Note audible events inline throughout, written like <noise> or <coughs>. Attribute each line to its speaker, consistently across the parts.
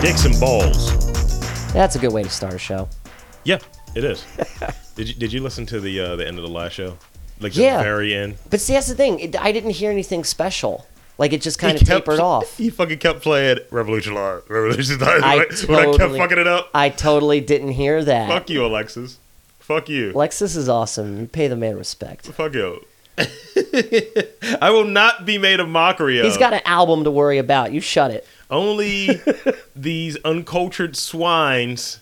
Speaker 1: dicks and balls.
Speaker 2: That's a good way to start a show.
Speaker 1: Yeah, it is. <laughs> did you Did you listen to the uh, the end of the last show? Like
Speaker 2: Yeah.
Speaker 1: the very end.
Speaker 2: But see, that's the thing. It, I didn't hear anything special. Like it just kind
Speaker 1: He
Speaker 2: of
Speaker 1: kept-
Speaker 2: tapered off.
Speaker 1: <laughs> He fucking kept playing Revolution Live, Revolution Live.
Speaker 2: I
Speaker 1: when I kept
Speaker 2: totally-
Speaker 1: fucking it up.
Speaker 2: I totally didn't hear that.
Speaker 1: Fuck you, Alexis. Fuck you.
Speaker 2: Lexus is awesome. You pay the man respect.
Speaker 1: Fuck you. <laughs> I will not be made a mockery of.
Speaker 2: He's got an album to worry about. You shut it. <laughs>
Speaker 1: only these uncultured swines.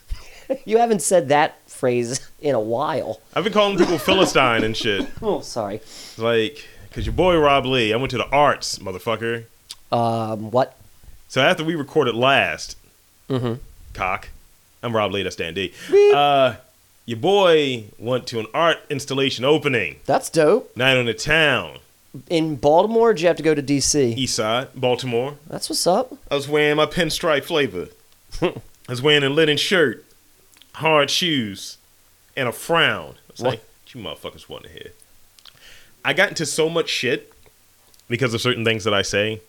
Speaker 2: You haven't said that phrase in a while. <laughs>
Speaker 1: I've been calling people Philistine and shit.
Speaker 2: Oh, sorry.
Speaker 1: It's Like, cause your boy Rob Lee, I went to the arts, motherfucker.
Speaker 2: Um, what?
Speaker 1: So after we recorded last,
Speaker 2: Mhm.
Speaker 1: cock, I'm Rob Lee, that's Dan D. Uh, your boy went to an art installation opening,
Speaker 2: That's dope.
Speaker 1: night on the town,
Speaker 2: In Baltimore, or did you have to go to D.C.?
Speaker 1: east side, Baltimore.
Speaker 2: That's what's up.
Speaker 1: I was wearing my pinstripe flavor. I was wearing a linen shirt, hard shoes, and a frown. I was
Speaker 2: What?
Speaker 1: like, "What you motherfuckers want to hear. I got into so much shit because of certain things that I say.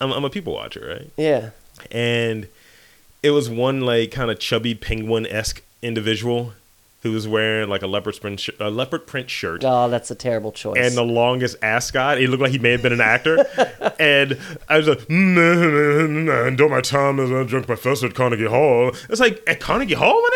Speaker 1: I'm, I'm a people watcher, right?
Speaker 2: Yeah.
Speaker 1: And it was one like kind of chubby penguin esque individual who was wearing like a leopard print sh- a leopard print shirt
Speaker 2: Oh, that's a terrible choice.
Speaker 1: and the longest ascot. He looked like he may have been an actor. and I was like, "Mm, "Nah, nah, nah, nah, during my time as a drunk professor at Carnegie Hall. It's like, at Carnegie Hall, my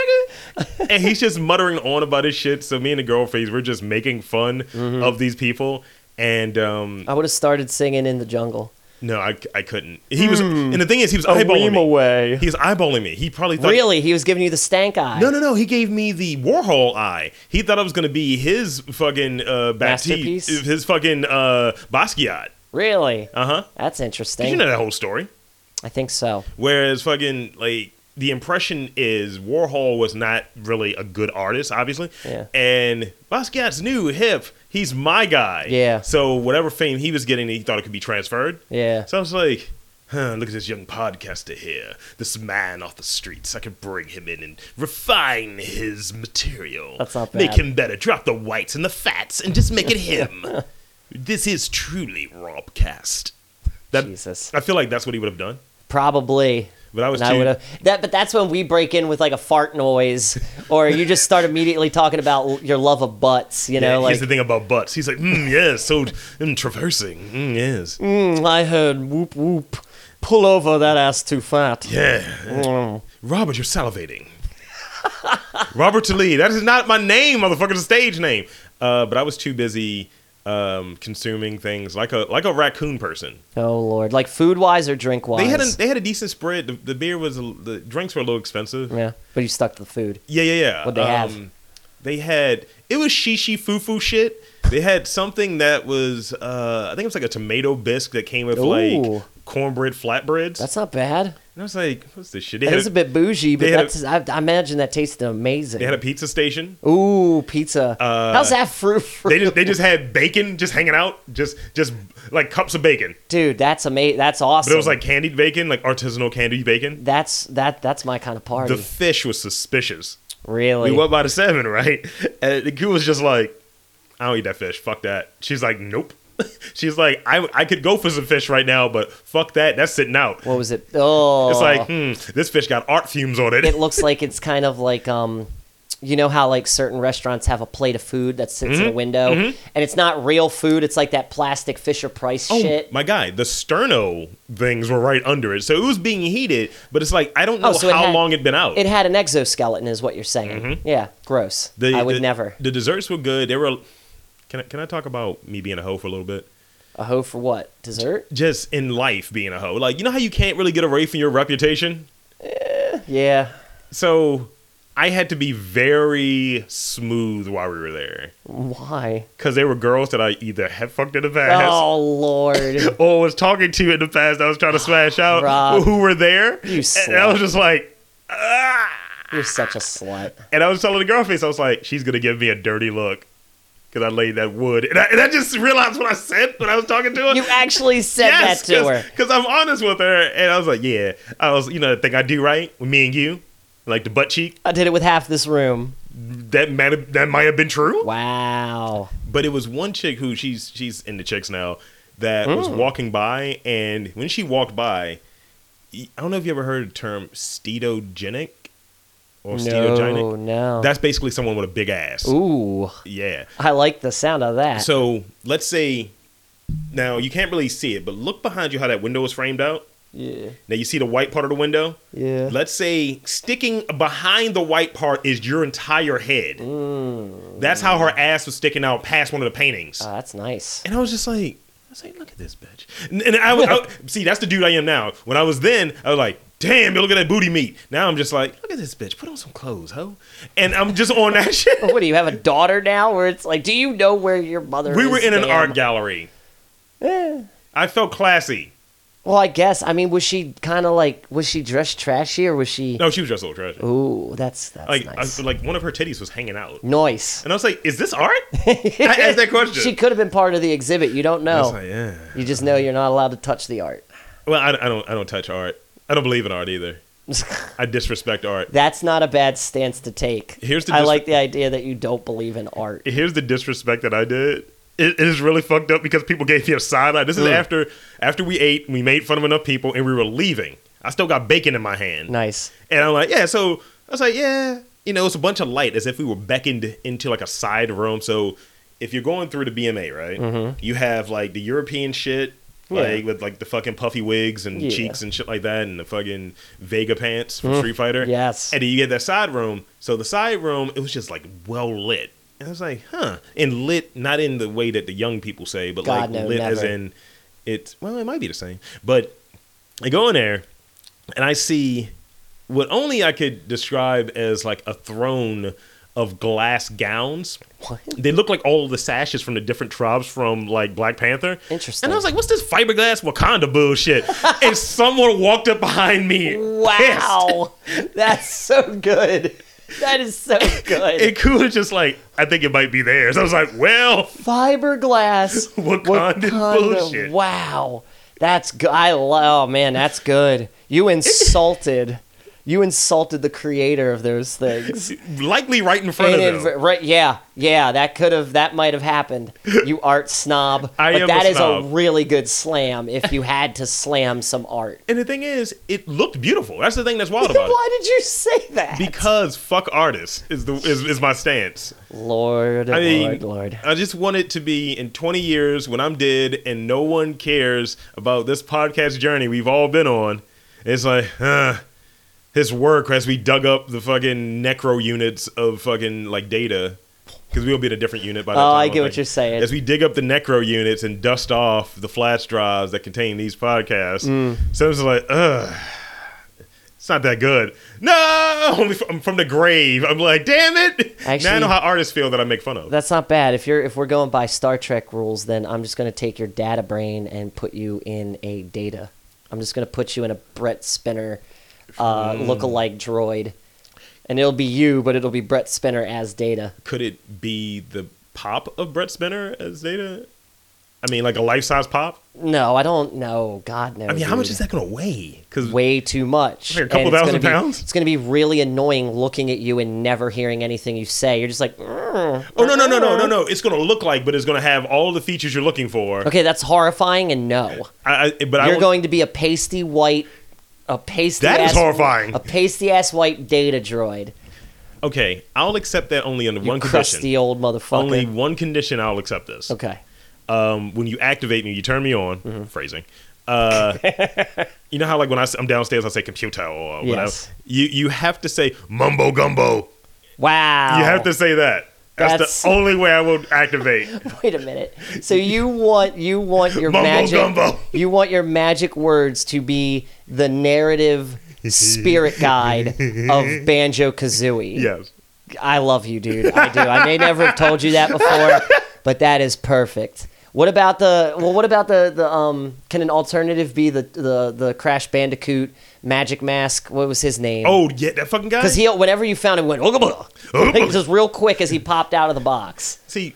Speaker 1: nigga? and he's just muttering on about his shit. So me and the girlfriends, we're just making fun of these people. And um,
Speaker 2: I would have started singing in the jungle.
Speaker 1: no, I, I couldn't. He was, and the thing is, he was eyeballing
Speaker 2: ream
Speaker 1: me.
Speaker 2: away.
Speaker 1: Oh, He was eyeballing me. He probably thought,
Speaker 2: really? He was giving you the stank eye.
Speaker 1: No, no, no. He gave me the Warhol eye. He thought I was going to be his fucking uh, Batiste,
Speaker 2: Masterpiece?
Speaker 1: his fucking uh, Basquiat.
Speaker 2: Really?
Speaker 1: Uh huh.
Speaker 2: That's
Speaker 1: Did
Speaker 2: interesting.
Speaker 1: you know that whole story?
Speaker 2: I think so.
Speaker 1: Whereas fucking like the impression is Warhol was not really a good artist, obviously.
Speaker 2: Yeah.
Speaker 1: And Basquiat's new, hip. He's my guy.
Speaker 2: Yeah.
Speaker 1: So whatever fame he was getting, he thought it could be transferred.
Speaker 2: Yeah.
Speaker 1: So I was like, huh, look at this young podcaster here. This man off the streets. I could bring him in and refine his material.
Speaker 2: That's not
Speaker 1: Make
Speaker 2: bad.
Speaker 1: him better. Drop the whites and the fats and just make it him.
Speaker 2: <laughs>
Speaker 1: this is truly Robcast. That,
Speaker 2: Jesus.
Speaker 1: I feel like that's what he would have done.
Speaker 2: Probably.
Speaker 1: But I was
Speaker 2: And
Speaker 1: too-
Speaker 2: would've- that, but that's when we break in with like a fart noise, <laughs> or you just start immediately talking about l- your love of butts. You know,
Speaker 1: Yeah,
Speaker 2: like
Speaker 1: here's the thing about butts. He's like, mm, yes, so mm, traversing. Mm, yes.
Speaker 2: "Mm, I heard whoop whoop, pull over that ass too fat.
Speaker 1: Yeah.
Speaker 2: Mm.
Speaker 1: Robert, you're salivating. <laughs> Robert Lee. That is not my name, motherfucker. It's a stage name. Uh, but I was too busy um, consuming things like a like a raccoon person.
Speaker 2: Oh lord, like food wise or drink wise.
Speaker 1: They had a they had a decent spread. The, the beer was a- the drinks were a little expensive.
Speaker 2: yeah, but you stuck to the food.
Speaker 1: Yeah, yeah, yeah.
Speaker 2: What'd they have?
Speaker 1: They had it was shishi fufu shit. They had something that was uh, I think it was like a tomato bisque that came with like
Speaker 2: Ooh.
Speaker 1: cornbread flatbreads.
Speaker 2: That's not bad.
Speaker 1: and I was like, what's this shit? They
Speaker 2: It
Speaker 1: had,
Speaker 2: was
Speaker 1: a,
Speaker 2: a bit bougie, but
Speaker 1: they had a-
Speaker 2: that's I, I imagine that tasted amazing.
Speaker 1: they had a pizza station.
Speaker 2: Ooh, pizza.
Speaker 1: Uh,
Speaker 2: How's that fruit? fruit?
Speaker 1: They just they just had bacon just hanging out, just just like cups of bacon.
Speaker 2: Dude, that's amazing. That's awesome.
Speaker 1: But it was like candied bacon, like artisanal candied bacon.
Speaker 2: that's that. That's my kind of party.
Speaker 1: The fish was suspicious.
Speaker 2: really.
Speaker 1: We went by the salmon, right? And the kid was just like, I don't eat that fish. Fuck that. She's like, nope. <laughs> She's like, I, I could go for some fish right now, but fuck that. That's sitting out.
Speaker 2: what was it? Oh,
Speaker 1: It's like, hmm, this fish got art fumes on it. <laughs>
Speaker 2: it looks like it's kind of like um, you know how like certain restaurants have a plate of food that sits
Speaker 1: Mm-hmm.
Speaker 2: in a window, and it's not real food. It's like that plastic Fisher Price
Speaker 1: Oh,
Speaker 2: shit.
Speaker 1: My guy, the sterno things were right under it. So it was being heated, but it's like, I don't know
Speaker 2: Oh, so it
Speaker 1: how
Speaker 2: had-
Speaker 1: long it'd been out.
Speaker 2: It had an exoskeleton, is what you're saying.
Speaker 1: Mm-hmm.
Speaker 2: Yeah, gross.
Speaker 1: The-
Speaker 2: I would
Speaker 1: the-
Speaker 2: never.
Speaker 1: The desserts were good. They were. Can I, can I talk about me being a hoe for a little bit?
Speaker 2: A hoe for what? Dessert?
Speaker 1: Just in life, being a hoe. Like, you know how you can't really get away from your reputation?
Speaker 2: Yeah.
Speaker 1: So I had to be very smooth while we were there
Speaker 2: Why?
Speaker 1: because there were girls that I either had fucked in the past
Speaker 2: Oh lord.
Speaker 1: or was talking to in the past. I was trying to smash out
Speaker 2: <sighs> Rob.
Speaker 1: who were there,
Speaker 2: You
Speaker 1: and I
Speaker 2: slut.
Speaker 1: was just like. "Ah."
Speaker 2: you're such a slut.
Speaker 1: And I was telling the girl face, I was like, she's gonna give me a dirty look because I laid that wood, and I, and I just realized what I said when I was talking to her.
Speaker 2: You actually said that to her.
Speaker 1: Because I'm honest with her, and I was like, yeah, I was, you know, the thing I do right with me and you, like the butt cheek,
Speaker 2: I did it with half this room.
Speaker 1: that might have, that might have been true.
Speaker 2: Wow.
Speaker 1: But it was one chick who she's
Speaker 2: Mm.
Speaker 1: she's into chicks now that was walking by, and when she walked by, I don't know if you ever heard the term cetogenic or
Speaker 2: No,
Speaker 1: cetogenic.
Speaker 2: no.
Speaker 1: That's basically someone with a big ass.
Speaker 2: Ooh,
Speaker 1: Yeah.
Speaker 2: I like the sound of that.
Speaker 1: So let's say now you can't really see it, but look behind you how that window is framed out.
Speaker 2: yeah,
Speaker 1: Now you see the white part of the window.
Speaker 2: yeah.
Speaker 1: Let's say sticking behind the white part is your entire head.
Speaker 2: Mm.
Speaker 1: That's how her ass was sticking out past one of the paintings.
Speaker 2: Ah,
Speaker 1: <laughs>
Speaker 2: that's nice.
Speaker 1: And I was just like, I was like, look at this bitch. And, and I, was- I was-
Speaker 2: <laughs>
Speaker 1: see, that's the dude I am now. When I was then, I was like, damn, yo, look at that booty meat. Now I'm just like, look at this bitch. Put on some clothes, ho. And I'm just on that <laughs> shit.
Speaker 2: What do you have a daughter now? Where it's like, do you know where your mother?
Speaker 1: we
Speaker 2: is,
Speaker 1: were in an
Speaker 2: ma'am?
Speaker 1: art gallery.
Speaker 2: Eh.
Speaker 1: I felt classy.
Speaker 2: Well, I guess. I mean, was she kind of like was she dressed trashy or was she?
Speaker 1: No, she was just a little trash.
Speaker 2: Ooh, that's that's
Speaker 1: Like, I-
Speaker 2: nice.
Speaker 1: like one of her titties was hanging out.
Speaker 2: Noise.
Speaker 1: And I was like, is
Speaker 2: <laughs>
Speaker 1: this art? <laughs> I asked that question.
Speaker 2: She could have been part of the exhibit. You don't
Speaker 1: I
Speaker 2: know.
Speaker 1: was like, yeah.
Speaker 2: you just know you're not allowed to touch the art. <laughs>
Speaker 1: Well, I, I don't. I don't touch art. I don't believe in art either. I disrespect art.
Speaker 2: That's not a bad stance to take.
Speaker 1: Here's the
Speaker 2: I
Speaker 1: dis-
Speaker 2: like the idea that you don't believe in art.
Speaker 1: here's the disrespect that I did. It, it is really fucked up because people gave me a side eye. This is
Speaker 2: Mm.
Speaker 1: after after we ate, we made fun of enough people, and we were leaving. I still got bacon in my hand,
Speaker 2: Nice.
Speaker 1: and I'm like, yeah. So I was like, yeah, you know, it's a bunch of light, as if we were beckoned into like a side room. So if you're going through the BMA, right,
Speaker 2: Mm-hmm.
Speaker 1: you have like the European shit. Like with like the fucking puffy wigs and
Speaker 2: Yeah. Mm-hmm.
Speaker 1: cheeks and shit like that, and the fucking Vega pants from Street Fighter.
Speaker 2: Yes.
Speaker 1: And then you get that side room. So the side room, it was just like well lit. And I was like, huh. And lit, not in the way that the young people say, but
Speaker 2: God,
Speaker 1: like
Speaker 2: no,
Speaker 1: lit as
Speaker 2: never.
Speaker 1: in it's, well, it might be the same. But I go in there and I see what only I could describe as like a throne of glass gowns.
Speaker 2: What?
Speaker 1: They look like all of the sashes from the different tribes from like Black Panther.
Speaker 2: Interesting.
Speaker 1: And I was like, what's this fiberglass Wakanda
Speaker 2: <laughs>
Speaker 1: bullshit? and someone walked up behind me. pissed.
Speaker 2: Wow, that's so good. That is so good.
Speaker 1: And Coolidge just like, I think it might be theirs. I was like, well,
Speaker 2: <laughs>
Speaker 1: <laughs>
Speaker 2: Fiberglass
Speaker 1: Wakandan bullshit.
Speaker 2: Wow, that's good. I lo- oh man, that's good. You insulted. You insulted the creator of
Speaker 1: <laughs>
Speaker 2: those things.
Speaker 1: likely right in front
Speaker 2: And
Speaker 1: of
Speaker 2: it-
Speaker 1: them.
Speaker 2: right, yeah, yeah, that could have, that might have happened.
Speaker 1: <laughs>
Speaker 2: You art snob,
Speaker 1: I
Speaker 2: but
Speaker 1: am a
Speaker 2: that is
Speaker 1: snob.
Speaker 2: really good slam. If you had to slam some art,
Speaker 1: And the thing is, it looked beautiful. That's the thing that's wild about it.
Speaker 2: <laughs> why did you say that?
Speaker 1: Because fuck artists is the is, is my stance.
Speaker 2: Lord,
Speaker 1: I mean,
Speaker 2: Lord, Lord.
Speaker 1: I just want it to be in 20 years when I'm dead and no one cares about this podcast journey we've all been on. It's like, huh, his work as we dug up the fucking necro units of fucking like data. Because we'll be in a different unit by the
Speaker 2: Oh,
Speaker 1: time.
Speaker 2: I get what
Speaker 1: think.
Speaker 2: you're saying.
Speaker 1: As we dig up the necro units and dust off the flash drives that contain these podcasts,
Speaker 2: Mm.
Speaker 1: so it's like, ugh, it's not that good. No, <laughs> I'm from the grave. I'm like, damn it. now I
Speaker 2: Actually-
Speaker 1: know how artists feel that I make fun of.
Speaker 2: That's not bad. If you're if we're going by Star Trek rules, then I'm just gonna take your data brain and put you in a data. I'm just gonna put you in a Brett Spinner uh,
Speaker 1: Hmm.
Speaker 2: lookalike droid, and it'll be you, but it'll be Brett Spinner as Data.
Speaker 1: could it be the pop of Brett Spinner as Data? I mean, like a life size pop.
Speaker 2: No, I don't know. God knows.
Speaker 1: I mean, how much is that going to weigh? Because
Speaker 2: Way too much.
Speaker 1: Like a couple
Speaker 2: And it's
Speaker 1: thousand
Speaker 2: gonna be-
Speaker 1: pounds?
Speaker 2: It's going to be really annoying looking at you and never hearing anything you say. You're just like, "Mm."
Speaker 1: oh no no no no no no, it's going to look like, but it's going to have all the features you're looking for.
Speaker 2: okay, that's horrifying, and no.
Speaker 1: I, I, but I
Speaker 2: You're
Speaker 1: don't-
Speaker 2: going to be a pasty white, a pasty.
Speaker 1: That is
Speaker 2: ass,
Speaker 1: horrifying.
Speaker 2: A pasty ass white data droid.
Speaker 1: okay. I'll accept that only under
Speaker 2: You
Speaker 1: one
Speaker 2: crusty
Speaker 1: condition.
Speaker 2: old motherfucker.
Speaker 1: Only one condition. I'll accept this.
Speaker 2: okay.
Speaker 1: um, when you activate me, you turn me on. Phrasing. Uh, you know how like when I, am downstairs, I say computer or whatever.
Speaker 2: Yes.
Speaker 1: You you have to say mumbo gumbo.
Speaker 2: Wow.
Speaker 1: You have to say that. That's,
Speaker 2: That's-
Speaker 1: the only way I will activate.
Speaker 2: <laughs> Wait a minute. So you want you want your
Speaker 1: Mumbo
Speaker 2: magic
Speaker 1: gumbo.
Speaker 2: <laughs> you want your magic words to be
Speaker 1: <laughs>
Speaker 2: the narrative spirit guide of Banjo Kazooie.
Speaker 1: yes.
Speaker 2: I love you, dude. I do. I may never have told you that before, but that is perfect. What about the well? What about the the um? Can an alternative be the the the Crash Bandicoot Magic Mask? What was his name?
Speaker 1: Oh yeah, that fucking guy.
Speaker 2: because he whenever you found him, he went "Ooga booga." Like, just real quick as he popped out of the box.
Speaker 1: see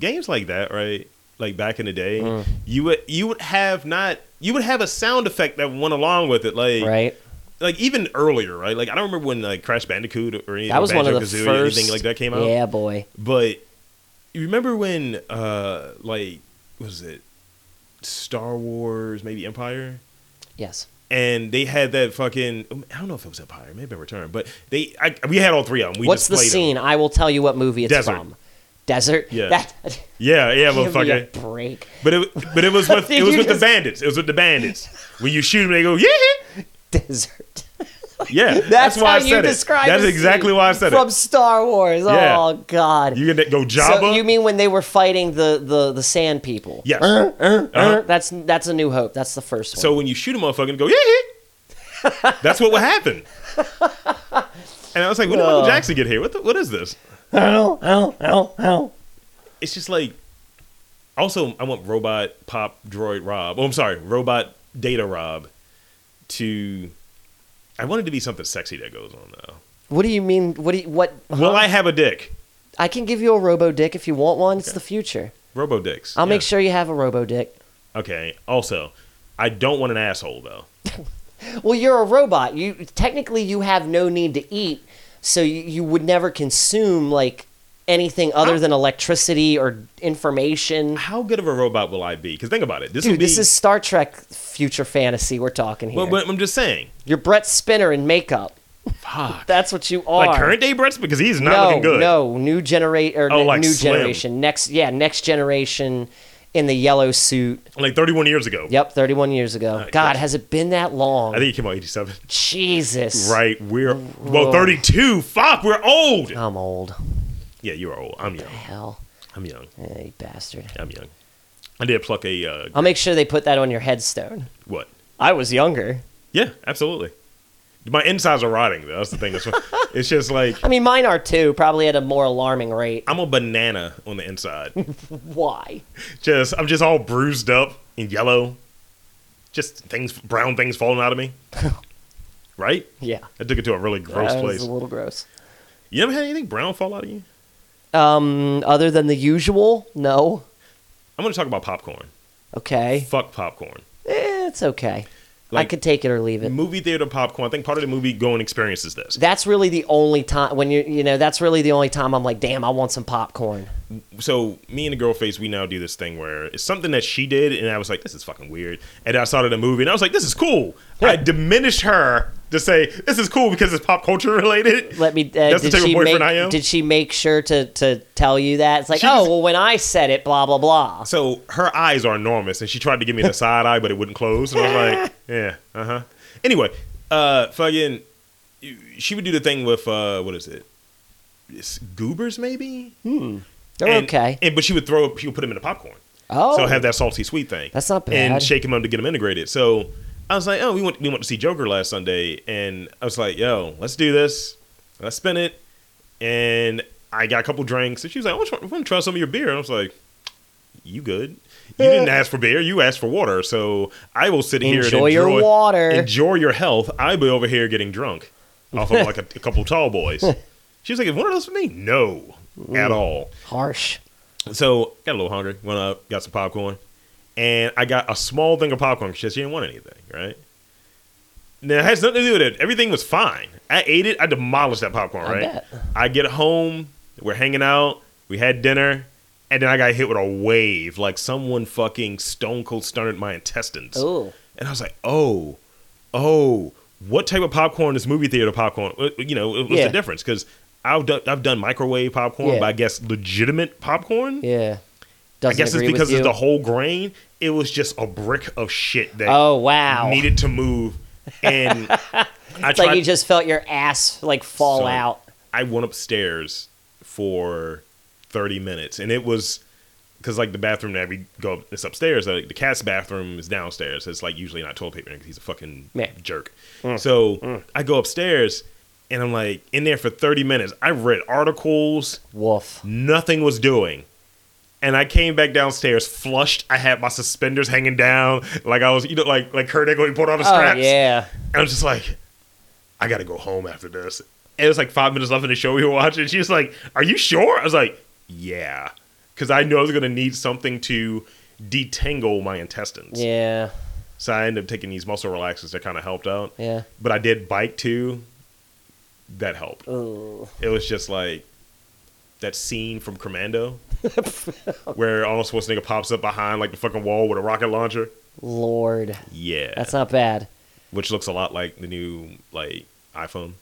Speaker 1: games like that, right? Like back in the day,
Speaker 2: Mm.
Speaker 1: you would you would have not you would have a sound effect that went along with it, like
Speaker 2: Right?
Speaker 1: like even earlier, right? Like I don't remember when like Crash Bandicoot or anything,
Speaker 2: That was one of the
Speaker 1: Banjo-Kazooie,
Speaker 2: first
Speaker 1: anything like that came out.
Speaker 2: Yeah, boy.
Speaker 1: But you remember when uh like what was it Star Wars maybe Empire
Speaker 2: Yes.
Speaker 1: and they had that fucking. I don't know if it was Empire, maybe Return, but they I, we had all three of them. We
Speaker 2: What's
Speaker 1: just
Speaker 2: the
Speaker 1: played 'em.
Speaker 2: scene? I will tell you what movie it's
Speaker 1: Desert.
Speaker 2: from. Desert.
Speaker 1: Yeah.
Speaker 2: That, <laughs>
Speaker 1: Yeah, yeah,
Speaker 2: give me a
Speaker 1: motherfucker.
Speaker 2: break. <laughs>
Speaker 1: But it but it was with
Speaker 2: Did
Speaker 1: it was
Speaker 2: you
Speaker 1: with
Speaker 2: just-
Speaker 1: the bandits. It was with the
Speaker 2: <laughs>
Speaker 1: bandits. When you shoot them, they go yeah.
Speaker 2: Desert. <laughs>
Speaker 1: Yeah, that's,
Speaker 2: That's,
Speaker 1: why
Speaker 2: how
Speaker 1: I
Speaker 2: you
Speaker 1: said
Speaker 2: describe.
Speaker 1: it. That's
Speaker 2: a
Speaker 1: exactly
Speaker 2: scene
Speaker 1: why I said
Speaker 2: from
Speaker 1: it.
Speaker 2: Star Wars.
Speaker 1: Yeah.
Speaker 2: Oh God.
Speaker 1: You can go Jabba.
Speaker 2: so you mean when they were fighting the the, the sand people?
Speaker 1: yes.
Speaker 2: Er, That's that's a New Hope. That's the first one.
Speaker 1: Uh-huh. So when you shoot a motherfucker, and go yeah, yeah. that's what would happen. And I was like, when did Michael Jackson get here? What the, what is this?
Speaker 2: ow, ow, ow, ow.
Speaker 1: It's just like. Also, I want robot pop droid Rob. Oh, I'm sorry, robot data Rob. To, I wanted to be something sexy that goes on though.
Speaker 2: What do you mean? What do you, what?
Speaker 1: Will I have a dick?
Speaker 2: I can give you a robo dick if you want one. It's the future.
Speaker 1: Robo dicks.
Speaker 2: I'll
Speaker 1: Yeah.
Speaker 2: make sure you have a robo dick.
Speaker 1: Okay. Also, I don't want an asshole though.
Speaker 2: Well, you're a robot. You technically you have no need to eat, so you, you would never consume like anything other than electricity or information.
Speaker 1: How good of a robot will I be? Because think about it. This
Speaker 2: Dude,
Speaker 1: would be,
Speaker 2: this is Star Trek future fantasy we're talking here.
Speaker 1: But, but I'm just saying.
Speaker 2: you're Brett Spinner in makeup.
Speaker 1: Fuck.
Speaker 2: That's what you are.
Speaker 1: Like current day Brett's because he's not
Speaker 2: no,
Speaker 1: looking good.
Speaker 2: no, new generate or
Speaker 1: Oh,
Speaker 2: n-
Speaker 1: like
Speaker 2: new
Speaker 1: Slim.
Speaker 2: generation. Next, yeah, next generation in the yellow suit.
Speaker 1: Like 31 years ago.
Speaker 2: Yep, 31 years ago. God,
Speaker 1: gotcha.
Speaker 2: has it been that long?
Speaker 1: I think he came out 87.
Speaker 2: Jesus.
Speaker 1: Right. We're well 32. Fuck. We're old.
Speaker 2: I'm old.
Speaker 1: Yeah, you are old. I'm young.
Speaker 2: Hell.
Speaker 1: I'm young.
Speaker 2: Yeah, you bastard.
Speaker 1: I'm young. I did pluck a uh,
Speaker 2: I'll make sure they put that on your headstone.
Speaker 1: what?
Speaker 2: I was younger.
Speaker 1: Yeah, absolutely. My insides are rotting though. That's the thing. That's what, it's <laughs> just like
Speaker 2: I mean, mine are too, probably at a more alarming rate.
Speaker 1: I'm a banana on the
Speaker 2: <laughs>
Speaker 1: inside.
Speaker 2: Why?
Speaker 1: just I'm just all bruised up and yellow. Just things, brown things falling out of
Speaker 2: <laughs>
Speaker 1: me. right?
Speaker 2: Yeah.
Speaker 1: I took it to a really gross
Speaker 2: that
Speaker 1: place.
Speaker 2: was a little gross.
Speaker 1: You ever had anything brown fall out of you?
Speaker 2: Um, other than the usual, no.
Speaker 1: I'm going to talk about popcorn.
Speaker 2: Okay.
Speaker 1: Fuck popcorn.
Speaker 2: Eh, it's okay. I
Speaker 1: Like-
Speaker 2: could take it or leave it.
Speaker 1: Movie theater popcorn. I think part of the movie going experience is this.
Speaker 2: That's really the only time when you you know that's really the only time I'm like, damn, I want some popcorn.
Speaker 1: So me and the girl face, we now do this thing where it's something that she did, and I was like, this is fucking weird. And I saw it in a movie, and I was like, this is cool. I diminished her to say this is cool because it's pop culture related.
Speaker 2: Let me. Uh,
Speaker 1: That's the
Speaker 2: did
Speaker 1: type of
Speaker 2: she
Speaker 1: boyfriend
Speaker 2: make?
Speaker 1: I am.
Speaker 2: Did she make sure to to tell you that? It's like,
Speaker 1: She
Speaker 2: oh
Speaker 1: just-
Speaker 2: well, when I said it, blah blah blah.
Speaker 1: So her eyes are enormous, and she tried to give me the side eye, but it wouldn't close. And I was
Speaker 2: <laughs>
Speaker 1: like, yeah, uh huh. Anyway, uh, fucking, she would do the thing with uh, what is it? It's goobers, maybe.
Speaker 2: They're
Speaker 1: And-
Speaker 2: okay.
Speaker 1: And but she would throw, she would put them in the popcorn.
Speaker 2: oh,
Speaker 1: So have that salty sweet thing.
Speaker 2: That's not bad.
Speaker 1: And shaking them to get them integrated. So I was like, oh, we went we went to see Joker last Sunday, and I was like, yo, let's do this. Let's spin it. And I got a couple drinks, and she was like, "Oh, I want to try some of your beer. And I was like, you good? You didn't ask for beer. You asked for water. So I will sit here
Speaker 2: Enjoy
Speaker 1: and
Speaker 2: your
Speaker 1: enjoy
Speaker 2: water.
Speaker 1: Enjoy your health. I'll be over here getting drunk off of like a, a couple tall
Speaker 2: <laughs>
Speaker 1: boys. She was like, one of those for me? No, at all.
Speaker 2: harsh.
Speaker 1: So got a little hungry. Went up, got some popcorn, and I got a small thing of popcorn. She said she didn't want anything, right? Now it has nothing to do with it. Everything was fine. I ate it. I demolished that popcorn.
Speaker 2: I
Speaker 1: Right.
Speaker 2: bet.
Speaker 1: I get home. We're hanging out. We had dinner, and then I got hit with a wave, like someone fucking stone cold stunned my intestines.
Speaker 2: Ooh.
Speaker 1: And I was like, oh, oh, what type of popcorn is movie theater popcorn? Uh, You know, what's
Speaker 2: Yeah.
Speaker 1: the difference? Because I've done, I've done microwave popcorn,
Speaker 2: Yeah.
Speaker 1: but I guess legitimate popcorn. I
Speaker 2: Yeah. Doesn't
Speaker 1: guess it's
Speaker 2: agree with
Speaker 1: because
Speaker 2: you.
Speaker 1: it's the whole grain. It was just a brick of shit that
Speaker 2: Oh wow.
Speaker 1: needed to move, and I
Speaker 2: <laughs> it's like
Speaker 1: tried.
Speaker 2: you just felt your ass like fall
Speaker 1: Son.
Speaker 2: out.
Speaker 1: I went upstairs for thirty minutes, and it was because like the bathroom that we go up, it's upstairs. Like the cat's bathroom is downstairs. It's like usually not toilet paper because he's a fucking
Speaker 2: Yeah. Mm.
Speaker 1: jerk. So I go upstairs, and I'm like in there for thirty minutes. I read articles.
Speaker 2: Woof.
Speaker 1: nothing was doing. And I came back downstairs flushed. I had my suspenders hanging down, like I was, you know, like like Kurt Angle, he pulled out the
Speaker 2: Oh
Speaker 1: straps.
Speaker 2: yeah.
Speaker 1: And I was just like, I gotta go home after this. And it was like five minutes left in the show we were watching. She was like, Are you sure? I was like, Yeah, because I knew I was gonna need something to detangle my intestines.
Speaker 2: Yeah.
Speaker 1: So I ended up taking these muscle relaxers that kind of helped out.
Speaker 2: Yeah.
Speaker 1: But I did bike too. That helped.
Speaker 2: Ooh.
Speaker 1: It was just like that scene from
Speaker 2: <laughs>
Speaker 1: Commando where Arnold Schwarzenegger pops up behind like the fucking wall with a rocket launcher.
Speaker 2: Lord.
Speaker 1: Yeah.
Speaker 2: That's not bad.
Speaker 1: which looks a lot like the new like iPhone.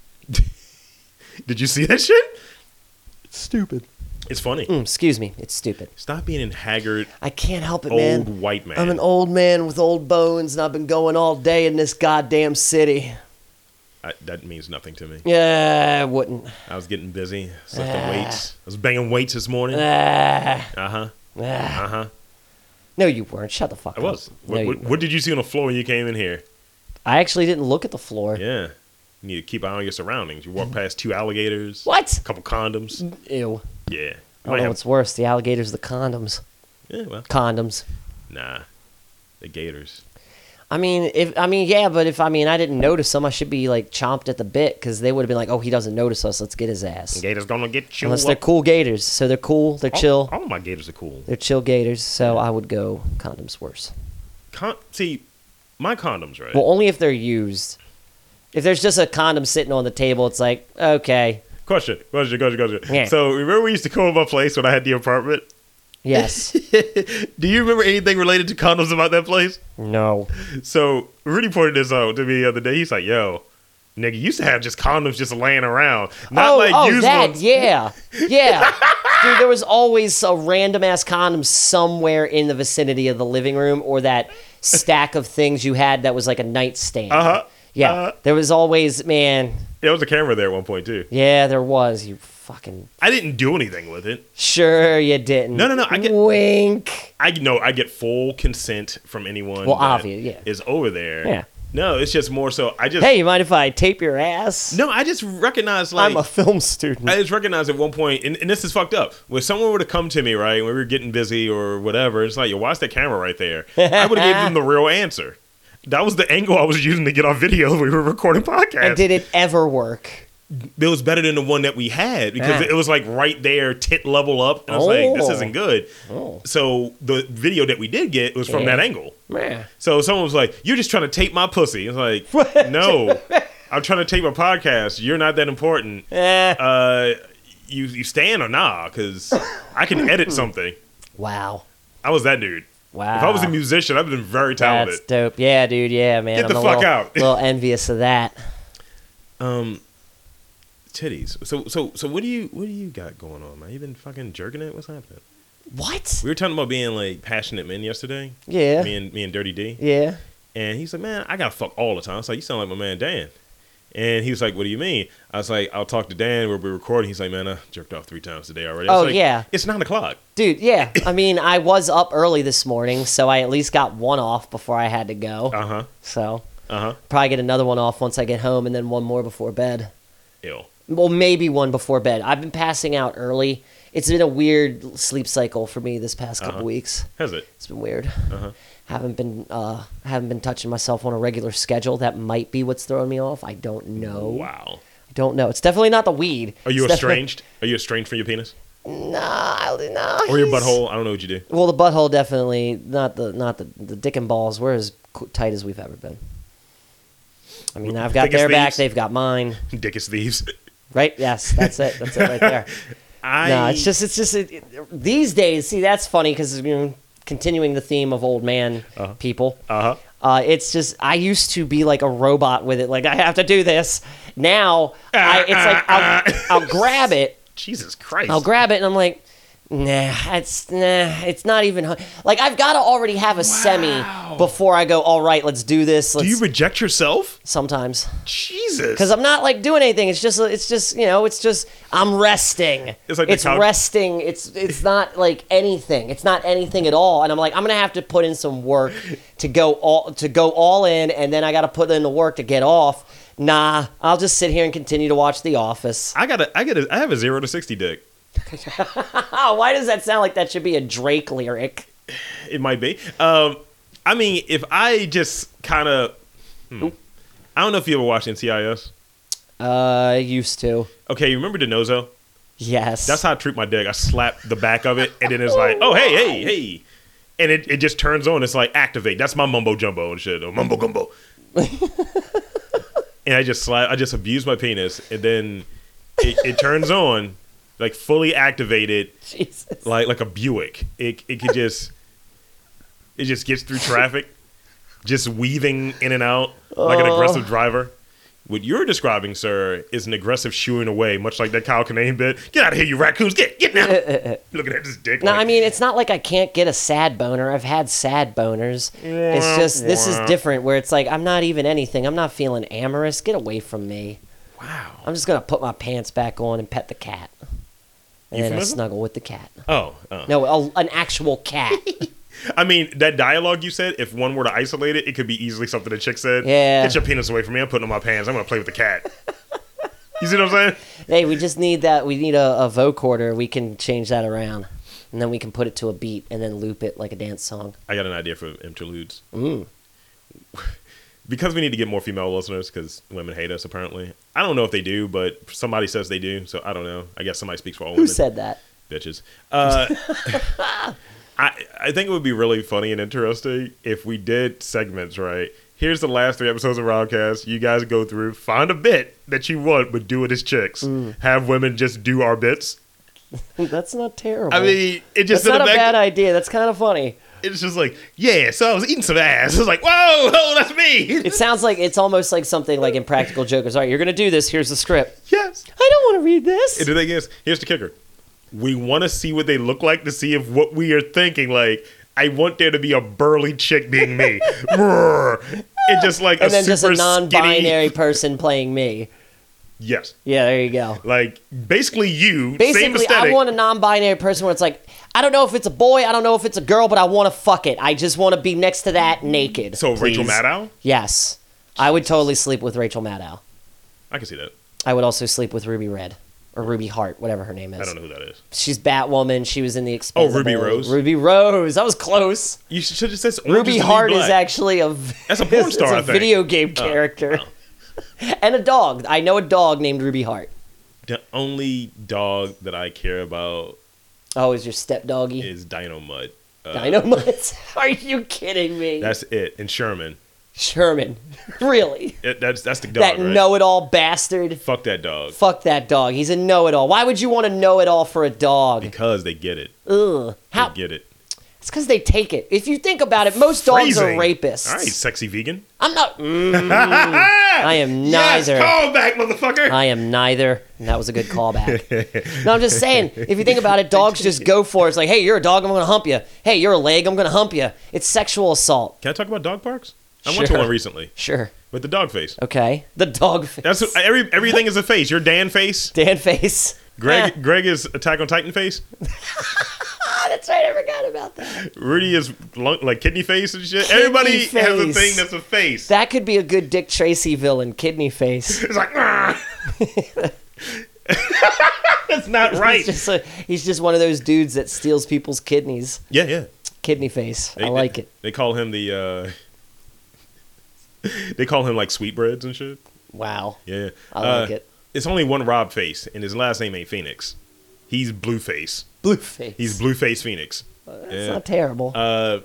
Speaker 1: <laughs> Did you see that shit?
Speaker 3: Stupid.
Speaker 1: It's funny.
Speaker 2: Mm, excuse me, it's stupid.
Speaker 1: Stop being a haggard
Speaker 2: I can't help it,
Speaker 1: old
Speaker 2: man.
Speaker 1: white man.
Speaker 2: I'm an old man with old bones, and I've been going all day in this goddamn city.
Speaker 1: I, that means nothing to me.
Speaker 2: Yeah, I wouldn't.
Speaker 1: I was getting busy. Slept on
Speaker 2: Ah.
Speaker 1: weights. I was banging weights this morning. Uh
Speaker 2: Ah,
Speaker 1: huh.
Speaker 2: ah.
Speaker 1: Uh huh.
Speaker 2: No, you weren't. Shut the fuck
Speaker 1: I
Speaker 2: up.
Speaker 1: was.
Speaker 2: No,
Speaker 1: What,
Speaker 2: you
Speaker 1: what,
Speaker 2: weren't.
Speaker 1: what did you see on the floor when you came in <laughs> here?
Speaker 2: I actually didn't look at the floor.
Speaker 1: Yeah. You need to keep an eye on your surroundings. You walk past two alligators,
Speaker 2: What? Mm.
Speaker 1: a couple condoms.
Speaker 2: Ew.
Speaker 1: Yeah. You
Speaker 2: I don't
Speaker 1: might
Speaker 2: know
Speaker 1: have,
Speaker 2: what's worse, the alligators or the condoms.
Speaker 1: yeah, well,
Speaker 2: Condoms.
Speaker 1: nah. The gators.
Speaker 2: I mean, if I mean, yeah, but if I mean, I didn't notice them, I should be like chomped at the bit because they would have been like, "Oh, he doesn't notice us. Let's get his ass."
Speaker 1: Gators gonna get you. Oh,
Speaker 2: Unless they're
Speaker 1: up.
Speaker 2: cool gators, so they're cool, they're
Speaker 1: All-
Speaker 2: chill,
Speaker 1: All, my gators are cool.
Speaker 2: they're chill gators. So I would go condoms worse.
Speaker 1: Con- see, my condoms, right?
Speaker 2: Well, only if they're used. If there's just a condom sitting on the table, it's like, okay,
Speaker 1: question, question, question, question.
Speaker 2: Yeah.
Speaker 1: So, remember we used to come to my place when I had the apartment? <laughs>
Speaker 2: yes,
Speaker 1: Do you remember anything related to condoms about that place?
Speaker 2: no,
Speaker 1: So Rudy pointed this out to me the other day. He's like, "Yo, nigga, you used to have just condoms just laying around, not
Speaker 2: oh,
Speaker 1: like
Speaker 2: oh,
Speaker 1: used
Speaker 2: that,
Speaker 1: ones."
Speaker 2: yeah,
Speaker 1: <laughs>
Speaker 2: yeah. Dude, there was always a random ass condom somewhere in the vicinity of the living room or that stack of things you had that was like a nightstand.
Speaker 1: Uh-huh,
Speaker 2: Yeah,
Speaker 1: uh-huh.
Speaker 2: there was always, man.
Speaker 1: There was a camera there at one point too.
Speaker 2: Yeah, there was. You fucking
Speaker 1: I didn't do anything with it.
Speaker 2: sure you didn't.
Speaker 1: No, no, no, I get-
Speaker 2: wink.
Speaker 1: I know I get full consent from anyone.
Speaker 2: Well,
Speaker 1: that
Speaker 2: obvious, yeah.
Speaker 1: is over there.
Speaker 2: Yeah.
Speaker 1: No, it's just more so. I just
Speaker 2: Hey, you mind if I tape your ass?
Speaker 1: no, I just recognize like
Speaker 2: I'm a film student.
Speaker 1: I just recognized at one point, and, and this is fucked up. When someone were to come to me, right, when we were getting busy or whatever, it's like, yo, why's that camera right there? I would have gave
Speaker 2: <laughs>
Speaker 1: them the real answer. That was the angle I was using to get our video. when We were recording podcasts.
Speaker 2: and did it ever work?
Speaker 1: It was better than the one that we had because
Speaker 2: Ah.
Speaker 1: it was like right there, tit level up. And I was like, this
Speaker 2: Oh.
Speaker 1: isn't good.
Speaker 2: Oh.
Speaker 1: So the video that we did get was from
Speaker 2: Yeah.
Speaker 1: that angle.
Speaker 2: Man.
Speaker 1: So someone was like, "You're just trying to tape my pussy." It's
Speaker 2: <laughs>
Speaker 1: like, no, I'm trying to tape a podcast. You're not that important.
Speaker 2: Eh.
Speaker 1: Uh, you you stand or nah? Because I can edit something.
Speaker 2: Wow.
Speaker 1: I was that dude.
Speaker 2: Wow.
Speaker 1: If I was a musician, I'd have been very
Speaker 2: That's
Speaker 1: talented.
Speaker 2: dope. Yeah, dude. Yeah, man.
Speaker 1: Get the
Speaker 2: I'm a
Speaker 1: fuck
Speaker 2: little,
Speaker 1: out.
Speaker 2: little envious of that.
Speaker 1: Um, titties. So so so what do you what do you got going on, man? You been fucking jerking it? What's happening?
Speaker 2: What?
Speaker 1: We were talking about being like passionate men yesterday.
Speaker 2: Yeah.
Speaker 1: Me and me and Dirty D.
Speaker 2: Yeah.
Speaker 1: And he's like, man, I gotta fuck all the time. I was like, you sound like my man Dan. And he was like, what do you mean? I was like, I'll talk to Dan. We'll be recording. He's like, man, I jerked off three times today already. I was
Speaker 2: Oh,
Speaker 1: like,
Speaker 2: yeah.
Speaker 1: It's nine o'clock.
Speaker 2: Dude, yeah. I mean, I was up early this morning, so I at least got one off before I had to go.
Speaker 1: Uh huh.
Speaker 2: So,
Speaker 1: Uh huh.
Speaker 2: probably get another one off once I get home and then one more before bed.
Speaker 1: Ill.
Speaker 2: Well, maybe one before bed. I've been passing out early. It's been a weird sleep cycle for me this past couple
Speaker 1: Uh-huh.
Speaker 2: weeks.
Speaker 1: Has it?
Speaker 2: It's been weird.
Speaker 1: Uh-huh.
Speaker 2: Haven't been uh, haven't been touching myself on a regular schedule. That might be what's throwing me off. I don't know.
Speaker 1: Wow.
Speaker 2: I don't know. It's definitely not the weed.
Speaker 1: Are you
Speaker 2: It's definitely-
Speaker 1: estranged? Are you estranged from your penis
Speaker 2: <laughs> Nah, nah.
Speaker 1: or your
Speaker 2: he's-
Speaker 1: butthole? I don't know what you do. <laughs>
Speaker 2: Well, the butthole definitely not the not the the dick and balls. We're as co- tight as we've ever been. I mean, I've got
Speaker 1: Thick as
Speaker 2: their back.
Speaker 1: thieves.
Speaker 2: They've got mine.
Speaker 1: Dick is thieves.
Speaker 2: Right? Yes, that's it. That's it right there.
Speaker 1: <laughs> I.
Speaker 2: No, it's just it's just it, it- these days. See, that's funny because you know, continuing the theme of old man people.
Speaker 1: Uh huh.
Speaker 2: Uh, it's just I used to be like a robot with it. Like I have to do this now. I, it's like
Speaker 1: <laughs>
Speaker 2: I'll, I'll grab it.
Speaker 1: Jesus Christ.
Speaker 2: I'll grab it, and I'm like, nah, it's nah, it's not even. hu- Like I've got to already have a semi before I go. All right, let's do this. Let's
Speaker 1: do you reject yourself?
Speaker 2: sometimes
Speaker 1: Jesus.
Speaker 2: because I'm not like doing anything. It's just it's just you know it's just I'm resting.
Speaker 1: It's like the couch-
Speaker 2: resting. It's it's not like anything. It's not anything at all. And I'm like I'm gonna have to put in some work to go all to go all in, and then I got to put in the work to get off. Nah, I'll just sit here and continue to watch The Office. <laughs>
Speaker 1: I got a. I got a. I have a zero to sixty dick.
Speaker 2: Oh, why does that sound like that should be a Drake lyric?
Speaker 1: It might be. Um, I mean, if I just kind of, I don't know if you ever watched NCIS.
Speaker 2: Uh, used to.
Speaker 1: Okay, you remember Denozo?
Speaker 2: Yes.
Speaker 1: That's how I treat my dick. I slap the back of it, and then it's like, oh hey hey hey, and it, it just turns on. It's like activate. That's my mumbo jumbo and shit. Or mumbo gumbo. and I just slap. I just abuse my penis, and then it, it turns on, like fully activated.
Speaker 2: <laughs> Jesus.
Speaker 1: like like a Buick. It it could just it just gets through traffic. just weaving in and out like an
Speaker 2: Oh.
Speaker 1: aggressive driver. What you're describing, sir, is an aggressive shooing away, much like that Kyle Kinane bit. Get out of here, you raccoons! Get get now!
Speaker 2: <laughs>
Speaker 1: Looking at this dick.
Speaker 2: No,
Speaker 1: like,
Speaker 2: I mean it's not like I can't get a sad boner. I've had sad boners. It's just this is different where it's like I'm not even anything. I'm not feeling amorous. Get away from me.
Speaker 1: wow.
Speaker 2: I'm just gonna put my pants back on and pet the cat. And then I
Speaker 1: Euphemism?
Speaker 2: snuggle with the cat.
Speaker 1: Oh, oh.
Speaker 2: No, a, an
Speaker 1: <laughs>
Speaker 2: actual cat.
Speaker 1: I mean that dialogue you said. If one were to isolate it, it could be easily something the chick said.
Speaker 2: Yeah.
Speaker 1: Get your penis away from me! I'm putting on my pants. I'm gonna play with the cat. you see what I'm saying?
Speaker 2: hey, we just need that. We need a, a vocorder. We can change that around, and then we can put it to a beat and then loop it like a dance song.
Speaker 1: I got an idea for interludes.
Speaker 2: Mm.
Speaker 1: <laughs> Because we need to get more female listeners because women hate us apparently. I don't know if they do, but somebody says they do, so I don't know. I guess somebody speaks for all
Speaker 2: Who
Speaker 1: women.
Speaker 2: said that?
Speaker 1: bitches. Uh, <laughs> I I think it would be really funny and interesting if we did segments. Right here's the last three episodes of Roundcast. You guys go through, find a bit that you want, but do it as chicks.
Speaker 2: Mm.
Speaker 1: Have women just do our bits.
Speaker 2: That's not terrible.
Speaker 1: I mean, it just
Speaker 2: that's
Speaker 1: in the
Speaker 2: not a
Speaker 1: back-
Speaker 2: bad idea. That's kind of funny.
Speaker 1: It's just like yeah. So I was eating some ass. <laughs> It's like whoa, whoa, that's me.
Speaker 2: <laughs> It sounds like it's almost like something like Impractical Jokers. All right, you're gonna do this. Here's the script.
Speaker 1: yes.
Speaker 2: I don't want to read this.
Speaker 1: And the thing is, here's the kicker: we want to see what they look like to see if what we are thinking. Like, I want there to be a burly chick being me,
Speaker 2: <laughs>
Speaker 1: Roar. and just like
Speaker 2: and
Speaker 1: a
Speaker 2: then
Speaker 1: super
Speaker 2: just a non-binary
Speaker 1: skinny.
Speaker 2: person playing me.
Speaker 1: Yes,
Speaker 2: Yeah, there you go.
Speaker 1: like basically you, same
Speaker 2: Basically,
Speaker 1: aesthetic.
Speaker 2: I want a non-binary person where it's like, I don't know if it's a boy, I don't know if it's a girl, but I want to fuck it. I just want to be next to that naked.
Speaker 1: so
Speaker 2: please.
Speaker 1: Rachel Maddow,
Speaker 2: Yes, I would totally sleep with Rachel Maddow.
Speaker 1: I can see that.
Speaker 2: I would also sleep with Ruby Red or Ruby Hart, whatever her name is.
Speaker 1: I don't know who that is.
Speaker 2: She's Batwoman. She was in the Expendables.
Speaker 1: Ruby Rose?
Speaker 2: Ruby Rose. That was close.
Speaker 1: You should have said Orange
Speaker 2: Ruby
Speaker 1: is the New
Speaker 2: Hart is
Speaker 1: Black.
Speaker 2: actually a v-
Speaker 1: That's a
Speaker 2: <laughs>
Speaker 1: porn
Speaker 2: it's
Speaker 1: star,
Speaker 2: a
Speaker 1: I think. Oh,
Speaker 2: video game character, and a dog. I know a dog named Ruby Hart.
Speaker 1: the only dog that I care about
Speaker 2: Oh, is your step doggy?
Speaker 1: is Dino Mud. Uh,
Speaker 2: Dino Mutts? <laughs> Are you kidding me?
Speaker 1: That's it. And Sherman.
Speaker 2: Sherman, <laughs> really?
Speaker 1: It- that's that's the dog.
Speaker 2: that
Speaker 1: right?
Speaker 2: know-it-all bastard.
Speaker 1: Fuck that dog.
Speaker 2: Fuck that dog. He's a know-it-all. Why would you want to know-it-all for a dog?
Speaker 1: Because they get it.
Speaker 2: Ugh. How?
Speaker 1: They get it.
Speaker 2: It's because they take it. If you think about it, most dogs are
Speaker 1: Freezing.
Speaker 2: rapists.
Speaker 1: All right, sexy vegan.
Speaker 2: I'm not.
Speaker 1: <laughs> I
Speaker 2: am neither.
Speaker 1: Call back, motherfucker.
Speaker 2: I am neither. And that was a good callback. no, I'm just saying, if you think about it, dogs just go for it. It's like, hey, you're a dog, I'm going to hump you. Hey, you're a leg, I'm going to hump you. It's sexual assault.
Speaker 1: Can I talk about dog parks? I went to
Speaker 2: Sure.
Speaker 1: one recently
Speaker 2: Sure.
Speaker 1: with the dog face.
Speaker 2: Okay. The dog face.
Speaker 1: That's what, every everything is a face. Your Dan face.
Speaker 2: Dan face.
Speaker 1: Greg Greg is Attack on Titan face.
Speaker 2: <laughs> Ah, that's right. I forgot about that.
Speaker 1: Rudy is lung, like kidney face and shit.
Speaker 2: Kidney
Speaker 1: Everybody has a
Speaker 2: face.
Speaker 1: thing that's a face.
Speaker 2: That could be a good Dick Tracy villain, kidney
Speaker 1: <laughs>
Speaker 2: face.
Speaker 1: it's like
Speaker 2: <laughs>
Speaker 1: "Ah." <laughs> that's not right.
Speaker 2: He's just, a, he's just one of those dudes that steals people's kidneys.
Speaker 1: yeah, yeah.
Speaker 2: Kidney face.
Speaker 1: They-
Speaker 2: I like it.
Speaker 1: They call him the. uh <laughs> They call him like sweetbreads and shit.
Speaker 2: Wow.
Speaker 1: Yeah,
Speaker 2: I
Speaker 1: Uh,
Speaker 2: like it.
Speaker 1: It's only one Rob face, and his last name ain't Phoenix. He's Blueface.
Speaker 2: Blue face.
Speaker 1: He's Blueface Phoenix.
Speaker 2: It's
Speaker 1: Yeah.
Speaker 2: not terrible.
Speaker 1: Uh,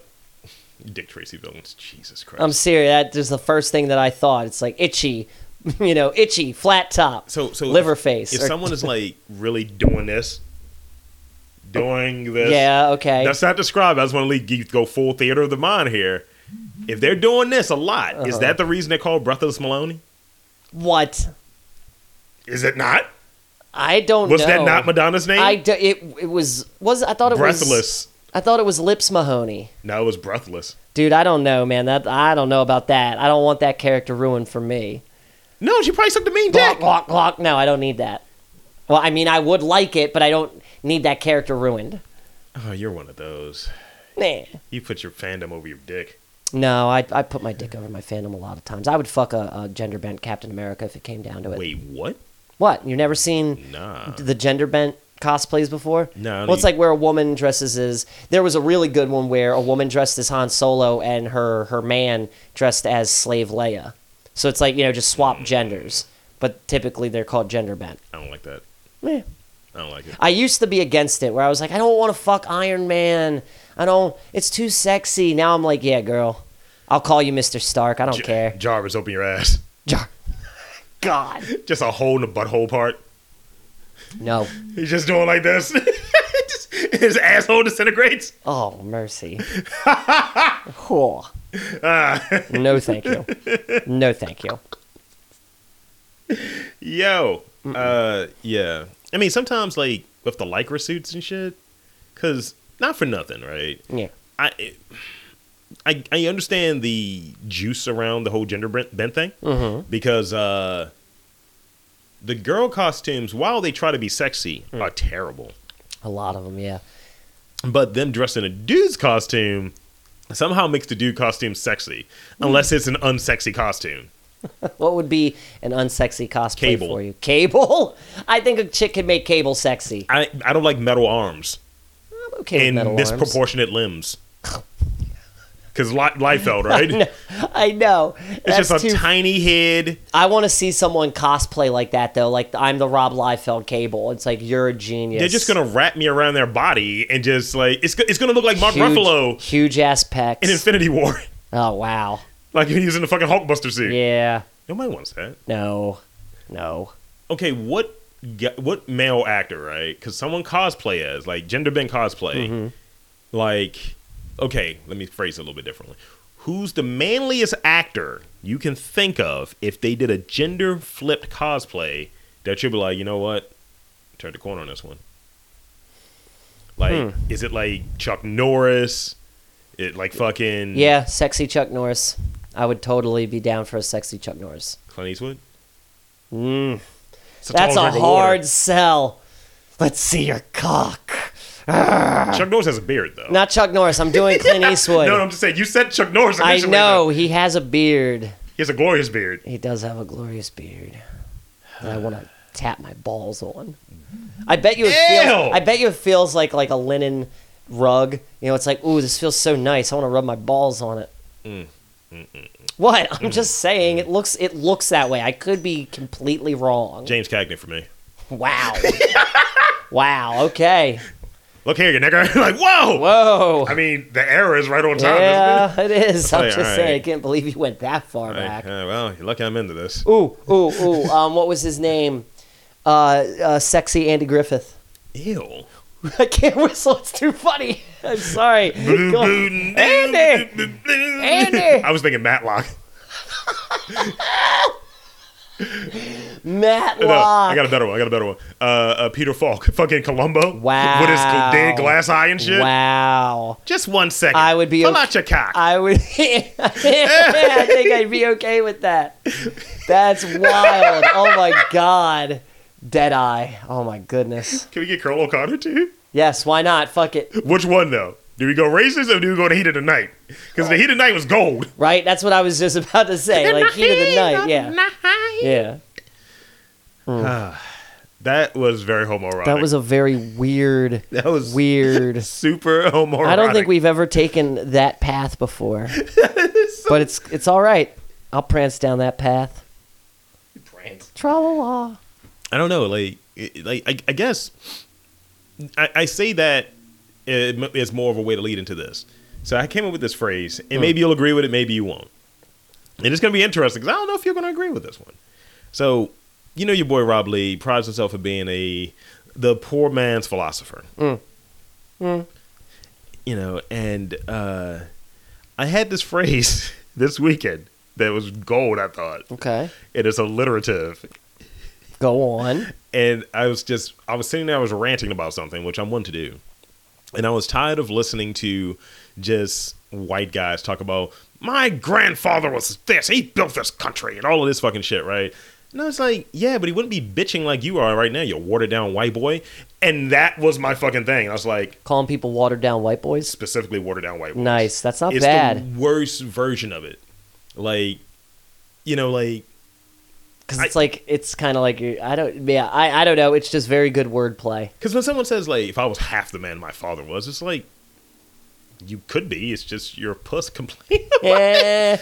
Speaker 1: Dick Tracy villains. Jesus Christ.
Speaker 2: I'm serious. That is the first thing that I thought. It's like itchy, <laughs> you know, itchy, flat top,
Speaker 1: so so
Speaker 2: liver
Speaker 1: if,
Speaker 2: face.
Speaker 1: If
Speaker 2: or-
Speaker 1: someone is like really doing this, doing this,
Speaker 2: yeah, okay.
Speaker 1: That's not described. I just want to leave, go full theater of the mind here. If they're doing this a lot,
Speaker 2: Uh-huh.
Speaker 1: is that the reason they're called Breathless Maloney?
Speaker 2: what?
Speaker 1: Is it not?
Speaker 2: I don't
Speaker 1: Was
Speaker 2: know.
Speaker 1: that not Madonna's name?
Speaker 2: Oh, I do, it it was was I thought it was
Speaker 1: breathless.
Speaker 2: I thought it was Lips Mahoney.
Speaker 1: No, it was breathless.
Speaker 2: Dude, I don't know, man. That I don't know about that. I don't want that character ruined for me.
Speaker 1: No, she probably sucked the mean
Speaker 2: Glock,
Speaker 1: dick.
Speaker 2: glock, glock. No, I don't need that. Well, I mean, I would like it, but I don't need that character ruined.
Speaker 1: Oh, you're one of those.
Speaker 2: Nah.
Speaker 1: You put your fandom over your dick.
Speaker 2: No, I, I put my dick over my fandom a lot of times. I would fuck a, a gender bent Captain America if it came down to it.
Speaker 1: Wait, what?
Speaker 2: What? You've never seen
Speaker 1: Nah.
Speaker 2: the gender bent cosplays before?
Speaker 1: No, I don't
Speaker 2: Well, it's
Speaker 1: e-
Speaker 2: like where a woman dresses as. There was a really good one where a woman dressed as Han Solo and her her man dressed as Slave Leia. So it's like you know just
Speaker 1: Hmm.
Speaker 2: swap genders, but typically they're called gender bent.
Speaker 1: I don't like that.
Speaker 2: Eh.
Speaker 1: I don't like it.
Speaker 2: I used to be against it, where I was like, I don't want to fuck Iron Man. I don't. It's too sexy. Now I'm like, yeah, girl. I'll call you Mr. Stark. I don't
Speaker 1: J- <laughs>
Speaker 2: care. <laughs>
Speaker 1: Jarvis, open your ass.
Speaker 2: Jar. God.
Speaker 1: Just a hole in the butthole part.
Speaker 2: No.
Speaker 1: He's <laughs> just doing like this. Just- his asshole disintegrates.
Speaker 2: Oh,
Speaker 1: <laughs>
Speaker 2: mercy. Whoa.
Speaker 1: Uh.
Speaker 2: no, thank you. No, thank you.
Speaker 1: Yo, uh, yeah. I mean, sometimes like with the lycra suits and shit, because not for nothing, right?
Speaker 2: Yeah.
Speaker 1: I, I, I understand the juice around the whole gender bent bent thing
Speaker 2: Mm-hmm.
Speaker 1: because uh, the girl costumes, while they try to be sexy,
Speaker 2: Mm.
Speaker 1: are terrible.
Speaker 2: A lot of them, yeah.
Speaker 1: But them dressed in a dude's costume somehow makes the dude costume sexy,
Speaker 2: Mm.
Speaker 1: unless it's an unsexy costume.
Speaker 2: What would be an unsexy cosplay
Speaker 1: Cable.
Speaker 2: for you? Cable? <laughs> I think a chick could make cable sexy.
Speaker 1: I, I don't like metal arms.
Speaker 2: I'm okay
Speaker 1: and
Speaker 2: with metal arms.
Speaker 1: disproportionate limbs. Because Liefeld,
Speaker 2: <laughs>
Speaker 1: right?
Speaker 2: I know.
Speaker 1: it's
Speaker 2: That's
Speaker 1: just a
Speaker 2: too
Speaker 1: tiny head.
Speaker 2: I want to see someone cosplay like that though. Like I'm the Rob Liefeld Cable. It's like you're a genius.
Speaker 1: They're just gonna wrap me around their body and just like it's go- it's gonna look like Mark
Speaker 2: huge,
Speaker 1: Ruffalo
Speaker 2: huge ass pecs.
Speaker 1: in Infinity War, <laughs>
Speaker 2: oh wow.
Speaker 1: like he's in the fucking Hulkbuster suit.
Speaker 2: Yeah.
Speaker 1: Nobody wants that.
Speaker 2: No. No.
Speaker 1: Okay, what g- what male actor, right? Because someone cosplay as like gender bent cosplay,
Speaker 2: Mm-hmm.
Speaker 1: like okay, let me phrase it a little bit differently. Who's the manliest actor you can think of if they did a gender flipped cosplay that you'd be like, you know what, turn the corner on this one. Like,
Speaker 2: Hmm.
Speaker 1: is it like Chuck Norris? It like fucking
Speaker 2: Yeah. Sexy Chuck Norris. I would totally be down for a sexy Chuck Norris.
Speaker 1: Clint Eastwood.
Speaker 2: Mm.
Speaker 1: It's tall
Speaker 2: That's a
Speaker 1: drink of water.
Speaker 2: hard sell. Let's see your cock.
Speaker 1: Chuck Norris has a beard though.
Speaker 2: Not Chuck Norris. I'm <laughs> doing Clint Eastwood.
Speaker 1: <laughs> No, no, I'm just saying. You said Chuck Norris.
Speaker 2: I
Speaker 1: initially,
Speaker 2: know he has a beard.
Speaker 1: though. He has a glorious beard.
Speaker 2: He does have a glorious beard. That I want to tap my balls on. I bet you it
Speaker 1: Ew!
Speaker 2: feels. I bet you it feels like like a linen rug. You know, it's like, ooh, this feels so nice. I want to rub my balls on it.
Speaker 1: Mm,
Speaker 2: What? I'm just saying it looks it looks that way. I could be completely wrong.
Speaker 1: James Cagney for me.
Speaker 2: Wow. wow. Okay.
Speaker 1: Look here, you nigga. <laughs> like, whoa!
Speaker 2: Whoa.
Speaker 1: I mean, the error is right on time. Isn't it?
Speaker 2: Yeah, it is. I'm
Speaker 1: Like,
Speaker 2: just
Speaker 1: alright.
Speaker 2: saying. I can't believe you went that far back.
Speaker 1: Like, uh, well, you're lucky I'm into this.
Speaker 2: Ooh, ooh, ooh. Um, what was his name? Uh, uh, sexy Andy Griffith. <laughs>
Speaker 1: Ew.
Speaker 2: I can't whistle. It's too funny. <laughs> I'm sorry. Go on. Andy!
Speaker 1: Andy! I was thinking Matlock. <laughs> No, I
Speaker 2: Matlock.
Speaker 1: got a better one. I got a better one. Uh, uh, Peter Falk, fucking Columbo.
Speaker 2: Wow.
Speaker 1: With his dead glass eye and shit.
Speaker 2: Wow.
Speaker 1: Just one second.
Speaker 2: I would be
Speaker 1: Pull
Speaker 2: okay-
Speaker 1: out your cock.
Speaker 2: I would. <laughs> I think I'd be okay with that. That's wild. Oh my god. Deadeye. Oh my goodness.
Speaker 1: Can we get Carl O'Connor too?
Speaker 2: Yes. Why not? Fuck it.
Speaker 1: Which one though? Do we go racist or do we go to Heat of the Night? Because the Heat of the Night was gold.
Speaker 2: Right. That's what I was just <laughs> about to say. Like heat of the night. Yeah. Yeah.
Speaker 1: That was very homoerotic.
Speaker 2: That was a very weird.
Speaker 1: That was <laughs>
Speaker 2: weird.
Speaker 1: super homoerotic.
Speaker 2: I don't think we've ever taken that path
Speaker 1: <laughs>
Speaker 2: before. but it's it's all right. I'll prance down that path. Tra la la.
Speaker 1: I don't know. Like, it- like I, I guess I, I say that it m- is more of a way to lead into this. So I came up with this phrase, and maybe you'll agree with it, maybe you won't. And it's going to be interesting because I don't know if you're going to agree with this one. So, you know, your boy Rob Lee prides himself for being a the poor man's philosopher. You know, and uh, I had this <laughs> phrase this weekend that was gold. I thought
Speaker 2: Okay.
Speaker 1: it is alliterative,
Speaker 2: Go on.
Speaker 1: and I was just I was sitting there, I was ranting about something, which I'm one to do. And I was tired of listening to just white guys talk about my grandfather was this, he built this country and all of this fucking shit, right? And I was like, yeah, but he wouldn't be bitching like you are right now, you watered down white boy. And that was my fucking thing. And I was like,
Speaker 2: Calling people watered down white boys.
Speaker 1: specifically watered down white boy
Speaker 2: Nice. That's not
Speaker 1: it's
Speaker 2: bad.
Speaker 1: the worst version of it. Like, you know, like
Speaker 2: Because
Speaker 1: I-
Speaker 2: it's like it's kind of like you- I don't. Yeah. I I don't know. It's just very good wordplay. <laughs>
Speaker 1: Because when someone says like, "If I was half the man my father was," it's like you could be. It's just your puss <laughs> complaining.
Speaker 2: Eh.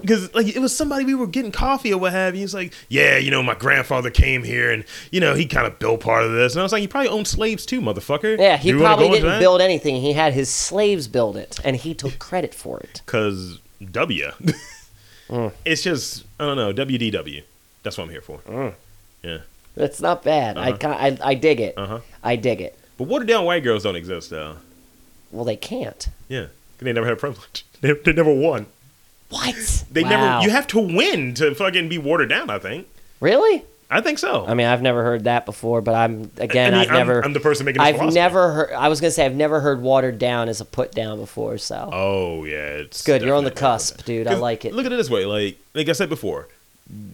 Speaker 1: Because like it was somebody we were getting coffee or what have you. He's like, "Yeah, you know, my grandfather came here and you know he kind of built part of this." And I was like, "He probably owned slaves too, motherfucker."
Speaker 2: Yeah. He
Speaker 1: Do you wanna
Speaker 2: probably
Speaker 1: go into
Speaker 2: didn't
Speaker 1: that?
Speaker 2: build anything. He had his slaves build it, and he
Speaker 1: <laughs>
Speaker 2: took credit for it.
Speaker 1: Cause
Speaker 2: <laughs>
Speaker 1: W.
Speaker 2: Mm.
Speaker 1: It's just I don't know WDW.
Speaker 2: Mm.
Speaker 1: That's what I'm here for. Yeah.
Speaker 2: That's not bad. I ki- I I dig it.
Speaker 1: Uh-huh.
Speaker 2: I dig it.
Speaker 1: But watered down white girls don't exist though.
Speaker 2: Well, they can't.
Speaker 1: Yeah, 'Cause they never had privilege. <laughs> They, they never won.
Speaker 2: What?
Speaker 1: They
Speaker 2: Wow.
Speaker 1: never. You have to win to fucking be watered down. I think.
Speaker 2: really?
Speaker 1: I think so.
Speaker 2: I mean, I've never heard that before, but I'm Um, again,
Speaker 1: I
Speaker 2: I've never,
Speaker 1: am the person making. This
Speaker 2: I've
Speaker 1: philosophy.
Speaker 2: never heard. I was gonna say I've never heard "watered down" as a put down before. So
Speaker 1: Oh yeah, it's
Speaker 2: good, you're on the
Speaker 1: definitely-
Speaker 2: cusp, dude. I
Speaker 1: 'Cause
Speaker 2: like it.
Speaker 1: Look at it this way, like like I said before,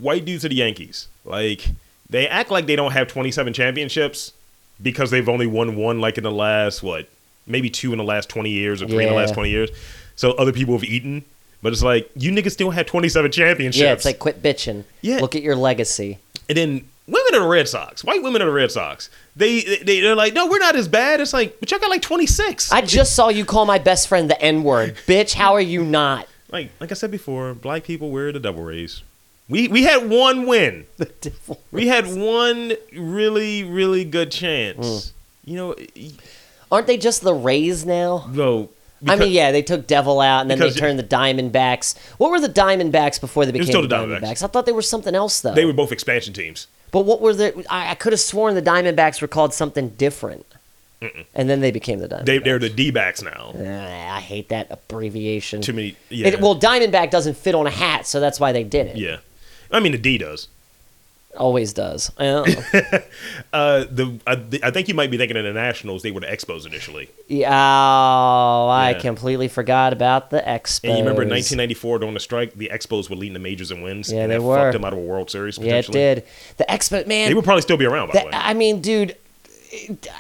Speaker 1: white dudes are the Yankees. Like they act like they don't have 27 championships because they've only won one, like in the last what, maybe two in the last 20 years or three in the
Speaker 2: Yeah.
Speaker 1: last 20 years. So other people have eaten, but it's like you niggas still have 27 championships.
Speaker 2: yeah, it's like quit bitching.
Speaker 1: Yeah.
Speaker 2: Look at your legacy.
Speaker 1: and then women are the Red Sox. White women are the Red Sox. They, they they're like, no, we're not as bad. It's like, but y'all got like 26.
Speaker 2: I just saw you call my best friend the
Speaker 1: <laughs>
Speaker 2: N word, bitch. How are you not?
Speaker 1: like like I said before, black people we're the double rays. We we had one win. We had one really really good
Speaker 2: Mm.
Speaker 1: chance. You know, y-
Speaker 2: Aren't they just the Rays now?
Speaker 1: though.
Speaker 2: I mean, yeah, they took Devil out and then they
Speaker 1: because-
Speaker 2: turned the Diamondbacks. What were the Diamondbacks before they
Speaker 1: was
Speaker 2: became
Speaker 1: still
Speaker 2: the
Speaker 1: the
Speaker 2: Diamondbacks?
Speaker 1: Diamondbacks.
Speaker 2: I thought they were something else though.
Speaker 1: They were both expansion teams.
Speaker 2: But what were the? I, I could have sworn the Diamondbacks were called something different, and then they became the Diamondbacks.
Speaker 1: They they're the D backs now.
Speaker 2: Ah, I hate that abbreviation.
Speaker 1: Too many. Yeah.
Speaker 2: It, well, Diamondback doesn't fit on a hat, so that's why they did it.
Speaker 1: yeah. I mean, the D does. <laughs>
Speaker 2: Always does. Oh. I don't know.
Speaker 1: Uh, the, uh, the I think you might be thinking of the Nationals. They were the Expos initially.
Speaker 2: Yeah, oh, I
Speaker 1: Yeah.
Speaker 2: completely forgot about the Expos.
Speaker 1: And you remember in 1994 during the strike, the Expos were leading the majors in wins.
Speaker 2: Yeah,
Speaker 1: and
Speaker 2: they
Speaker 1: that
Speaker 2: were.
Speaker 1: fucked them out of a World Series.
Speaker 2: Yeah, it
Speaker 1: Potentially.
Speaker 2: did. The Expos, man.
Speaker 1: They would probably still be around by
Speaker 2: that-
Speaker 1: the way.
Speaker 2: I mean, dude.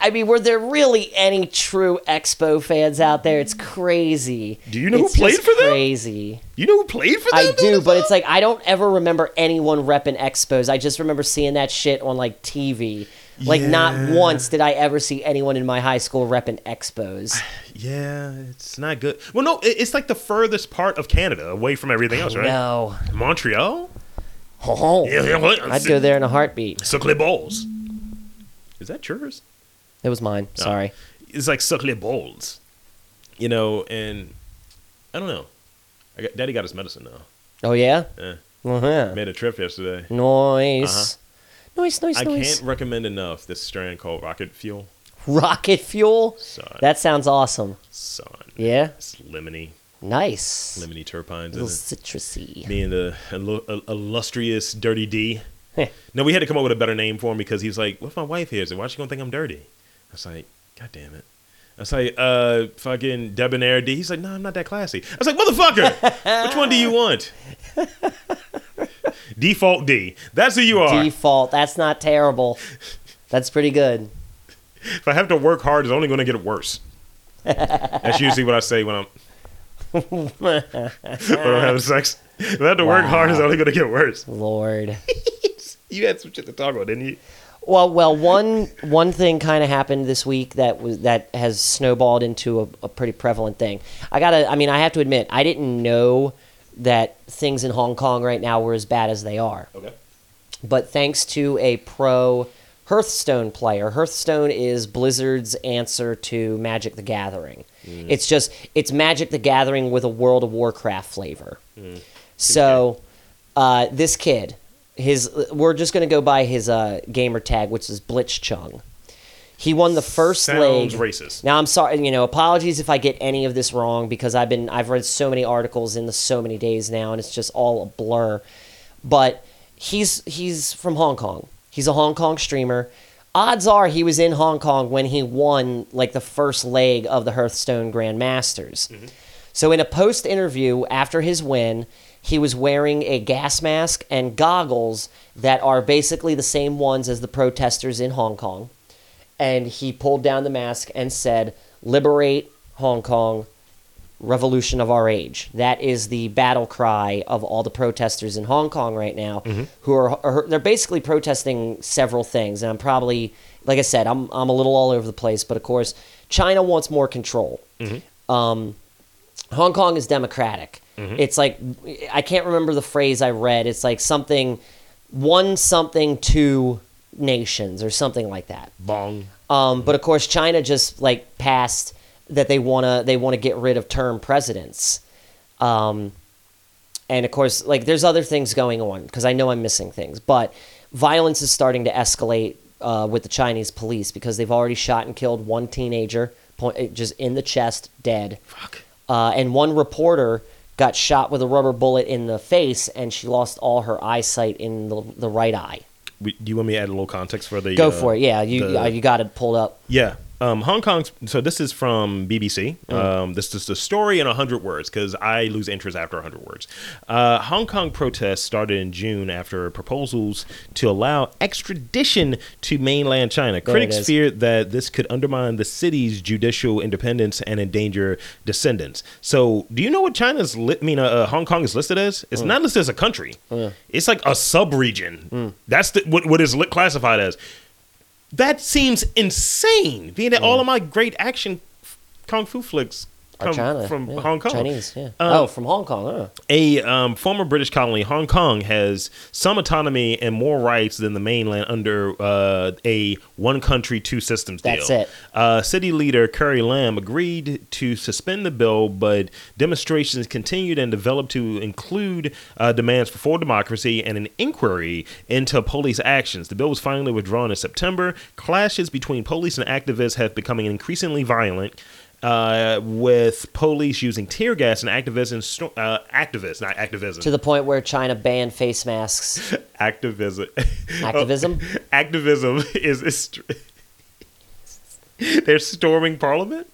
Speaker 2: I mean, were there really any true Expo fans out there? It's crazy.
Speaker 1: Do you know who
Speaker 2: It's
Speaker 1: played
Speaker 2: just
Speaker 1: for them?
Speaker 2: Crazy.
Speaker 1: you know who played for them?
Speaker 2: I
Speaker 1: though?
Speaker 2: do, but it's like I don't ever remember anyone repping expos. I just remember seeing that shit on like TV. Like not
Speaker 1: Yeah.
Speaker 2: once did I ever see anyone in my high school
Speaker 1: <sighs>
Speaker 2: repping expos.
Speaker 1: Yeah, it's not good. Well, no, it- it's like the furthest part of Canada away from everything else, right?
Speaker 2: No.
Speaker 1: Montreal?
Speaker 2: Oh,
Speaker 1: Yeah, yeah, what?
Speaker 2: <laughs> I'd go there in a heartbeat.
Speaker 1: Suckley Balls. Is that yours?
Speaker 2: It was mine.
Speaker 1: Oh.
Speaker 2: Sorry.
Speaker 1: It's like Suckley Balls. You know, and I don't know. I got, Daddy got his medicine now.
Speaker 2: Oh yeah.
Speaker 1: Eh,
Speaker 2: Uh-huh.
Speaker 1: made a trip yesterday.
Speaker 2: Noise. Noise. Noise.
Speaker 1: Uh-huh. I
Speaker 2: Noise.
Speaker 1: can't recommend enough this strand called Rocket Fuel.
Speaker 2: Rocket fuel.
Speaker 1: Son.
Speaker 2: That sounds awesome.
Speaker 1: Son.
Speaker 2: Yeah.
Speaker 1: It's lemony.
Speaker 2: Nice.
Speaker 1: Lemony turpines.
Speaker 2: Little
Speaker 1: in it.
Speaker 2: citrusy.
Speaker 1: Me and the illu- ill- illustrious Dirty D. No, we had to come up with a better name for him because he's like, "What if my wife hears it? Why is she gonna think I'm dirty?" I was like, "God damn it!" I was like, "Uh, fucking debonair D." He's like, "No, I'm not that classy." I was like, "Motherfucker, which one do you
Speaker 2: <laughs>
Speaker 1: want?" Default D. That's who you are.
Speaker 2: Default. That's not terrible. That's pretty good.
Speaker 1: if I have to work hard, it's only gonna get worse. That's usually what I say when I'm <laughs> when I'm having sex. If I have to work hard, it's only gonna get worse.
Speaker 2: Lord.
Speaker 1: <laughs> You had some shit to talk about, didn't you?
Speaker 2: Well, well, one one thing kind of happened this week that was that has snowballed into a, a pretty prevalent thing. I gotta, I mean, I have to admit, I didn't know that things in Hong Kong right now were as bad as they are.
Speaker 1: Okay.
Speaker 2: But thanks to a pro Hearthstone player, Hearthstone is Blizzard's answer to Magic the Gathering.
Speaker 1: Mm.
Speaker 2: It's just it's Magic the Gathering with a World of Warcraft flavor.
Speaker 1: Mm.
Speaker 2: So, uh, this kid, his we're just gonna go by his uh, gamer tag, which is Blitzchung. He won the first
Speaker 1: Sounds
Speaker 2: leg.
Speaker 1: racist.
Speaker 2: Now I'm sorry, you know, apologies if I get any of this wrong because I've been I've read so many articles in the so many days now and it's just all a blur. But he's he's from Hong Kong. He's a Hong Kong streamer. Odds are he was in Hong Kong when he won like the first leg of the Hearthstone Grand Masters. So in a post interview after his win, he was wearing a gas mask and goggles that are basically the same ones as the protesters in Hong Kong and he pulled down the mask and said, "Liberate Hong Kong, revolution of our age." That is the battle cry of all the protesters in Hong Kong right now, who are, are they're basically protesting several things. And I'm probably, like I said, I'm I'm a little all over the place, but of course, China wants more control. Um, Hong Kong is democratic. It's like I can't remember the phrase I read. It's like something one something two nations or something like that.
Speaker 1: Bong.
Speaker 2: Um, but of course, China just like passed that they wanna they wanna get rid of term presidents, um, and of course, like there's other things going on because I know I'm missing things, but violence is starting to escalate. uh, with the Chinese police because they've already shot and killed one teenager point, just in the chest, dead.
Speaker 1: Fuck.
Speaker 2: Uh, and one reporter got shot with a rubber bullet in the face, and she lost all her eyesight in the, the right eye.
Speaker 1: We, do you want me to add a little context for the?
Speaker 2: Go
Speaker 1: uh,
Speaker 2: for it. Yeah, you
Speaker 1: the-
Speaker 2: uh, you got it pulled up.
Speaker 1: Yeah. Um, Hong Kong's. So this is from BBC.
Speaker 2: Mm.
Speaker 1: Um, this is the story in 100 words because I lose interest after 100 words. Uh, Hong Kong protests started in June after proposals to allow extradition to mainland China.
Speaker 2: it
Speaker 1: Critics
Speaker 2: is.
Speaker 1: feared that this could undermine the city's judicial independence and endanger descendants. So, do you know what China's lit? I mean, uh, uh, Hong Kong is listed as?
Speaker 2: Mm.
Speaker 1: It's not listed as a country. It's like a sub-region.
Speaker 2: Mm.
Speaker 1: That's the, what what is lit classified as. That seems insane. Being that all
Speaker 2: Mm.
Speaker 1: of my great action f- kung fu flicks
Speaker 2: Or
Speaker 1: come
Speaker 2: China
Speaker 1: from
Speaker 2: yeah,
Speaker 1: Hong Kong.
Speaker 2: Chinese. Yeah.
Speaker 1: Um,
Speaker 2: oh, from Hong Kong. Huh.
Speaker 1: A um, former British colony, Hong Kong has some autonomy and more rights than the mainland under uh, a one country, two systems deal.
Speaker 2: That's it.
Speaker 1: Uh, city leader Curry Lamb agreed to suspend the bill, but demonstrations continued and developed to include uh, demands for full democracy and an inquiry into police actions. The bill was finally withdrawn in September. Clashes between police and activists have become increasingly violent. Uh, with police using tear gas and activism, sto- uh, activists, not activism,
Speaker 2: To the point where China banned
Speaker 1: <laughs>
Speaker 2: face masks.
Speaker 1: activism, Oh.
Speaker 2: Activism?
Speaker 1: <laughs> activism is, is <laughs> they're storming parliament.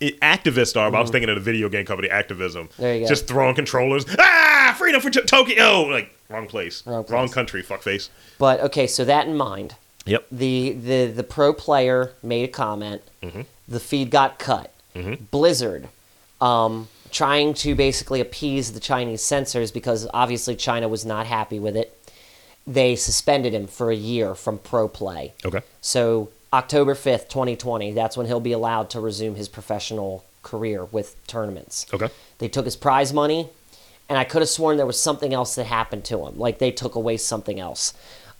Speaker 1: It, activists are. but I was thinking of the video game company Activism.
Speaker 2: Mm-hmm. There you go.
Speaker 1: Just throwing controllers. Ah, freedom for to- Tokyo. Like wrong place,
Speaker 2: Wrong
Speaker 1: wrong,
Speaker 2: place.
Speaker 1: country. Fuckface.
Speaker 2: but okay, so that in mind,
Speaker 1: Yep.
Speaker 2: the the the pro player made a comment.
Speaker 1: Mm-hmm.
Speaker 2: The feed got cut. Blizzard, um, trying to basically appease the Chinese censors because obviously China was not happy with it. They suspended him for a year from pro play.
Speaker 1: Okay.
Speaker 2: So October fifth, twenty twenty. That's when he'll be allowed to resume his professional career with tournaments.
Speaker 1: Okay.
Speaker 2: They took his prize money, and I could have sworn there was something else that happened to him. Like they took away something else.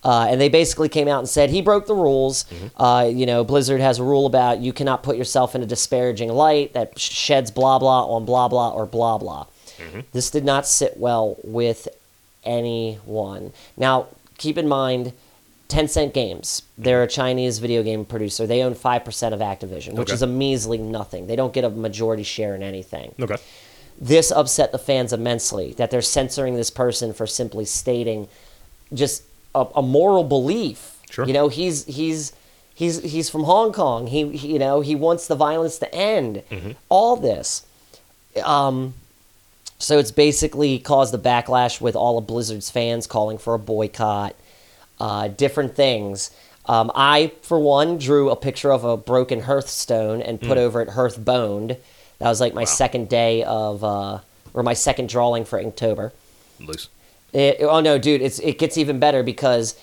Speaker 2: Uh, and they basically came out and said he broke the rules. Uh, you know, Blizzard has a rule about you cannot put yourself in a disparaging light that sh- sheds blah blah on blah blah or blah blah. This did not sit well with anyone. Now, keep in mind, Tencent Games, they're a Chinese video game producer. They own 5% of Activision, which
Speaker 1: Okay.
Speaker 2: is a measly nothing. They don't get a majority share in anything.
Speaker 1: Okay.
Speaker 2: This upset the fans immensely that they're censoring this person for simply stating just a, a moral belief.
Speaker 1: Sure.
Speaker 2: You know, he's he's he's he's from Hong Kong. He, he you know, he wants the violence to end. All this. um, So it's basically caused a backlash with all of Blizzard's fans calling for a boycott, uh, different things. Um, I, for one, drew a picture of a broken Hearthstone and put over it Hearth Boned. That was like my second day of, uh, or my second drawing for Inktober.
Speaker 1: Loose.
Speaker 2: It, oh no, dude, it's, it gets even better because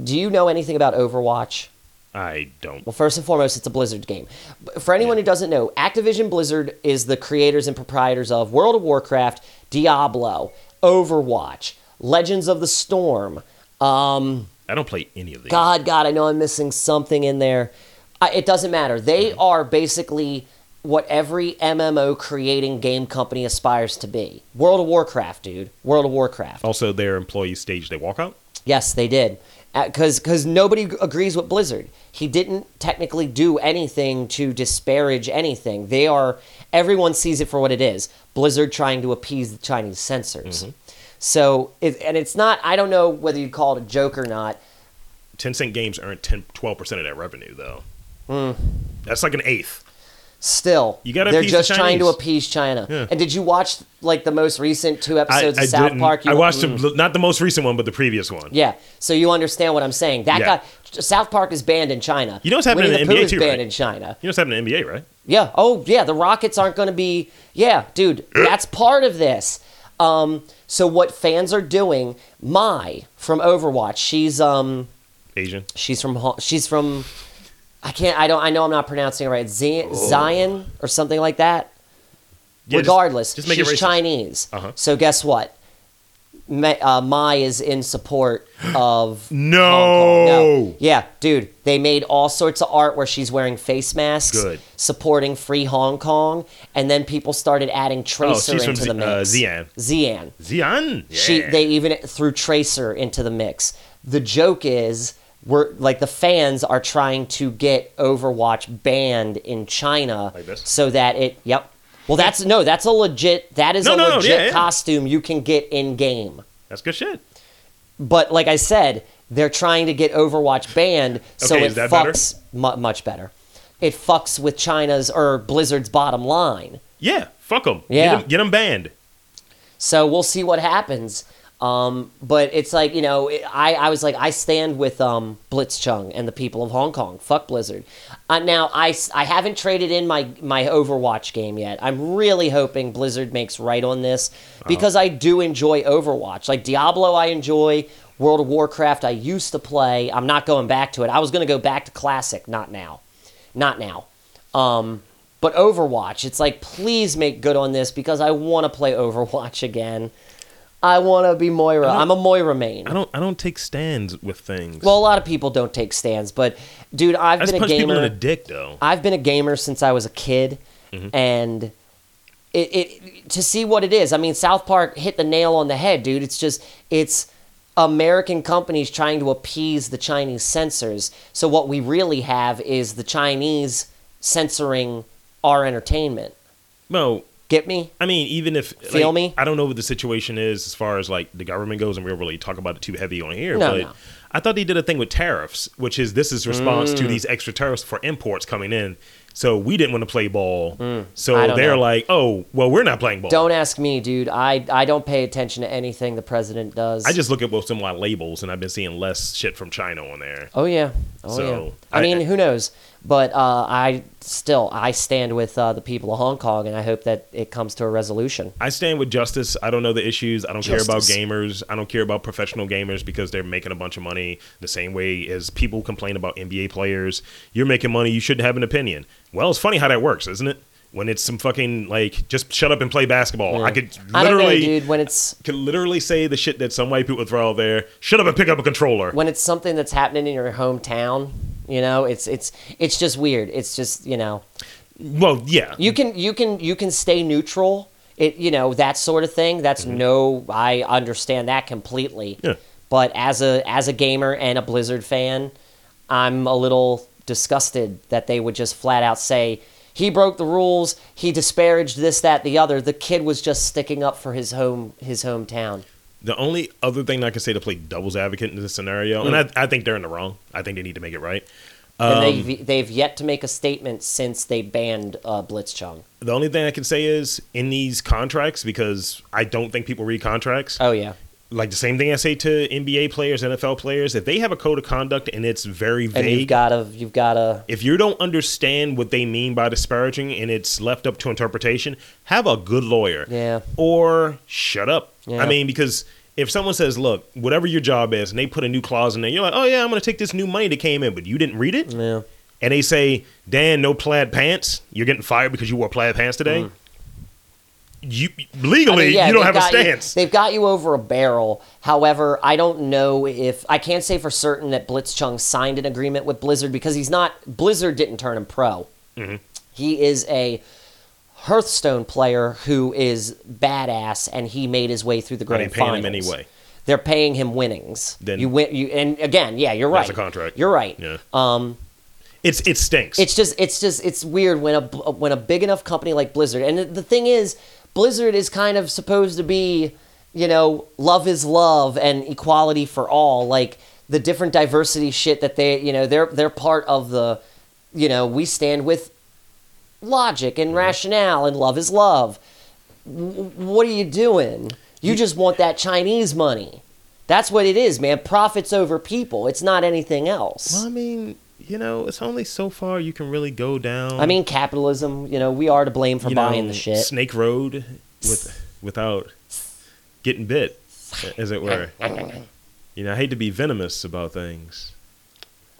Speaker 2: do you know anything about Overwatch?
Speaker 1: I don't.
Speaker 2: Well, first and foremost, it's a Blizzard game. But For anyone who doesn't know, Activision Blizzard is the creators and proprietors of World of Warcraft, Diablo, Overwatch, Legends of the Storm. Um,
Speaker 1: I don't play any of these.
Speaker 2: God, God, I know I'm missing something in there. I, it doesn't matter. They are basically what every MMO creating game company aspires to be. World of Warcraft, dude. World of Warcraft.
Speaker 1: Also, their employees staged a walkout.
Speaker 2: Yes, they did. Because because nobody g- agrees with Blizzard. He didn't technically do anything to disparage anything. They are everyone sees it for what it is. Blizzard trying to appease the Chinese censors.
Speaker 1: Mm-hmm.
Speaker 2: So it, and it's not. I don't know whether you'd call it a joke or not.
Speaker 1: Tencent Games earned 10, 12% of that revenue, though.
Speaker 2: Mm.
Speaker 1: That's like an eighth.
Speaker 2: Still,
Speaker 1: You gotta
Speaker 2: they're
Speaker 1: appease the
Speaker 2: just trying to
Speaker 1: Chinese.
Speaker 2: appease China. And did you watch like the most recent two episodes of South
Speaker 1: didn't-
Speaker 2: Park? You
Speaker 1: I
Speaker 2: went,
Speaker 1: watched
Speaker 2: "Mm."
Speaker 1: the, not the most recent one, but the previous one.
Speaker 2: Yeah, so you understand what I'm saying. That
Speaker 1: Yeah.
Speaker 2: guy, South Park is banned in China.
Speaker 1: You know what's happening
Speaker 2: Winnie
Speaker 1: in
Speaker 2: the
Speaker 1: NBA
Speaker 2: Pooh is
Speaker 1: too,
Speaker 2: banned
Speaker 1: right?
Speaker 2: in China.
Speaker 1: You know what's happening in NBA, right?
Speaker 2: Yeah. Oh, yeah. The Rockets aren't going to be. Yeah, dude. That's part of this. Um. So what fans are doing? Mai from Overwatch. She's um.
Speaker 1: Asian.
Speaker 2: She's from. Ho- She's from. I can't. I don't. I know I'm not pronouncing it right. Z- Zion or something like that.
Speaker 1: Oh. Yeah, just-
Speaker 2: Regardless,
Speaker 1: just make it
Speaker 2: she's
Speaker 1: racist.
Speaker 2: Chinese.
Speaker 1: Uh-huh.
Speaker 2: So guess what? Ma uh, Mai is in support
Speaker 1: <gasps>
Speaker 2: of Hong Kong.
Speaker 1: No.
Speaker 2: Yeah, dude, they made all sorts of art where she's wearing face masks,
Speaker 1: Good.
Speaker 2: supporting free Hong Kong, and then people started adding Tracer
Speaker 1: Oh, she's from
Speaker 2: into
Speaker 1: Z-
Speaker 2: the mix.
Speaker 1: uh, Xi'an.
Speaker 2: Xi'an.
Speaker 1: Xi'an.
Speaker 2: She
Speaker 1: Yeah.
Speaker 2: they even threw Tracer into the mix. The joke is we're like the fans are trying to get Overwatch banned in China
Speaker 1: Like this?
Speaker 2: so that it yep. Well that's no, that's a legit that is
Speaker 1: No,
Speaker 2: a
Speaker 1: no, no,
Speaker 2: legit
Speaker 1: yeah, yeah.
Speaker 2: costume you can get in game.
Speaker 1: That's good shit.
Speaker 2: But like I said, they're trying to get Overwatch banned so
Speaker 1: Okay,
Speaker 2: it
Speaker 1: is that better?
Speaker 2: fucks mu- much better. It fucks with China's or Blizzard's bottom line.
Speaker 1: Yeah, fuck them.
Speaker 2: Yeah.
Speaker 1: get them banned.
Speaker 2: So we'll see what happens. Um, but it's like you know, it, I I was like I stand with um Blitzchung and the people of Hong Kong. Fuck Blizzard. Uh, now I s- I haven't traded in my my Overwatch game yet. I'm really hoping Blizzard makes right on this because I do enjoy Overwatch. Like Diablo, I enjoy. World of Warcraft, I used to play. I'm not going back to it. I was going to go back to classic, not now, not now. Um, but Overwatch, it's like, please make good on this because I want to play Overwatch again. I want to be Moira. I'm a Moira main.
Speaker 1: I don't. I don't take stands with things.
Speaker 2: Well, a lot of people don't take stands, but dude, I've
Speaker 1: I just
Speaker 2: been a
Speaker 1: punch people in the
Speaker 2: gamer.
Speaker 1: dick though.
Speaker 2: I've been a gamer since I was a kid,
Speaker 1: Mm-hmm.
Speaker 2: and it, it to see what it is. I mean, South Park hit the nail on the head, dude. It's just it's American companies trying to appease the Chinese censors. So what we really have is the Chinese censoring our entertainment.
Speaker 1: Well,
Speaker 2: Get me?
Speaker 1: I mean, even if
Speaker 2: Feel
Speaker 1: like,
Speaker 2: me?
Speaker 1: I don't know what the situation is as far as like the government goes, and we don't really talk about it too heavy on here.
Speaker 2: No,
Speaker 1: but
Speaker 2: no.
Speaker 1: I thought they did a thing with tariffs, which is this is response
Speaker 2: Mm.
Speaker 1: to these extra tariffs for imports coming in. So we didn't want to play ball.
Speaker 2: Mm. I
Speaker 1: So
Speaker 2: don't
Speaker 1: they're
Speaker 2: know.
Speaker 1: like, oh, well, we're not playing ball.
Speaker 2: Don't ask me, dude. I, I don't pay attention to anything the president does.
Speaker 1: I just look at what's in my labels, and I've been seeing less shit from China on there.
Speaker 2: Oh yeah. Oh
Speaker 1: So,
Speaker 2: yeah. I,
Speaker 1: I-
Speaker 2: mean, who knows? But uh, I still I stand with uh, the people of Hong Kong, and I hope that it comes to a resolution.
Speaker 1: I stand with justice. I don't know the issues. I don't
Speaker 2: Justice.
Speaker 1: care about gamers. I don't care about professional gamers because they're making a bunch of money the same way as people complain about NBA players. You're making money, you shouldn't have an opinion. Well, it's funny how that works, isn't it? When it's some fucking like just shut up and play basketball. I could
Speaker 2: I don't know,
Speaker 1: literally
Speaker 2: dude. When it's
Speaker 1: could literally say the shit that some white people throw out there. Shut up and pick up a controller.
Speaker 2: when it's something that's happening in your hometown, you know, it's it's it's just weird. It's just you know,
Speaker 1: well, yeah.
Speaker 2: you can you can you can stay neutral. It you know that sort of thing. That's no, I understand that completely.
Speaker 1: Mm-hmm. Yeah.
Speaker 2: But as a as a gamer and a Blizzard fan, I'm a little disgusted that they would just flat out say he broke the rules, he disparaged this, that, the other. The kid was just sticking up for his home his hometown.
Speaker 1: The only other thing I can say to play devil's advocate in this scenario,
Speaker 2: Mm.
Speaker 1: and I, I think they're in the wrong. I think they need to make it right. Um,
Speaker 2: and they've they've yet to make a statement since they banned uh, Blitzchung.
Speaker 1: The only thing I can say is in these contracts, because I don't think people read contracts.
Speaker 2: Oh yeah.
Speaker 1: like the same thing I say to NBA players, NFL players, if they have a code of conduct and it's very
Speaker 2: And
Speaker 1: vague,
Speaker 2: you've gotta you've gotta
Speaker 1: if you don't understand what they mean by disparaging and it's left up to interpretation, have a good lawyer.
Speaker 2: Yeah.
Speaker 1: Or shut up.
Speaker 2: Yeah.
Speaker 1: I mean, because if someone says, look, whatever your job is, and they put a new clause in there, you're like, oh, yeah, I'm going to take this new money that came in, but you didn't read it.
Speaker 2: yeah.
Speaker 1: And they say, Dan, no plaid pants. You're getting fired because you wore plaid pants today. You
Speaker 2: Mm. I
Speaker 1: legally,
Speaker 2: mean, yeah,
Speaker 1: you don't
Speaker 2: they've
Speaker 1: have a
Speaker 2: got you-
Speaker 1: stance.
Speaker 2: they've got you over a barrel. However, I don't know if I can't say for certain that Blitzchung signed an agreement with Blizzard because he's not. Blizzard didn't turn him pro.
Speaker 1: Mm-hmm.
Speaker 2: He is a Hearthstone player who is badass, and he made his way through the
Speaker 1: they
Speaker 2: grand
Speaker 1: paying him
Speaker 2: finals.
Speaker 1: anyway?
Speaker 2: They're paying him winnings.
Speaker 1: Then-
Speaker 2: you win. You and again, yeah, you're right.
Speaker 1: That's a contract.
Speaker 2: You're right.
Speaker 1: Yeah.
Speaker 2: Um,
Speaker 1: it's it stinks.
Speaker 2: it's just it's just it's weird when a when a big enough company like Blizzard and the- the thing is Blizzard is kind of supposed to be you know love is love and equality for all like the different diversity shit that they you know they're they're part of the you know we stand with logic and rationale and love is love W- what are you doing you just want that chinese money that's what it is man profits over people it's not anything else
Speaker 1: Well, I mean, you know, it's only so far you can really go down.
Speaker 2: I mean, capitalism. You know, we are to blame for
Speaker 1: you
Speaker 2: buying
Speaker 1: know,
Speaker 2: the shit.
Speaker 1: Snake Road with without getting bit, as it
Speaker 2: <laughs>
Speaker 1: were. you know, I hate to be venomous about things.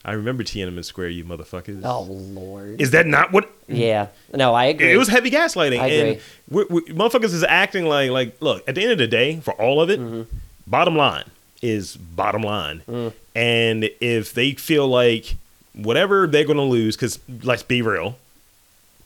Speaker 1: I remember Tiananmen Square, you motherfuckers.
Speaker 2: oh lord.
Speaker 1: Is that not what?
Speaker 2: yeah. No, I agree.
Speaker 1: It was heavy gaslighting,
Speaker 2: I agree.
Speaker 1: and we we motherfuckers is acting like like. Look, at the end of the day, for all of it,
Speaker 2: Mm-hmm.
Speaker 1: bottom line is bottom line,
Speaker 2: Mm.
Speaker 1: and if they feel like whatever they're going to lose, because let's be real,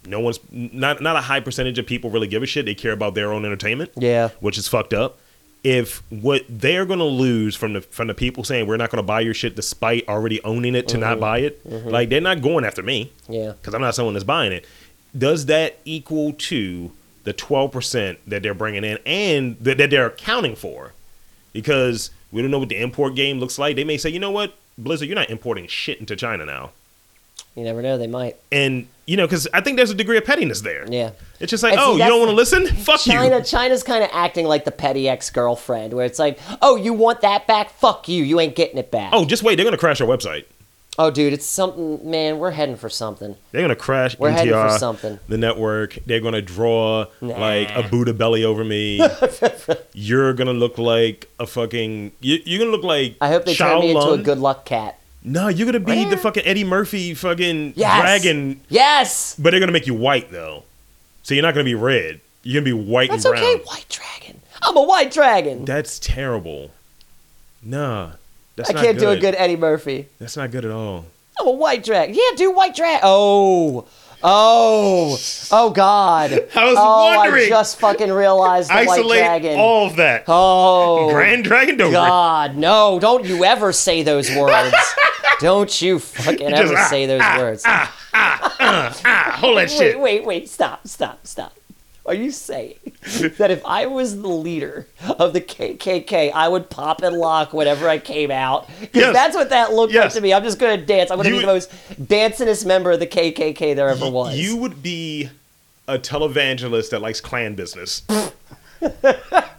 Speaker 1: no one's not not a high percentage of people really give a shit. They care about their own entertainment,
Speaker 2: Yeah.
Speaker 1: which is fucked up. if what they're going to lose from the from the people saying we're not going to buy your shit despite already owning it to not buy it, like they're not going after me
Speaker 2: Mm-hmm. Yeah.
Speaker 1: because I'm not someone that's buying it. Does that equal to the 12% that they're bringing in and that, that they're accounting for? Because we don't know what the import game looks like. They may say, you know what, Blizzard, you're not importing shit into China now.
Speaker 2: You never know. They might.
Speaker 1: And, you know, because I think there's a degree of pettiness there.
Speaker 2: Yeah.
Speaker 1: It's just like,
Speaker 2: And see,
Speaker 1: oh, you
Speaker 2: that's-
Speaker 1: don't want to listen? Fuck
Speaker 2: China,
Speaker 1: you.
Speaker 2: China's kind of acting like the petty ex-girlfriend, where it's like, "Oh, you want that back? Fuck you! You ain't getting it back."
Speaker 1: Oh, just wait. They're going to crash our website.
Speaker 2: oh, dude, it's something, man. We're heading for something.
Speaker 1: They're going to crash
Speaker 2: We're heading for
Speaker 1: NTR,
Speaker 2: something.
Speaker 1: the network. They're going to draw
Speaker 2: Nah.
Speaker 1: like a Buddha belly over me.
Speaker 2: <laughs>
Speaker 1: you're going to look like a fucking. You, you're going to look like.
Speaker 2: I hope they
Speaker 1: Shao
Speaker 2: turn me into a
Speaker 1: Lun.
Speaker 2: good luck cat.
Speaker 1: No, you're gonna be the
Speaker 2: Well-
Speaker 1: fucking Eddie Murphy fucking
Speaker 2: Yes.
Speaker 1: dragon,
Speaker 2: Yes.
Speaker 1: but they're gonna make you white though. So you're not gonna be red. You're gonna be white
Speaker 2: That's
Speaker 1: and brown.
Speaker 2: okay, white dragon. I'm a white dragon.
Speaker 1: That's terrible. Nah, that's
Speaker 2: I
Speaker 1: not
Speaker 2: can't
Speaker 1: good.
Speaker 2: do a good Eddie Murphy.
Speaker 1: That's not good at all.
Speaker 2: I'm Oh, a white dragon. Yeah, do white dragon. Oh. Oh. Oh God.
Speaker 1: <laughs> I was
Speaker 2: oh,
Speaker 1: wondering.
Speaker 2: I just fucking realized the white
Speaker 1: Isolate
Speaker 2: dragon.
Speaker 1: all of that.
Speaker 2: oh.
Speaker 1: Grand Dragon Dover.
Speaker 2: God, no, don't you ever say those
Speaker 1: <laughs>
Speaker 2: words. don't you fucking
Speaker 1: just,
Speaker 2: ever
Speaker 1: ah,
Speaker 2: say those words.
Speaker 1: Ah, hold that
Speaker 2: wait,
Speaker 1: shit.
Speaker 2: wait, wait, stop, stop, stop. Are
Speaker 1: <laughs>
Speaker 2: you saying that if I was the leader of the KKK, I would pop and lock whenever I came out? Because
Speaker 1: Yes.
Speaker 2: that's what that looked like
Speaker 1: Yes.
Speaker 2: to me. I'm just going to dance. I'm going to
Speaker 1: You-
Speaker 2: be the most dancingest member of the KKK there ever was.
Speaker 1: You would be a televangelist that likes clan business.
Speaker 2: <laughs>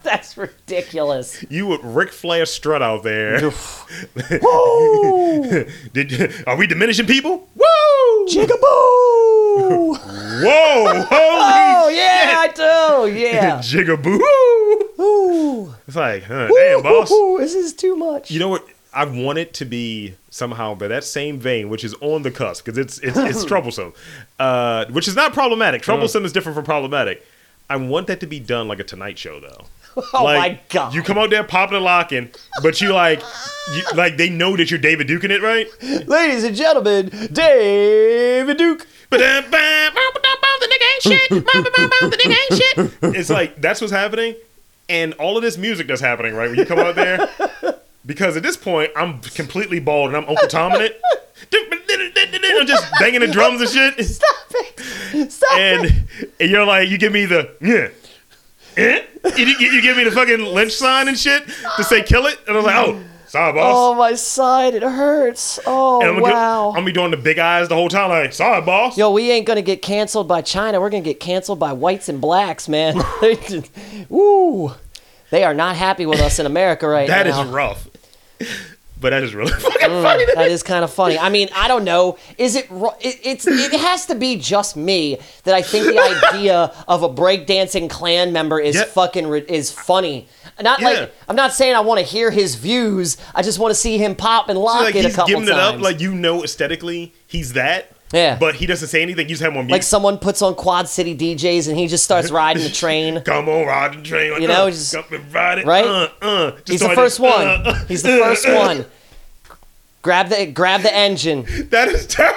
Speaker 2: That's
Speaker 1: <laughs>
Speaker 2: ridiculous.
Speaker 1: You would Ric Flair strut out there.
Speaker 2: Woo!
Speaker 1: <laughs> Did you, are we diminishing people? Woo! <laughs>
Speaker 2: Jigaboo! <laughs>
Speaker 1: Whoa! Holy
Speaker 2: Oh, yeah, I do.
Speaker 1: <laughs>
Speaker 2: Yeah.
Speaker 1: jigaboo!
Speaker 2: Ooh.
Speaker 1: It's like, huh, damn, boss.
Speaker 2: Ooh, this is too much.
Speaker 1: You know what? I want it to be somehow by that same vein, which is on the cusp, because it's it's,
Speaker 2: <laughs>
Speaker 1: it's troublesome, uh, which is not problematic. Troublesome is different from problematic. I want that to be done like a Tonight Show, though.
Speaker 2: oh
Speaker 1: like,
Speaker 2: my god.
Speaker 1: You come out there popping and locking, but you like, you, like they know that you're David Duke in it, right?
Speaker 2: Ladies and gentlemen, David Duke.
Speaker 1: It's like that's what's happening, and all of this music that's happening right when you come out there. Because at this point, I'm completely bald and I'm Uncle Tom in it. I'm just banging the drums and shit,
Speaker 2: Stop it. Stop it.
Speaker 1: and, and you're like, you give me the yeah. Eh? You, you you give me the fucking lynch sign and shit to say kill it, and I'm like, oh, sorry, boss.
Speaker 2: Oh my side, it hurts. Oh
Speaker 1: And I'm gonna,
Speaker 2: wow.
Speaker 1: I'm gonna be doing the big eyes the whole time. Like, sorry, boss.
Speaker 2: Yo, we ain't gonna get canceled by China. We're gonna get canceled by whites and
Speaker 1: <laughs>
Speaker 2: blacks, man. They just- Woo. They are not happy with us in America right
Speaker 1: That is
Speaker 2: now.
Speaker 1: rough. <laughs> But that is really <laughs> fucking funny.
Speaker 2: that is kind of funny. I mean, I don't know. Is it, ro- it? It's it has to be just me that I think the idea of a breakdancing clan member is
Speaker 1: Yeah.
Speaker 2: fucking re- is funny. Not
Speaker 1: Yeah.
Speaker 2: like I'm not saying I want to hear his views. I just want to see him pop and lock
Speaker 1: Like
Speaker 2: it a
Speaker 1: he's
Speaker 2: couple
Speaker 1: giving it
Speaker 2: times.
Speaker 1: up, like you know aesthetically he's that.
Speaker 2: Yeah.
Speaker 1: But he doesn't say anything. You just have him on mute.
Speaker 2: Like someone puts on Quad City DJs and he
Speaker 1: <laughs>
Speaker 2: just starts <laughs> riding the train.
Speaker 1: come on, ride the train. Like,
Speaker 2: You know,
Speaker 1: uh,
Speaker 2: just-
Speaker 1: come and ride it.
Speaker 2: right?
Speaker 1: Uh, uh. Just
Speaker 2: He's the
Speaker 1: like
Speaker 2: first
Speaker 1: this,
Speaker 2: one.
Speaker 1: uh, uh.
Speaker 2: He's
Speaker 1: <laughs>
Speaker 2: the first one. Grab the grab the engine.
Speaker 1: That is <laughs> terrible.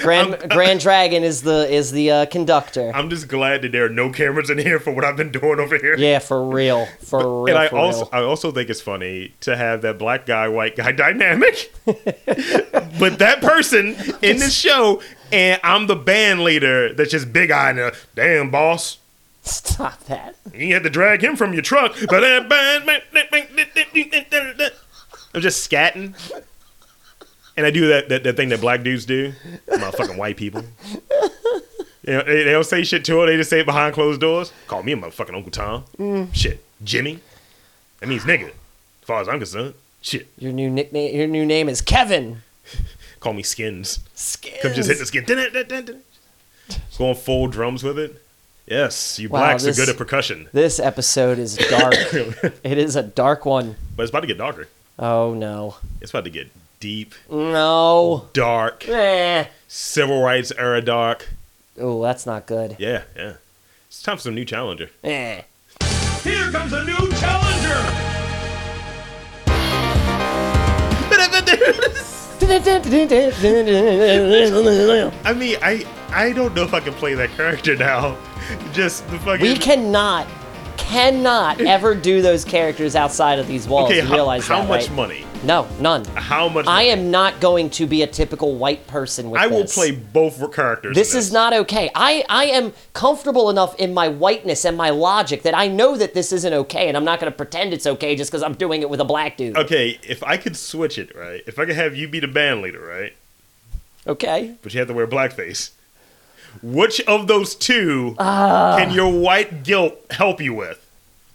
Speaker 2: Grand Grand Dragon is the is the uh, conductor.
Speaker 1: I'm just glad that there are no cameras in here for what I've been doing over here.
Speaker 2: yeah, for real, for real.
Speaker 1: And I
Speaker 2: for
Speaker 1: also
Speaker 2: real.
Speaker 1: I also think it's funny to have that black guy white guy <laughs> dynamic, but that person in this show, and I'm the band leader that's just big eyed. and, Damn boss,
Speaker 2: Stop that.
Speaker 1: you had to drag him from your
Speaker 2: <laughs>
Speaker 1: truck. But that band- I'm just scatting, and I do that, that that thing that black dudes do, motherfucking white people. You know, they, they don't say shit to her. They just say it behind closed doors. Call me a motherfucking Uncle Tom. Shit, Jimmy. That means nigga. As far as I'm concerned, shit.
Speaker 2: Your new nickname, your new name is Kevin.
Speaker 1: Call me Skins.
Speaker 2: Skins.
Speaker 1: Come just hit the skin. Dun, dun, dun, dun. Going full drums with it. Yes, you
Speaker 2: Wow,
Speaker 1: blacks
Speaker 2: this-
Speaker 1: are good at percussion, <laughs>
Speaker 2: This episode is
Speaker 1: <coughs>
Speaker 2: dark. it is a dark one.
Speaker 1: but it's about to get darker.
Speaker 2: Oh no,
Speaker 1: It's about to get deep,
Speaker 2: no.
Speaker 1: dark,
Speaker 2: Eh.
Speaker 1: civil rights era dark.
Speaker 2: Oh, that's not good.
Speaker 1: Yeah, yeah. It's time for some new challenger.
Speaker 2: Eh.
Speaker 1: Here comes a new challenger. <laughs> I mean, I I don't know if I can play that character now. Just the fucking
Speaker 2: We cannot cannot ever do those characters outside of these walls.
Speaker 1: Okay,
Speaker 2: you
Speaker 1: how,
Speaker 2: realize
Speaker 1: how
Speaker 2: that,
Speaker 1: much
Speaker 2: right?
Speaker 1: money?
Speaker 2: No, none.
Speaker 1: How much?
Speaker 2: I
Speaker 1: money?
Speaker 2: am not going to be a typical white person with
Speaker 1: I will
Speaker 2: this.
Speaker 1: play both characters.
Speaker 2: This
Speaker 1: in
Speaker 2: is not okay. I, I am comfortable enough in my whiteness and my logic that I know that this isn't okay, and I'm not going to pretend it's okay just because I'm doing it with a black dude.
Speaker 1: Okay, if I could switch it, right? If I could have you be the band leader, right?
Speaker 2: Okay?
Speaker 1: But you have to wear blackface. Which of those two
Speaker 2: Ah.
Speaker 1: can your white guilt help you with?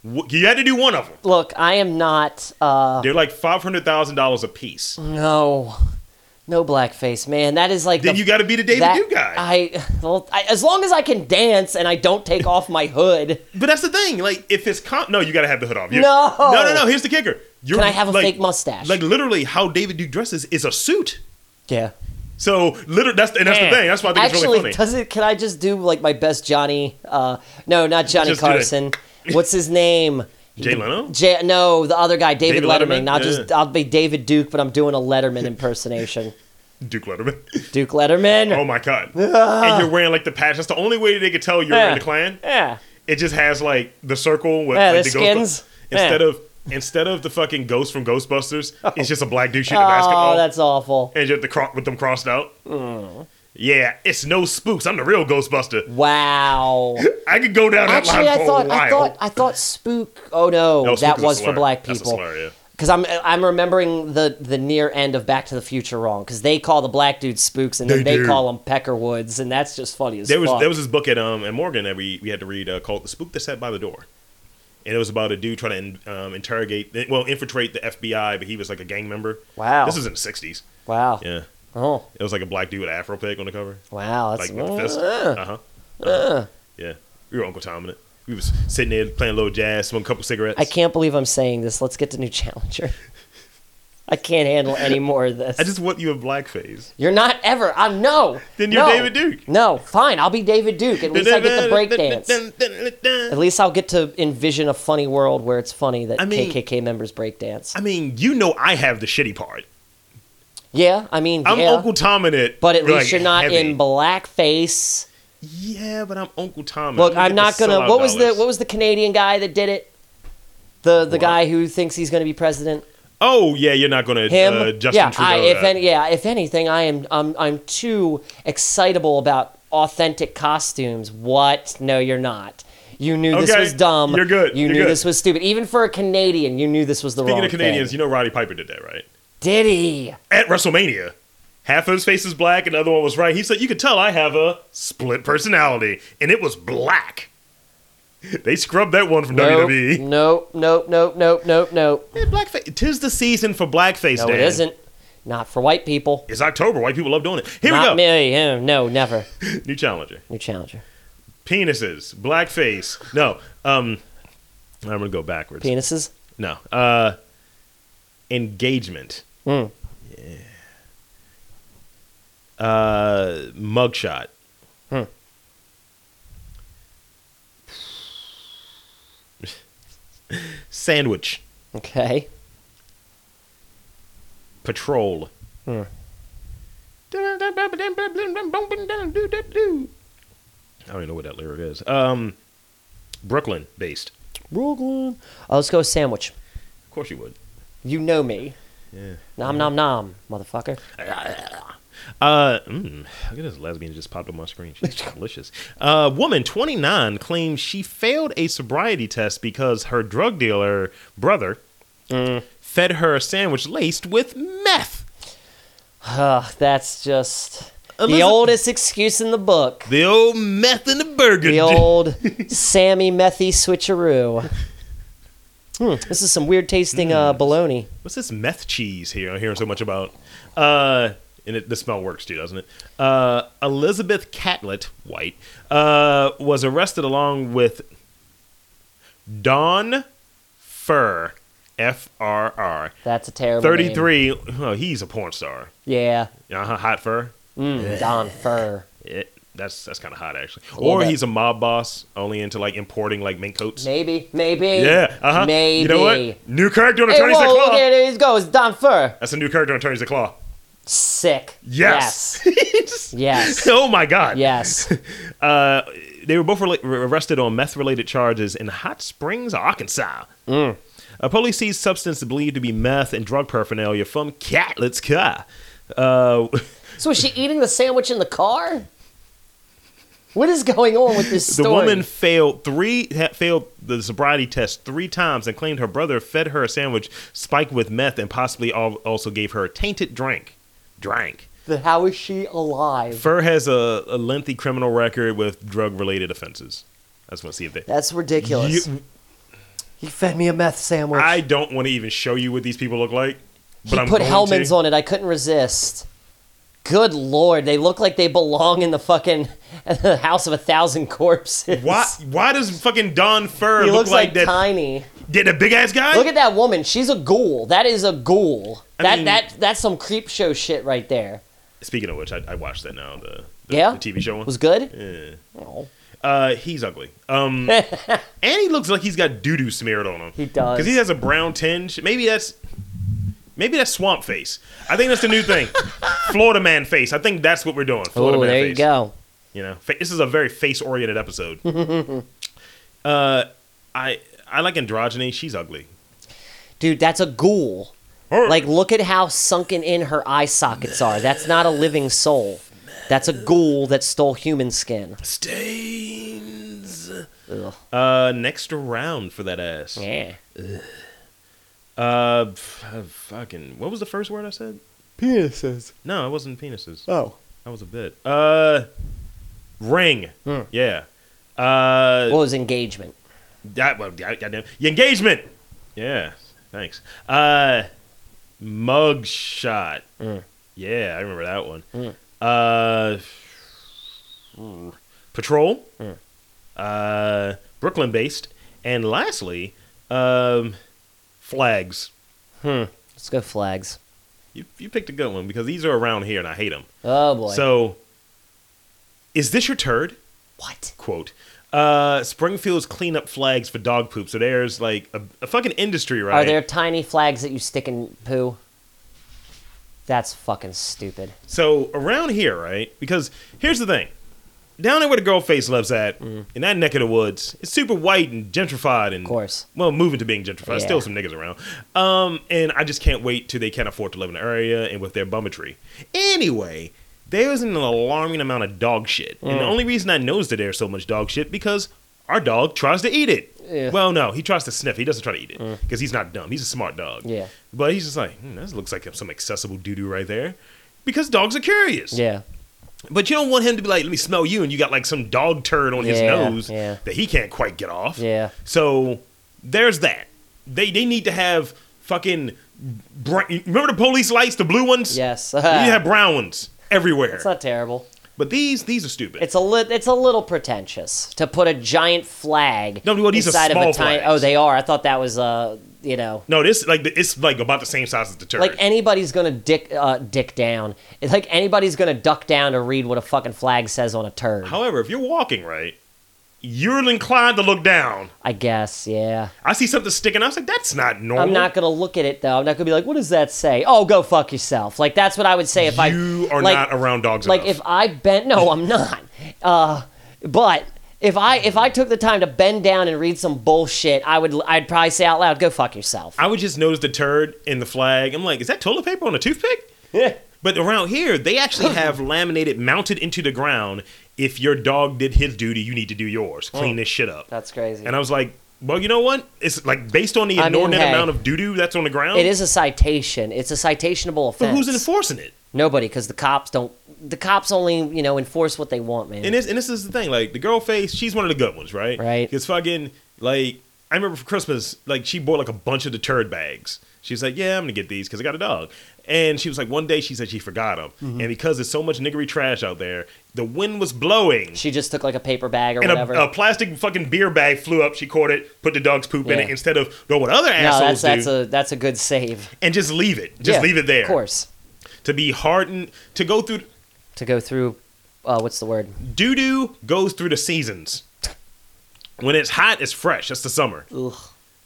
Speaker 1: Wh- You had to do one of them.
Speaker 2: Look, I am not. Uh,
Speaker 1: They're like five hundred thousand dollars a piece.
Speaker 2: Mm. no. No blackface, man. That is like
Speaker 1: Then
Speaker 2: the,
Speaker 1: you got to be the David
Speaker 2: that-
Speaker 1: You guy.
Speaker 2: I, well, I as long as I can dance and I don't take off my hood.
Speaker 1: but that's the thing. Like, if it's con- no, you got to have the hood off. You-
Speaker 2: No.
Speaker 1: no, no, no. Here's the kicker. You're,
Speaker 2: Can I have a
Speaker 1: like-
Speaker 2: fake mustache?
Speaker 1: Like literally, how David Duke dresses is a suit.
Speaker 2: yeah.
Speaker 1: So literally, that's and that's
Speaker 2: Man.
Speaker 1: the thing. That's why I think
Speaker 2: Actually,
Speaker 1: it's really funny.
Speaker 2: does it? Can I just do like my best Johnny? Uh, no, not Johnny
Speaker 1: Just do that.
Speaker 2: Carson. What's his name?
Speaker 1: <laughs> Jay Leno.
Speaker 2: J- no, the other guy, David,
Speaker 1: David
Speaker 2: Letterman.
Speaker 1: Letterman?
Speaker 2: Not
Speaker 1: Yeah.
Speaker 2: just I'll be David Duke, but I'm doing a
Speaker 1: <laughs>
Speaker 2: Letterman impersonation.
Speaker 1: Duke Letterman. <laughs>
Speaker 2: Duke Letterman.
Speaker 1: Oh my
Speaker 2: <laughs>
Speaker 1: god! and you're wearing like the patch. That's the only way they could tell you're
Speaker 2: Yeah.
Speaker 1: in the clan.
Speaker 2: Yeah.
Speaker 1: It just has like the circle with
Speaker 2: Yeah,
Speaker 1: like,
Speaker 2: the
Speaker 1: Ghostbusters-
Speaker 2: skins.
Speaker 1: instead
Speaker 2: Yeah.
Speaker 1: of instead of the fucking ghost from
Speaker 2: <laughs>
Speaker 1: Ghostbusters. It's just a black dude shooting a
Speaker 2: Oh,
Speaker 1: basketball,
Speaker 2: that's Mm. awful.
Speaker 1: and you have the cro- with them crossed out. Yeah, it's no spooks. I'm the real Ghostbuster. <laughs>
Speaker 2: Wow.
Speaker 1: I could go down that
Speaker 2: Actually,
Speaker 1: line
Speaker 2: I
Speaker 1: for a
Speaker 2: thought
Speaker 1: while.
Speaker 2: I thought I thought spook. Oh no,
Speaker 1: No, spook
Speaker 2: that
Speaker 1: is a
Speaker 2: was for
Speaker 1: slur.
Speaker 2: black
Speaker 1: That's a
Speaker 2: people.
Speaker 1: slur, yeah.
Speaker 2: Because I'm I'm remembering the the near end of Back to the Future wrong. Because they call the black dudes spooks, and then
Speaker 1: They
Speaker 2: they,
Speaker 1: do.
Speaker 2: call them Peckerwoods, and that's just funny as
Speaker 1: there was
Speaker 2: fuck.
Speaker 1: there was this book at um at Morgan that we, we had to read uh, called "The Spook That Sat by the Door," and it was about a dude trying to um, interrogate, well, infiltrate the FBI, but he was like a gang member.
Speaker 2: Wow.
Speaker 1: this was in the '60s.
Speaker 2: wow.
Speaker 1: Yeah,
Speaker 2: Oh
Speaker 1: it was like a black dude with an afro pig on the cover,
Speaker 2: wow. That's
Speaker 1: like with a fist.
Speaker 2: uh,
Speaker 1: Uh huh. Yeah, we were Uncle Tom in it. We was sitting there playing a little jazz, smoking a couple cigarettes.
Speaker 2: <laughs> I can't believe I'm saying this. Let's get to new challenger. <laughs> I can't handle any more of this.
Speaker 1: I just want you in blackface.
Speaker 2: You're not ever. I no.
Speaker 1: Then you're
Speaker 2: no.
Speaker 1: David Duke.
Speaker 2: No, fine. I'll be David
Speaker 1: <laughs>
Speaker 2: Duke. At least I get the break dance. At least I'll get to envision a funny world where it's funny that
Speaker 1: I mean-
Speaker 2: KKK members breakdance.
Speaker 1: I mean, you know, I have the shitty part.
Speaker 2: yeah, I mean,
Speaker 1: I'm
Speaker 2: yeah,
Speaker 1: Uncle Tom in it,
Speaker 2: but at least
Speaker 1: like,
Speaker 2: you're not
Speaker 1: heavy.
Speaker 2: in blackface.
Speaker 1: Yeah, but I'm Uncle Tom.
Speaker 2: Look,
Speaker 1: gonna
Speaker 2: I'm
Speaker 1: get
Speaker 2: not
Speaker 1: the
Speaker 2: gonna.
Speaker 1: sellout
Speaker 2: What was the
Speaker 1: dollars.
Speaker 2: What was the Canadian guy that did it? The the guy who thinks he's gonna be president.
Speaker 1: Oh yeah, you're not gonna
Speaker 2: Him.
Speaker 1: Uh, Justin
Speaker 2: yeah,
Speaker 1: Trudeau.
Speaker 2: I, if
Speaker 1: that.
Speaker 2: any, yeah, if anything, I am. I'm. I'm too excitable about authentic costumes. What? No, you're not. You knew this
Speaker 1: Okay,
Speaker 2: was dumb.
Speaker 1: you're good,
Speaker 2: You
Speaker 1: you're
Speaker 2: knew
Speaker 1: good.
Speaker 2: this was stupid. Even for a Canadian, you knew this was the
Speaker 1: Speaking
Speaker 2: wrong
Speaker 1: of Canadians,
Speaker 2: thing.
Speaker 1: you know Roddy Piper did that, right?
Speaker 2: Did he?
Speaker 1: At WrestleMania, half of his face is black and the other one was right. He said, "You could tell I have a split personality, and it was black." <laughs> They scrubbed that one from E. WWE.
Speaker 2: Nope, nope, nope, nope, nope, nope.
Speaker 1: Yeah, blackface. Tis the season for blackface.
Speaker 2: No, it
Speaker 1: Dan.
Speaker 2: isn't. Not for white people.
Speaker 1: It's October. White people love doing it. Here
Speaker 2: Not
Speaker 1: we
Speaker 2: me. eh, No, never.
Speaker 1: go. New challenger.
Speaker 2: New challenger.
Speaker 1: Penises. Blackface. No. Um, I'm gonna go backwards.
Speaker 2: Penises.
Speaker 1: No. Uh engagement.
Speaker 2: Mm.
Speaker 1: Yeah. Uh mugshot.
Speaker 2: Hmm.
Speaker 1: <laughs> Sandwich.
Speaker 2: Okay.
Speaker 1: Patrol.
Speaker 2: Hmm.
Speaker 1: I don't even know what that lyric is. Um Brooklyn based.
Speaker 2: Brooklyn. Oh, let's go with sandwich.
Speaker 1: Of course you would.
Speaker 2: You know me.
Speaker 1: Yeah.
Speaker 2: Nom nom nom, motherfucker.
Speaker 1: <laughs> Uh, mm, look at this lesbian just popped up on my screen.
Speaker 2: <laughs>
Speaker 1: She's delicious. Uh, woman 29 claims she failed a sobriety test because her drug dealer brother
Speaker 2: Mm.
Speaker 1: fed her a sandwich laced with meth.
Speaker 2: Ugh, that's just the
Speaker 1: Elizabeth-
Speaker 2: oldest excuse in the book.
Speaker 1: The old meth in the burger. <laughs>
Speaker 2: The old Sammy Methy switcheroo. Hmm, this is some weird tasting
Speaker 1: Hmm.
Speaker 2: uh, bologna.
Speaker 1: What's this meth cheese here? I'm hearing so much about. Uh, and it, the smell works too, doesn't it? Uh, Elizabeth Catlett, white, uh, was arrested along with Don Fur, F R R,
Speaker 2: That's a terrible. name.
Speaker 1: 33. Oh, he's a porn star.
Speaker 2: Yeah.
Speaker 1: Uh-huh, hot fur.
Speaker 2: Mm, Don Fur.
Speaker 1: Yeah, that's that's kind of hot actually.
Speaker 2: little
Speaker 1: Or
Speaker 2: bit.
Speaker 1: he's a mob boss, only into like importing like mink coats.
Speaker 2: Maybe, maybe.
Speaker 1: Yeah, uh huh.
Speaker 2: Maybe.
Speaker 1: You know what? New character on
Speaker 2: Hey,
Speaker 1: Attorneys at
Speaker 2: whoa, look
Speaker 1: Claw.
Speaker 2: at it. He's goes. Don Fur.
Speaker 1: That's a new character on Attorneys at Claw.
Speaker 2: Sick.
Speaker 1: Yes.
Speaker 2: Yes.
Speaker 1: <laughs> Yes.
Speaker 2: Yes.
Speaker 1: Oh my God.
Speaker 2: Yes.
Speaker 1: Uh, they were both rela- r- arrested on meth-related charges in Hot Springs, Arkansas.
Speaker 2: Mm.
Speaker 1: Uh, police seized substance believed to be meth and drug paraphernalia from Catlett's car. Uh, <laughs>
Speaker 2: So is she eating the sandwich in the car? What is going on with
Speaker 1: <laughs>
Speaker 2: this
Speaker 1: the
Speaker 2: story?
Speaker 1: woman failed three had failed the sobriety test three times and claimed her brother fed her a sandwich spiked with meth and possibly al- also gave her a tainted drink. Drank.
Speaker 2: Then how is she alive?
Speaker 1: Fur has a, a lengthy criminal record with drug-related offenses. I just want to see if they.
Speaker 2: That's ridiculous.
Speaker 1: You-
Speaker 2: he fed me a meth sandwich.
Speaker 1: I don't want to even show you what these people look like. But
Speaker 2: he
Speaker 1: I'm
Speaker 2: put
Speaker 1: going
Speaker 2: helmets
Speaker 1: to.
Speaker 2: on it. I couldn't resist. Good lord, they look like they belong in the fucking <laughs> the house of a thousand corpses.
Speaker 1: Why? Why does fucking Don Fur
Speaker 2: <laughs> He
Speaker 1: look
Speaker 2: looks
Speaker 1: like,
Speaker 2: like,
Speaker 1: that?
Speaker 2: tiny.
Speaker 1: Did a big ass guy?
Speaker 2: Look at that woman. She's a ghoul. That is a ghoul.
Speaker 1: I
Speaker 2: that
Speaker 1: mean-
Speaker 2: that that's some creep show shit right there.
Speaker 1: <laughs> Speaking of which, I, I watched that now. The, the,
Speaker 2: Yeah,
Speaker 1: the TV show one.
Speaker 2: was good.
Speaker 1: Yeah.
Speaker 2: Oh.
Speaker 1: Uh, he's ugly.
Speaker 2: <laughs>
Speaker 1: Um, and he looks like he's got doo doo smeared on him.
Speaker 2: He does.
Speaker 1: Because he has a brown tinge. Maybe that's. Maybe that's swamp face. I think that's the new
Speaker 2: <laughs>
Speaker 1: thing, Florida man face. I think that's what we're doing. Florida
Speaker 2: Oh,
Speaker 1: man
Speaker 2: there
Speaker 1: face.
Speaker 2: you go.
Speaker 1: You know, fa- this is a very face-oriented episode.
Speaker 2: <laughs>
Speaker 1: uh, I I like androgyny. She's ugly.
Speaker 2: Dude, that's a ghoul.
Speaker 1: Or-
Speaker 2: Like, look at how sunken in her eye sockets are. That's not a living soul. That's a ghoul that stole human skin.
Speaker 1: stains.
Speaker 2: Ugh.
Speaker 1: Uh, next round for that ass.
Speaker 2: Yeah.
Speaker 1: Uh, f- uh, fucking. What was the first word I said?
Speaker 3: Penises.
Speaker 1: No, it wasn't penises.
Speaker 3: Oh.
Speaker 1: That was a bit. Uh, ring.
Speaker 2: Hmm.
Speaker 1: Yeah. Uh,
Speaker 2: What was engagement?
Speaker 1: that well, yeah, goddamn. Your engagement. Yeah. Thanks. Uh, mug shot.
Speaker 2: Mm.
Speaker 1: Yeah, I remember that one. Uh, mm, patrol.
Speaker 2: Mm.
Speaker 1: Uh, Brooklyn based, and lastly, um, flags.
Speaker 2: Let's go flags.
Speaker 1: You you picked a good one because these are around here and I hate them.
Speaker 2: Oh, boy.
Speaker 1: So, is this your turd?
Speaker 2: what?
Speaker 1: quote. Uh, Springfield's cleanup flags for dog poop. So there's like a, a fucking industry, right?
Speaker 2: Are there tiny flags that you stick in poo? That's fucking stupid.
Speaker 1: So around here, right? Because here's the thing. Down there where the girl face lives at,
Speaker 2: Mm-hmm.
Speaker 1: in that neck of the woods, it's super white and gentrified and
Speaker 2: course.
Speaker 1: Well, moving to being gentrified.
Speaker 2: Yeah.
Speaker 1: Still some niggas around. Um, and I just can't wait till they can't afford to live in the area and with their bummetry. Anyway, there's an alarming amount of dog shit. And the
Speaker 2: Mm.
Speaker 1: only reason I knows that there's so much dog shit because our dog tries to eat it.
Speaker 2: Yeah. Mm.
Speaker 1: Well, no, he tries to sniff. He doesn't try to eat it because he's not dumb. He's a smart dog.
Speaker 2: Yeah.
Speaker 1: But he's just like, hmm, that looks like some accessible doo doo right there. Because dogs are curious.
Speaker 2: Yeah.
Speaker 1: But you don't want him to be like, let me smell you, and you got like some dog turd on his
Speaker 2: Yeah,
Speaker 1: nose
Speaker 2: yeah.
Speaker 1: that he can't quite get off.
Speaker 2: Yeah.
Speaker 1: So there's that. They they need to have fucking. Br- Remember the police lights, the blue ones.
Speaker 2: Yes. <laughs>
Speaker 1: You need to have brown ones everywhere.
Speaker 2: it's not terrible.
Speaker 1: but these these are stupid.
Speaker 2: It's a li- it's a little pretentious to put a giant flag
Speaker 1: No, well, these are
Speaker 2: inside
Speaker 1: small
Speaker 2: of a tiny.
Speaker 1: flags.
Speaker 2: Oh, they are. I thought that was uh, you know,
Speaker 1: no, this like it's like about the same size as the turd.
Speaker 2: like anybody's gonna dick uh, dick down. It's like anybody's gonna duck down to read what a fucking flag says on a turd.
Speaker 1: However, if you're walking right, you're inclined to look down.
Speaker 2: I guess, yeah.
Speaker 1: I see something sticking. I was like, that's not normal.
Speaker 2: I'm not gonna look at it though. I'm not gonna be like, what does that say? Oh, go fuck yourself. Like that's what I would say if I
Speaker 1: you are
Speaker 2: like,
Speaker 1: not around dogs
Speaker 2: like
Speaker 1: enough.
Speaker 2: if I bent no, I'm not. Uh, but if I if I took the time to bend down and read some bullshit, I would I'd probably say out loud, "Go fuck yourself."
Speaker 1: I would just notice the turd in the flag. I'm like, is that toilet paper on a toothpick?
Speaker 2: <laughs>
Speaker 1: But around here, they actually have laminated mounted into the ground. If your dog did his duty, you need to do yours. Clean this shit up.
Speaker 2: Hmm. That's crazy.
Speaker 1: And I was like, well, you know what? It's like based on the
Speaker 2: I mean,
Speaker 1: inordinate
Speaker 2: hey.
Speaker 1: amount of doo doo that's on the ground.
Speaker 2: It is a citation. It's a citationable
Speaker 1: But
Speaker 2: offense.
Speaker 1: who's enforcing it?
Speaker 2: Nobody, because the cops don't. The cops only you know enforce what they want, man.
Speaker 1: And this, and this is the thing, like the girl face, she's one of the good ones, right?
Speaker 2: Right.
Speaker 1: Because fucking like I remember for Christmas, like she bought like a bunch of the turd bags. She's like, yeah, I'm gonna get these because I got a dog. And she was like, one day she said she forgot them,
Speaker 2: Mm-hmm.
Speaker 1: and because there's so much niggery trash out there, the wind was blowing,
Speaker 2: she just took like a paper bag or
Speaker 1: and
Speaker 2: whatever.
Speaker 1: a, a plastic fucking beer bag flew up. She caught it, put the dog's poop in
Speaker 2: Yeah.
Speaker 1: it instead of doing what other
Speaker 2: no, that's
Speaker 1: assholes
Speaker 2: that's
Speaker 1: do,
Speaker 2: a that's a good save.
Speaker 1: and just leave it, just
Speaker 2: Yeah,
Speaker 1: leave it there.
Speaker 2: Of course,
Speaker 1: To be hardened, to go through
Speaker 2: to go through. Uh, what's the word?
Speaker 1: doo doo goes through the seasons. When it's hot, it's fresh. That's the summer.
Speaker 2: Ugh,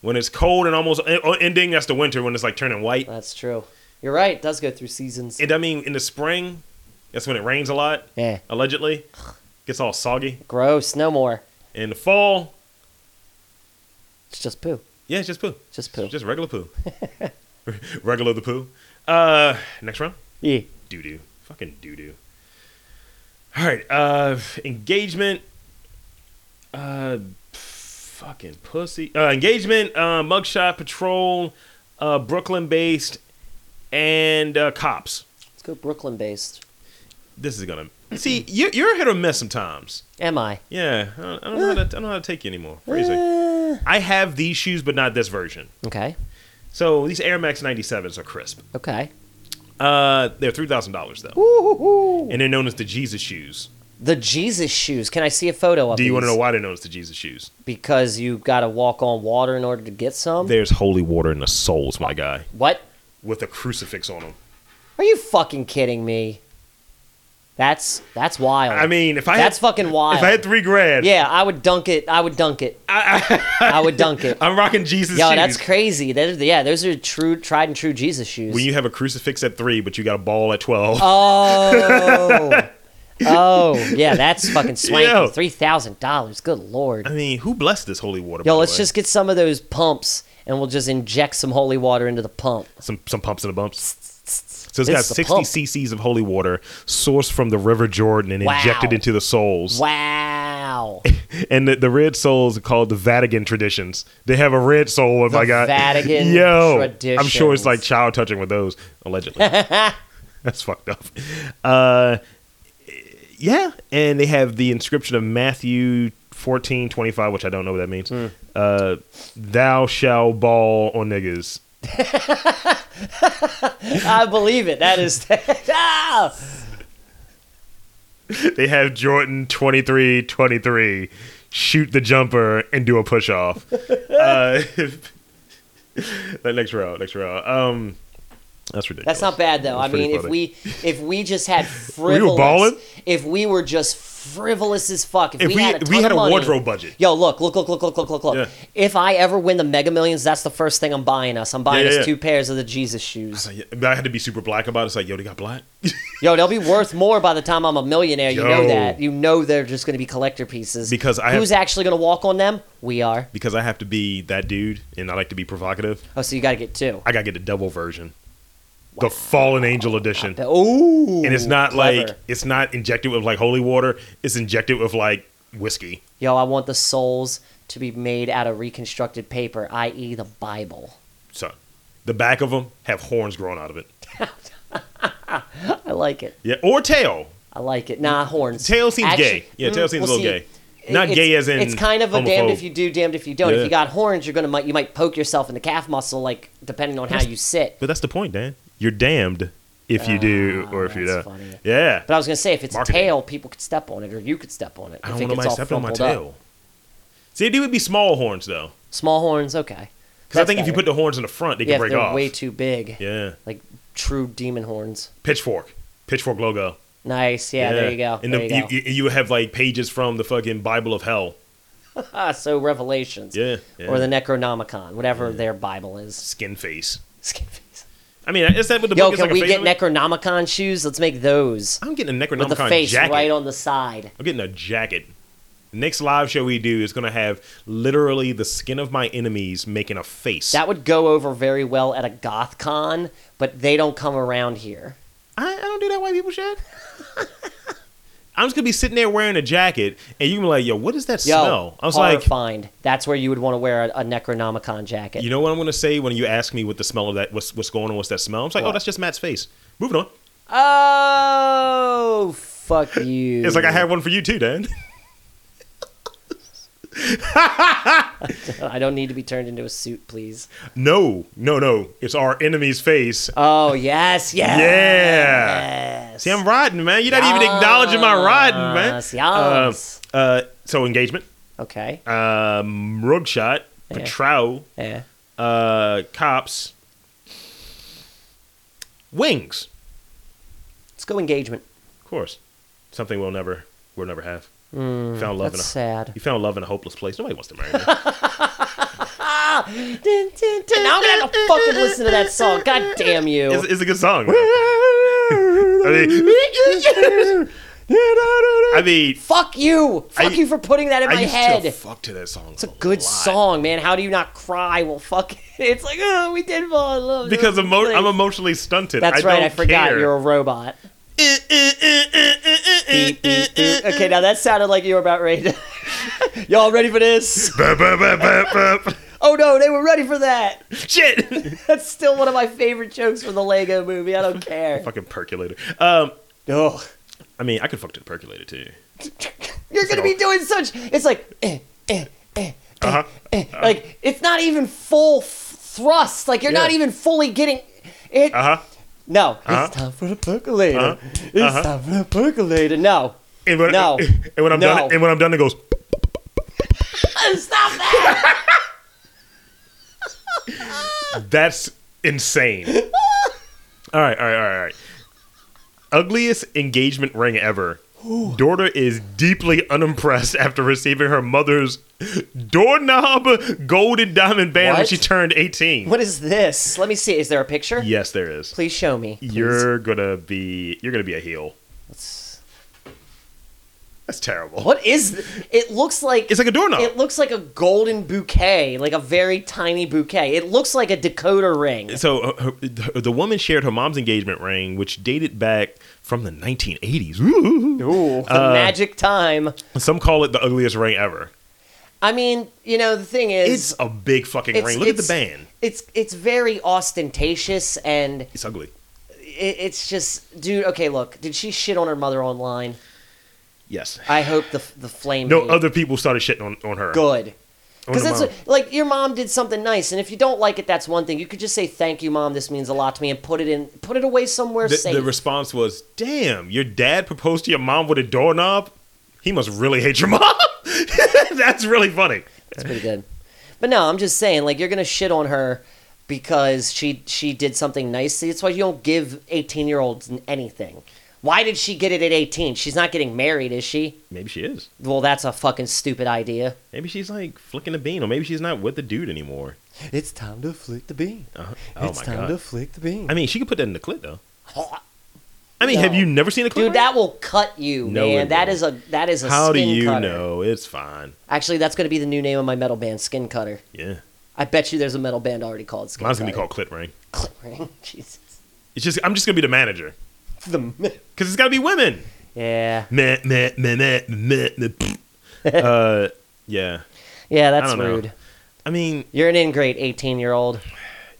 Speaker 1: When it's cold and almost en- ending, that's the winter when it's like turning white.
Speaker 2: that's true. You're right. It does go through seasons.
Speaker 1: And I mean, in the spring, That's when it rains a lot.
Speaker 2: Yeah.
Speaker 1: Allegedly, gets all soggy.
Speaker 2: Gross. No more.
Speaker 1: In the fall,
Speaker 2: It's just poo.
Speaker 1: yeah, it's just poo.
Speaker 2: Just poo.
Speaker 1: Just regular poo. regular the poo. Uh, next round.
Speaker 2: Yeah.
Speaker 1: Doo doo. Fucking doo doo. All right. Uh, engagement. Uh, fucking pussy. Uh, engagement. Uh, mugshot patrol. Uh, Brooklyn based, and uh, cops.
Speaker 2: Let's go Brooklyn based.
Speaker 1: This is gonna see you. You're hit or miss sometimes.
Speaker 2: Am I?
Speaker 1: Yeah, I don't, I don't know. How to, I don't know how to take you anymore. Crazy.
Speaker 2: Eh.
Speaker 1: I have these shoes, but not this version.
Speaker 2: okay.
Speaker 1: So these Air Max 97s are crisp.
Speaker 2: Okay.
Speaker 1: Uh, they're three thousand dollars though,
Speaker 2: Woo-hoo-hoo.
Speaker 1: and they're known as the Jesus shoes.
Speaker 2: The Jesus shoes. Can I see a photo of
Speaker 1: Do you want to
Speaker 2: these?
Speaker 1: know why they're known as the Jesus shoes?
Speaker 2: Because you got to walk on water in order to get some.
Speaker 1: There's holy water in the soles, my guy,
Speaker 2: what?
Speaker 1: with a crucifix on them.
Speaker 2: Are you fucking kidding me? That's that's wild.
Speaker 1: I mean, if I
Speaker 2: that's
Speaker 1: had,
Speaker 2: fucking wild.
Speaker 1: if I had three grand,
Speaker 2: yeah, I would dunk it. I would dunk it. I, would dunk it.
Speaker 1: <laughs> I'm rocking Jesus
Speaker 2: Yo,
Speaker 1: shoes.
Speaker 2: that's crazy. That, yeah, those are true, tried and true Jesus shoes.
Speaker 1: When you have a crucifix at three, but you got a ball at twelve. <laughs>
Speaker 2: oh, oh, yeah, that's fucking swanky.
Speaker 1: Yo.
Speaker 2: Three thousand dollars. Good lord.
Speaker 1: I mean, who blessed this holy water? by
Speaker 2: Yo,
Speaker 1: the
Speaker 2: let's
Speaker 1: way?
Speaker 2: just get some of those pumps, and we'll just inject some holy water into the pump.
Speaker 1: some some pumps and a bumps. So it's
Speaker 2: This
Speaker 1: got
Speaker 2: is a
Speaker 1: 60
Speaker 2: pump.
Speaker 1: cc's of holy water sourced from the River Jordan and
Speaker 2: Wow.
Speaker 1: injected into the soles.
Speaker 2: Wow.
Speaker 1: And the, the red soles are called the Vatican traditions. They have a red sole. What I got? <laughs>
Speaker 2: Vatican
Speaker 1: Yo, I'm sure
Speaker 2: traditions.
Speaker 1: it's like child touching with those
Speaker 2: <laughs>
Speaker 1: allegedly. That's fucked up. Uh, yeah, and they have the inscription of Matthew 14:25, which I don't know what that means.
Speaker 2: Hmm.
Speaker 1: Uh, Thou shall ball on niggas.
Speaker 2: I believe it.
Speaker 1: <laughs>
Speaker 2: That is. <laughs> ah!
Speaker 1: they have Jordan 23 23 shoot the jumper and do a push off. uh, <laughs> next round, next round. Um, that's ridiculous.
Speaker 2: That's not bad though.
Speaker 1: That's
Speaker 2: I
Speaker 1: pretty
Speaker 2: mean, if
Speaker 1: funny.
Speaker 2: we if we just had
Speaker 1: <laughs> were
Speaker 2: frivolous,
Speaker 1: ballin'?
Speaker 2: if we were just frivolous as fuck, if,
Speaker 1: If
Speaker 2: we,
Speaker 1: we-
Speaker 2: had a,
Speaker 1: we
Speaker 2: ton
Speaker 1: had
Speaker 2: of
Speaker 1: a
Speaker 2: money-
Speaker 1: wardrobe budget.
Speaker 2: Yo, look, look, look, look, look, look, look, look.
Speaker 1: Yeah.
Speaker 2: If I ever win the Mega Millions, that's the first thing I'm buying us. I'm buying
Speaker 1: Yeah, yeah,
Speaker 2: us
Speaker 1: yeah.
Speaker 2: two pairs of the Jesus shoes.
Speaker 1: So, yeah, but I had to be super black about it. It's like, yo, they got black. <laughs>
Speaker 2: Yo, they'll be worth more by the time I'm a millionaire. You know
Speaker 1: Yo.
Speaker 2: that. You know they're just going to be collector pieces.
Speaker 1: Because I have-
Speaker 2: who's actually going to walk on them? We are.
Speaker 1: because I have to be that dude and I like to be provocative.
Speaker 2: Oh, so you got to get two.
Speaker 1: I got to get the double version, the Fallen Angel edition.
Speaker 2: Oh,
Speaker 1: And it's not like, it's not injected with like holy water, it's injected with like whiskey.
Speaker 2: Yo, I want the souls to be made out of reconstructed paper, i.e., the Bible.
Speaker 1: So the back of them have horns growing out of it.
Speaker 2: I like it.
Speaker 1: Yeah, or tail.
Speaker 2: I like it. Nah, horns.
Speaker 1: Tail seems
Speaker 2: Actually-
Speaker 1: gay. Yeah, tail
Speaker 2: Mm,
Speaker 1: seems
Speaker 2: well,
Speaker 1: a little
Speaker 2: see,
Speaker 1: gay. Not
Speaker 2: it's-
Speaker 1: gay as in
Speaker 2: it's kind of a damned if
Speaker 1: homophobe.
Speaker 2: you do, damned if you don't. If
Speaker 1: Yeah.
Speaker 2: you got horns, you're gonna might you might poke yourself in the calf muscle, like depending on how you sit.
Speaker 1: But that's the point, Dan. You're damned if you do or if you
Speaker 2: Ah, that's
Speaker 1: don't.
Speaker 2: funny.
Speaker 1: Yeah.
Speaker 2: But I was gonna say, if it's
Speaker 1: Marketing.
Speaker 2: a tail, people could step on it, or you could step on it.
Speaker 1: I
Speaker 2: if
Speaker 1: don't
Speaker 2: it
Speaker 1: want
Speaker 2: gets
Speaker 1: nobody
Speaker 2: all
Speaker 1: stepping on my
Speaker 2: crumpled up.
Speaker 1: tail. See, it would be small horns though,
Speaker 2: Small horns, okay.
Speaker 1: because I
Speaker 2: That's
Speaker 1: think if you
Speaker 2: better.
Speaker 1: put the horns in the front, they
Speaker 2: yeah,
Speaker 1: can
Speaker 2: if
Speaker 1: break
Speaker 2: they're
Speaker 1: off.
Speaker 2: way too big,
Speaker 1: yeah.
Speaker 2: like true demon horns.
Speaker 1: Pitchfork. Pitchfork logo.
Speaker 2: Nice, yeah, there you go.
Speaker 1: And
Speaker 2: there
Speaker 1: the,
Speaker 2: you go.
Speaker 1: You, you have like pages from the fucking Bible of Hell.
Speaker 2: Ah, so Revelations.
Speaker 1: Yeah, yeah.
Speaker 2: Or the Necronomicon, whatever their Bible is. <laughs>
Speaker 1: Skin face.
Speaker 2: Skin face.
Speaker 1: I mean, is that what the
Speaker 2: Yo,
Speaker 1: book is
Speaker 2: can
Speaker 1: like a
Speaker 2: we
Speaker 1: face
Speaker 2: get
Speaker 1: of it?
Speaker 2: Necronomicon shoes? Let's make those.
Speaker 1: I'm getting a
Speaker 2: With the
Speaker 1: Necronomicon
Speaker 2: face
Speaker 1: jacket.
Speaker 2: right on the side.
Speaker 1: I'm getting a jacket. Next live show we do is going to have literally the skin of my enemies making a face.
Speaker 2: That would go over very well at a goth con, but they don't come around here.
Speaker 1: I, I don't do that white people shit. <laughs> I'm just gonna be sitting there wearing a jacket, and you can be like, "Yo, what is that
Speaker 2: Yo,
Speaker 1: smell?" I was
Speaker 2: horror
Speaker 1: like,
Speaker 2: find. That's where you would want to wear a, a Necronomicon jacket.
Speaker 1: "You know what I'm gonna say when you ask me what the smell of that what's what's going on? What's that smell?" I'm just like, "Oh,
Speaker 2: What?
Speaker 1: that's just Matt's face." Moving on.
Speaker 2: oh, fuck
Speaker 1: <laughs>
Speaker 2: you.
Speaker 1: It's like I have one for you too, Dan.
Speaker 2: <laughs>
Speaker 1: <laughs>
Speaker 2: I don't need to be turned into a suit, please.
Speaker 1: no, no, no. It's our enemy's face.
Speaker 2: Oh, yes, yes.
Speaker 1: Yeah. See, I'm rotten, man. You're not even acknowledging my rotten, man.
Speaker 2: Yes, yes.
Speaker 1: Uh, uh, so engagement,
Speaker 2: Ah, okay.
Speaker 1: um, rugshot,
Speaker 2: Yeah.
Speaker 1: patrol,
Speaker 2: Yeah.
Speaker 1: uh, cops, wings.
Speaker 2: Let's go engagement.
Speaker 1: Of course, something we'll never we'll never have. found love in a,
Speaker 2: Hmm, That's sad.
Speaker 1: You found love in a hopeless place. Nobody wants to marry me.
Speaker 2: Dun, dun, dun. Now I'm gonna have to fucking listen to that song. God damn you. <laughs>
Speaker 1: it's, it's a good song. though. I mean, I mean,
Speaker 2: <laughs> Fuck you! Fuck
Speaker 1: I-
Speaker 2: you for putting that in
Speaker 1: I
Speaker 2: my
Speaker 1: used
Speaker 2: head.
Speaker 1: to fuck to that song. It's
Speaker 2: a good song, man. How do you not cry? Well, fuck. <laughs> It's like, oh, we did fall in love.
Speaker 1: because
Speaker 2: Those
Speaker 1: emo- I'm
Speaker 2: things.
Speaker 1: emotionally stunted.
Speaker 2: That's
Speaker 1: I
Speaker 2: right.
Speaker 1: Don't
Speaker 2: I forgot
Speaker 1: care. Eh,
Speaker 2: you're a robot. Beep, beep, beep. Okay, now that sounded like you were about ready. To... <laughs> Y'all ready for this?
Speaker 1: Bop, bop, bop, bop,
Speaker 2: <laughs>
Speaker 1: bop.
Speaker 2: Oh no, they were ready for that.
Speaker 1: Shit.
Speaker 2: That's still one of my favorite jokes from the Lego Movie. I
Speaker 1: <laughs>
Speaker 2: don't care.
Speaker 1: Fucking percolator. Um,
Speaker 2: No.
Speaker 1: I mean, I could fuck to the percolator too.
Speaker 2: You're gonna be doing such. It's like, eh, eh, eh,
Speaker 1: Uh-huh.
Speaker 2: eh. like it's not even full f- thrust. Like you're not
Speaker 1: Yeah.
Speaker 2: even fully getting it.
Speaker 1: Uh huh.
Speaker 2: No,
Speaker 1: Uh-huh.
Speaker 2: it's time for the percolator.
Speaker 1: Uh-huh.
Speaker 2: It's time for the percolator. No,
Speaker 1: And when,
Speaker 2: No.
Speaker 1: <laughs> and when I'm
Speaker 2: No.
Speaker 1: done, and when I'm done, it goes.
Speaker 2: Uh, stop that.
Speaker 1: That's
Speaker 2: <laughs>
Speaker 1: insane. all right, all right, all right, all right. Ugliest engagement ring ever. Daughter is deeply unimpressed after receiving her mother's doorknob golden diamond band when
Speaker 2: What?
Speaker 1: she turned 18.
Speaker 2: what is this? Let me see. Is there a picture?
Speaker 1: Yes, there is.
Speaker 2: Please show me. please.
Speaker 1: You're gonna be you're gonna be a heel.
Speaker 2: Let's-
Speaker 1: That's terrible.
Speaker 2: What is? th- It looks like
Speaker 1: It's like a doorknob.
Speaker 2: It looks like a golden bouquet, like a very tiny bouquet. It looks like a Dakota ring.
Speaker 1: so uh, her, the- the woman shared her mom's engagement ring, which dated back from the <laughs> Uh, 1980s. Ooh.
Speaker 2: Ooh, Uh, the magic time.
Speaker 1: Some call it the ugliest ring ever.
Speaker 2: I mean, you know, the thing
Speaker 1: It's
Speaker 2: is,
Speaker 1: a big fucking
Speaker 2: it's-
Speaker 1: ring. Look at the
Speaker 2: it's-
Speaker 1: band.
Speaker 2: it's it's very ostentatious, and it,
Speaker 1: It's ugly.
Speaker 2: it's just, dude. Okay, look, did she shit on her mother online?
Speaker 1: Yes.
Speaker 2: I hope the the flame.
Speaker 1: No
Speaker 2: hate.
Speaker 1: other people started shitting on, on her.
Speaker 2: good.
Speaker 1: On her
Speaker 2: Because that's
Speaker 1: mom.
Speaker 2: what, like your mom did something nice, and if you don't like it, that's one thing. You could just say thank you, mom. This means a lot to me, and put it in, put it away somewhere
Speaker 1: the,
Speaker 2: safe.
Speaker 1: the response was, "Damn, your dad proposed to your mom with a doorknob. He must really hate your <laughs> mom." That's really funny.
Speaker 2: It's pretty good. But no, I'm just saying, like you're gonna shit on her because she she did something nice. That's why you don't give 18 year olds anything. Why did she get it at 18? She's not getting married, is she?
Speaker 1: Maybe she is.
Speaker 2: Well, that's a fucking stupid idea.
Speaker 1: Maybe she's like flicking a bean, or maybe she's not with the dude anymore.
Speaker 3: It's time to flick the bean.
Speaker 1: Uh-huh. Oh
Speaker 3: it's
Speaker 1: my
Speaker 3: time
Speaker 1: god.
Speaker 3: to flick the bean.
Speaker 1: I mean, she could put that in the clip though. I mean, have you never seen a clip?
Speaker 2: Dude, that will cut you,
Speaker 1: No,
Speaker 2: man.
Speaker 1: it
Speaker 2: That
Speaker 1: won't.
Speaker 2: is a that is a
Speaker 1: How do
Speaker 2: skin
Speaker 1: you
Speaker 2: cutter.
Speaker 1: know? It's fine.
Speaker 2: Actually, that's going to be the new name of my metal band, Skin Cutter.
Speaker 1: Yeah,
Speaker 2: I bet you there's a metal band already called Skin
Speaker 1: mine's gonna
Speaker 2: Cutter.
Speaker 1: be called Clip Ring.
Speaker 2: called <laughs> Clipping. Jesus.
Speaker 1: It's just I'm just gonna be the manager
Speaker 2: The
Speaker 1: because it's gotta be women.
Speaker 2: Yeah.
Speaker 1: Meh, meh, meh, meh, meh, meh,
Speaker 2: <laughs>
Speaker 1: pfft. uh, yeah.
Speaker 2: Yeah, that's
Speaker 1: don't know.
Speaker 2: rude.
Speaker 1: I mean,
Speaker 2: You're an ingrate 18 year old.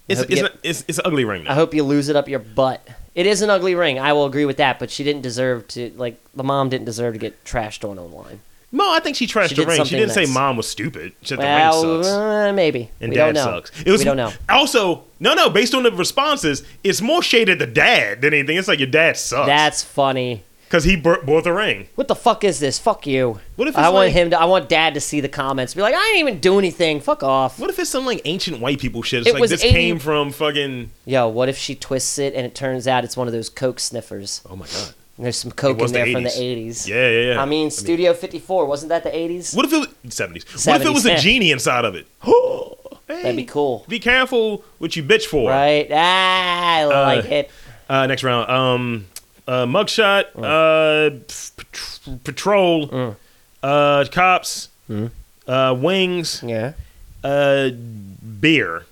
Speaker 1: it's
Speaker 2: hope
Speaker 1: it's,
Speaker 2: you-
Speaker 1: an- it's it's an ugly ring.
Speaker 2: I
Speaker 1: Now.
Speaker 2: hope you lose it up your butt. It is an ugly ring. I will agree with that, but she didn't deserve to. Like the mom didn't deserve to get trashed on online.
Speaker 1: No, I think she trashed
Speaker 2: She
Speaker 1: the
Speaker 2: did
Speaker 1: ring. She
Speaker 2: something
Speaker 1: didn't say
Speaker 2: nice.
Speaker 1: mom was stupid. She said the
Speaker 2: Well,
Speaker 1: ring sucks
Speaker 2: uh, maybe.
Speaker 1: and
Speaker 2: we
Speaker 1: dad
Speaker 2: don't know.
Speaker 1: sucks. It was <laughs>
Speaker 2: we don't know.
Speaker 1: Also, no, no. Based on the responses, it's more shaded the dad than anything. It's like your dad sucks.
Speaker 2: That's funny.
Speaker 1: because he bought bought the ring.
Speaker 2: What the fuck is this? Fuck you.
Speaker 1: What if
Speaker 2: I
Speaker 1: it's
Speaker 2: want
Speaker 1: like-
Speaker 2: him to? I want dad to see the comments. Be like, I didn't even do anything. Fuck off.
Speaker 1: What if it's some like ancient white people shit? It's
Speaker 2: It
Speaker 1: like
Speaker 2: was
Speaker 1: this
Speaker 2: 80
Speaker 1: came from fucking.
Speaker 2: Yo, what if she twists it and it turns out it's one of those coke sniffers?
Speaker 1: Oh my god.
Speaker 2: And there's some coke in
Speaker 1: was the
Speaker 2: there from the
Speaker 1: 80s.
Speaker 2: '80s.
Speaker 1: Yeah, yeah, yeah.
Speaker 2: I mean, Studio 54 wasn't that the '80s?
Speaker 1: What if it was seventies? What if it was a
Speaker 2: 70s.
Speaker 1: genie inside of it? <gasps> Hey,
Speaker 2: That'd be cool,
Speaker 1: Be careful what you bitch for.
Speaker 2: right? Ah, I like it.
Speaker 1: Uh, next round. Um, uh, mugshot.
Speaker 2: Mm.
Speaker 1: Uh, pat- patrol. Uh, cops. Uh, wings.
Speaker 2: Mm. Yeah,
Speaker 1: Uh, beer.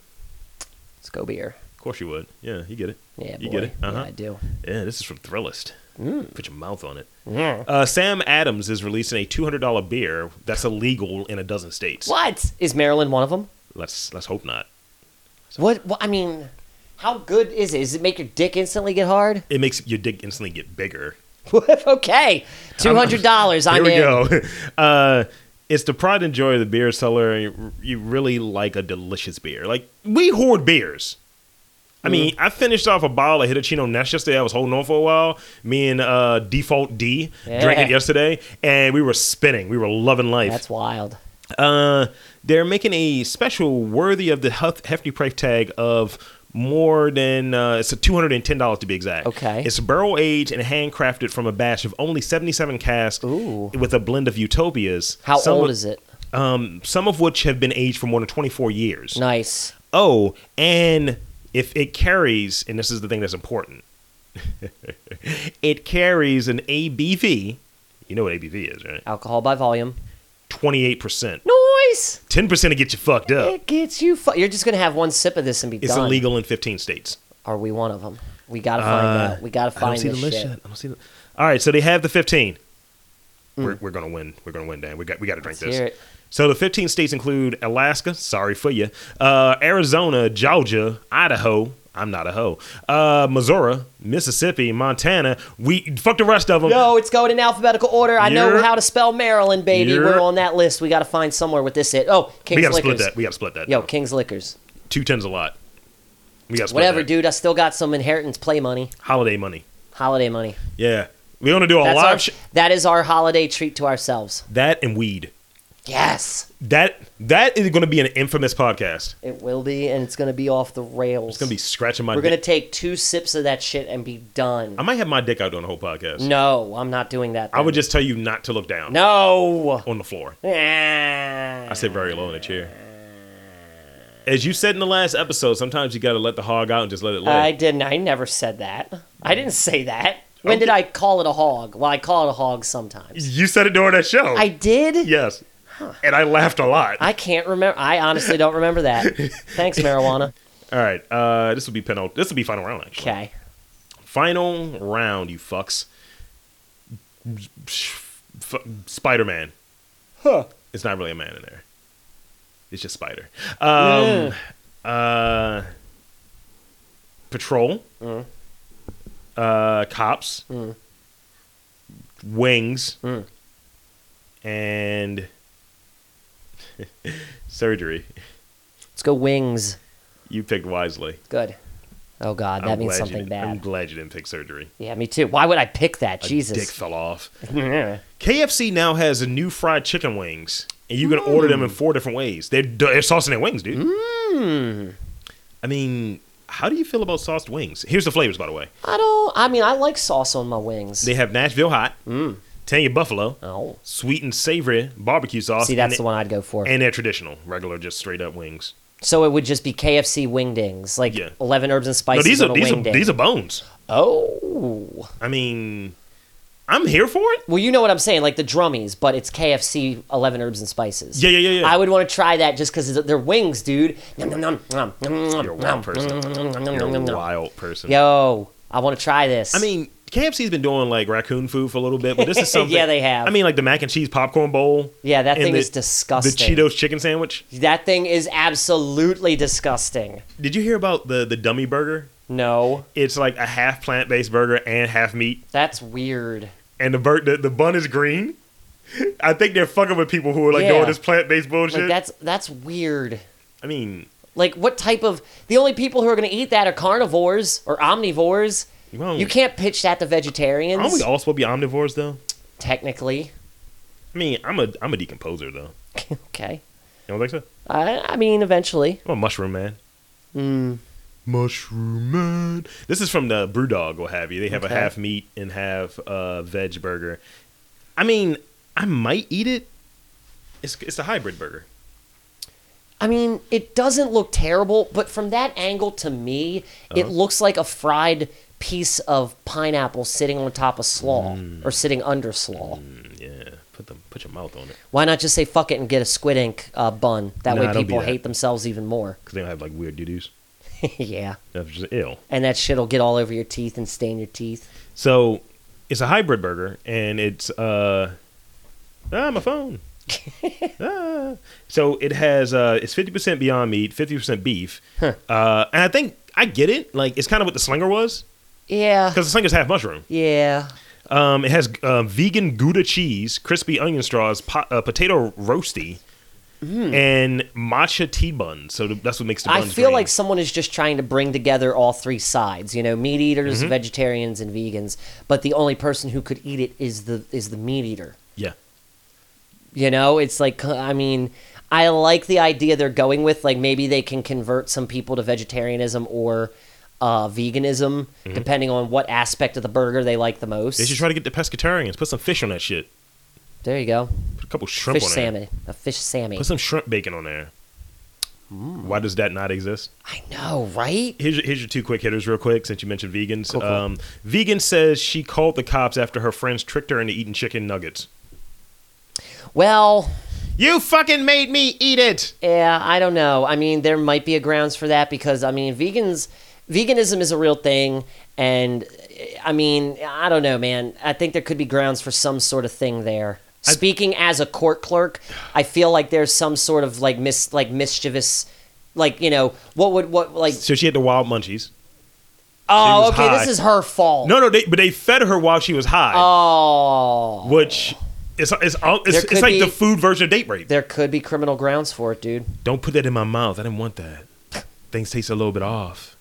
Speaker 2: let's go beer.
Speaker 1: Of course you would. Yeah, you get it.
Speaker 2: Yeah,
Speaker 1: you
Speaker 2: boy. Mm.
Speaker 1: get it. Uh huh.
Speaker 2: Yeah, I do.
Speaker 1: Yeah, this is from Thrillist. Put your mouth on it.
Speaker 2: Mm.
Speaker 1: Uh, Sam Adams is releasing a two hundred dollar beer that's illegal in a dozen states.
Speaker 2: What is Maryland one of them?
Speaker 1: Let's let's hope not.
Speaker 2: What, what? I mean, how good is it? Does it make your dick instantly get hard? <laughs>
Speaker 1: It makes your dick instantly get bigger.
Speaker 2: okay, two hundred dollars.
Speaker 1: Here
Speaker 2: I'm
Speaker 1: we
Speaker 2: in.
Speaker 1: go. <laughs> Uh, it's the pride and joy of the beer cellar. You- You really like a delicious beer. Like we hoard beers. I mean,
Speaker 2: Mm-hmm.
Speaker 1: I finished off a bottle of Hitachino Nest yesterday. I was holding on for a while. Me and uh, Default D drank
Speaker 2: Yeah.
Speaker 1: it yesterday, and we were spinning. We were loving life.
Speaker 2: That's wild.
Speaker 1: Uh, they're making a special worthy of the hef- hefty price tag of more than uh, it's a two hundred and ten dollars to be exact.
Speaker 2: Okay.
Speaker 1: it's barrel aged and handcrafted from a batch of only seventy seven casks
Speaker 2: Ooh.
Speaker 1: with a blend of utopias.
Speaker 2: How
Speaker 1: some
Speaker 2: old
Speaker 1: of,
Speaker 2: is it?
Speaker 1: Um, some of which have been aged for more than twenty four years.
Speaker 2: Nice.
Speaker 1: Oh, and if it carries, and this is the thing that's important, <laughs> It carries an ABV. You know what ABV is, right?
Speaker 2: Alcohol by volume.
Speaker 1: 28%.
Speaker 2: Noise.
Speaker 1: 10% to get you fucked up.
Speaker 2: It gets you. Fu- You're just gonna have one sip of this and be
Speaker 1: It's
Speaker 2: done.
Speaker 1: illegal in 15 states.
Speaker 2: Are we one of them? We gotta find
Speaker 1: Uh,
Speaker 2: out. We gotta
Speaker 1: I don't
Speaker 2: find
Speaker 1: see
Speaker 2: this
Speaker 1: the list
Speaker 2: shit.
Speaker 1: yet. I don't see the. All right, so they have the 15. We're, we're gonna win. We're gonna win, Dan. We got we got to drink
Speaker 2: Hmm. Let's
Speaker 1: this.
Speaker 2: hear it.
Speaker 1: So the 15 states include Alaska. Sorry for you. Uh, Arizona, Georgia, Idaho. I'm not a hoe. Uh, Missouri, Mississippi, Montana. We fuck the rest of them.
Speaker 2: No, it's going in alphabetical order. I know
Speaker 1: You're-
Speaker 2: how to spell Maryland, baby. We're
Speaker 1: You're-
Speaker 2: on that list. We gotta find somewhere with this. It. Oh, King's
Speaker 1: we gotta
Speaker 2: Liquors.
Speaker 1: split that. We gotta split that.
Speaker 2: Yo,
Speaker 1: though.
Speaker 2: King's Liquors.
Speaker 1: two tens a lot. We gotta split
Speaker 2: Whatever,
Speaker 1: that.
Speaker 2: dude. I still got some inheritance play money,
Speaker 1: Holiday money.
Speaker 2: holiday money.
Speaker 1: Yeah, we're gonna do a
Speaker 2: That's
Speaker 1: lot.
Speaker 2: our,
Speaker 1: of sh-
Speaker 2: that is our holiday treat to ourselves.
Speaker 1: that and weed.
Speaker 2: Yes,
Speaker 1: That that is gonna be an infamous podcast.
Speaker 2: it will be, and it's gonna be off the rails.
Speaker 1: It's gonna be scratching my.
Speaker 2: We're
Speaker 1: dick.
Speaker 2: gonna take two sips of that shit and be done.
Speaker 1: I might have my dick out on the whole podcast.
Speaker 2: no, I'm not doing that.
Speaker 1: I would
Speaker 2: then.
Speaker 1: just tell you not to look down
Speaker 2: no. Ah.
Speaker 1: on the floor. I
Speaker 2: I
Speaker 1: sit very low in the chair. As you said in the last episode, sometimes you got to let the hog out and just let it lay.
Speaker 2: I didn't. I never said that. I didn't say that. When did
Speaker 1: Okay.
Speaker 2: I call it a hog? Well, I call it a hog sometimes.
Speaker 1: you said it during that show.
Speaker 2: I did.
Speaker 1: yes. And I laughed a lot.
Speaker 2: I can't remember. I honestly don't remember
Speaker 1: <laughs>
Speaker 2: that. Thanks, marijuana.
Speaker 1: All right. Uh, this will be penal. This will be final round, actually.
Speaker 2: Okay.
Speaker 1: Final round, you fucks. F- Spider Man.
Speaker 2: Huh.
Speaker 1: It's not really a man in there. It's just Spider. Um, uh, patrol.
Speaker 2: Mm.
Speaker 1: Uh, cops. Wings.
Speaker 2: Mm.
Speaker 1: And <laughs> surgery.
Speaker 2: Let's go wings.
Speaker 1: You picked wisely.
Speaker 2: Good. Oh God, that
Speaker 1: I'm glad
Speaker 2: means
Speaker 1: you
Speaker 2: something
Speaker 1: didn't- I'm
Speaker 2: bad.
Speaker 1: glad you didn't pick surgery.
Speaker 2: Yeah, me too. Why would I pick that?
Speaker 1: A
Speaker 2: <laughs>
Speaker 1: Dick
Speaker 2: Jesus. Hmm.
Speaker 1: fell off.
Speaker 2: yeah.
Speaker 1: KFC now has a new fried chicken wings, and you can order them in
Speaker 2: Mm.
Speaker 1: four different ways. They're, they're saucing their wings, dude. I mean, how do you feel about sauced wings? Here's the flavors, by the way.
Speaker 2: I don't. I mean, I like sauce on my wings.
Speaker 1: They have Nashville hot,
Speaker 2: Mm.
Speaker 1: Tanya buffalo,
Speaker 2: oh.
Speaker 1: sweet and savory barbecue sauce.
Speaker 2: See,
Speaker 1: and
Speaker 2: that's
Speaker 1: they-
Speaker 2: the one I'd go for.
Speaker 1: And they're traditional, regular, just straight up wings.
Speaker 2: so it would just be KFC wingdings, like
Speaker 1: Yeah.
Speaker 2: eleven herbs and
Speaker 1: No,
Speaker 2: spices.
Speaker 1: these
Speaker 2: on
Speaker 1: are
Speaker 2: a
Speaker 1: these are
Speaker 2: wingding.
Speaker 1: these are bones.
Speaker 2: Oh.
Speaker 1: I mean, I'm here for it.
Speaker 2: Well, you know what I'm saying, like the drummies, but it's KFC 11 herbs and spices.
Speaker 1: Yeah, yeah, yeah, yeah.
Speaker 2: I would want to try that just because they're wings, dude. Nom, nom, nom, nom, nom, nom,
Speaker 1: You're a wild
Speaker 2: nom,
Speaker 1: person.
Speaker 2: nom, nom, nom,
Speaker 1: You're
Speaker 2: nom, nom,
Speaker 1: a
Speaker 2: nom.
Speaker 1: wild person.
Speaker 2: Yo, I want to try this.
Speaker 1: I mean, KFC's been doing like raccoon food for a little bit, but this is
Speaker 2: <laughs>
Speaker 1: something.
Speaker 2: Yeah, they have.
Speaker 1: I mean, like the mac and cheese popcorn bowl.
Speaker 2: yeah, that
Speaker 1: and
Speaker 2: thing
Speaker 1: the-
Speaker 2: is disgusting.
Speaker 1: The Cheetos chicken sandwich.
Speaker 2: That thing is absolutely disgusting.
Speaker 1: Did you hear about the the dummy burger?
Speaker 2: No,
Speaker 1: It's like a half plant based burger and half meat,
Speaker 2: that's weird.
Speaker 1: and the bur- the, the bun is green. I think they're fucking with people who are like
Speaker 2: Yeah.
Speaker 1: doing this plant based bullshit.
Speaker 2: Like that's that's weird.
Speaker 1: I mean,
Speaker 2: Like what type of the only people who are going to eat that are carnivores or omnivores.
Speaker 1: Well-
Speaker 2: you can't pitch that to
Speaker 1: aren't
Speaker 2: vegetarians.
Speaker 1: we Hmm. all supposed to be omnivores though?
Speaker 2: Technically, <laughs>
Speaker 1: I mean, I'm a I'm a decomposer though.
Speaker 2: okay.
Speaker 1: You don't think so?
Speaker 2: I, I mean, eventually.
Speaker 1: I'm a mushroom man.
Speaker 2: Mm.
Speaker 1: Mushroom man. This is from the Brewdog, what have you. They have
Speaker 2: Okay.
Speaker 1: a half meat and half uh, veg burger. I mean, I might eat it. It's it's a hybrid burger.
Speaker 2: I mean, it doesn't look terrible, but from that angle to me, it looks like a fried piece of pineapple sitting on top of slaw or sitting under slaw.
Speaker 1: Mm, yeah, put them put your mouth on it
Speaker 2: Why not just say fuck it and get a squid ink uh, bun? That
Speaker 1: Nah,
Speaker 2: way
Speaker 1: don't do
Speaker 2: people
Speaker 1: that.
Speaker 2: hate themselves even more. <laughs>
Speaker 1: because they don't have like weird doo doos.
Speaker 2: yeah.
Speaker 1: That's just ill.
Speaker 2: And that shit'll get all over your teeth and stain your teeth.
Speaker 1: So it's a hybrid burger, and it's uh, ah, my
Speaker 2: <laughs>
Speaker 1: phone. ah. So it has uh, it's fifty percent Beyond Meat, fifty percent beef, uh, and I think I get it. Like it's kind of what the slinger was
Speaker 2: Yeah.
Speaker 1: because the slinger's half mushroom.
Speaker 2: Yeah.
Speaker 1: Um, it has uh, vegan Gouda cheese, crispy onion straws, po- uh, potato roasty, and matcha tea bun. So th- that's what makes the
Speaker 2: Mm. I
Speaker 1: buns
Speaker 2: feel
Speaker 1: green.
Speaker 2: like someone is just trying to bring together all three sides, you know, meat eaters,
Speaker 1: Mm-hmm.
Speaker 2: vegetarians, and vegans. But the only person who could eat it is the is the meat eater.
Speaker 1: yeah.
Speaker 2: You know, it's like I mean, I like the idea they're going with. Like maybe they can convert some people to vegetarianism or uh, veganism, depending on what aspect of the burger they like the most.
Speaker 1: Mm-hmm. They should try to get the pescatarians. Put some fish on that shit.
Speaker 2: there you go,
Speaker 1: Put a couple shrimp
Speaker 2: fish
Speaker 1: on there.
Speaker 2: salmon, a fish salmon.
Speaker 1: Put some shrimp bacon on there.
Speaker 2: Mm.
Speaker 1: Why does that not exist?
Speaker 2: I know, right?
Speaker 1: Here's your, here's your two quick hitters, real quick, since you mentioned vegans.
Speaker 2: Cool, cool.
Speaker 1: Um, vegan says she called the cops after her friends tricked her into eating chicken nuggets.
Speaker 2: Well,
Speaker 1: You fucking made me eat it.
Speaker 2: yeah, I don't know. I mean, there might be a grounds for that because I mean, vegans, veganism is a real thing, and eh, I mean, I don't know, man. I think there could be grounds for some sort of thing there. Speaking as a court clerk, I feel like there's some sort of like mis like mischievous, like you know what would what like
Speaker 1: So she had the wild munchies.
Speaker 2: oh
Speaker 1: was
Speaker 2: okay
Speaker 1: high.
Speaker 2: this is her fault.
Speaker 1: No, no, they, but they fed her while she was high,
Speaker 2: Oh,
Speaker 1: which it's it's, it's,
Speaker 2: could
Speaker 1: it's like
Speaker 2: be-
Speaker 1: the food version of date rape.
Speaker 2: there could be criminal grounds for it, dude.
Speaker 1: Don't put that in my mouth. I didn't want that. Things taste a little bit off.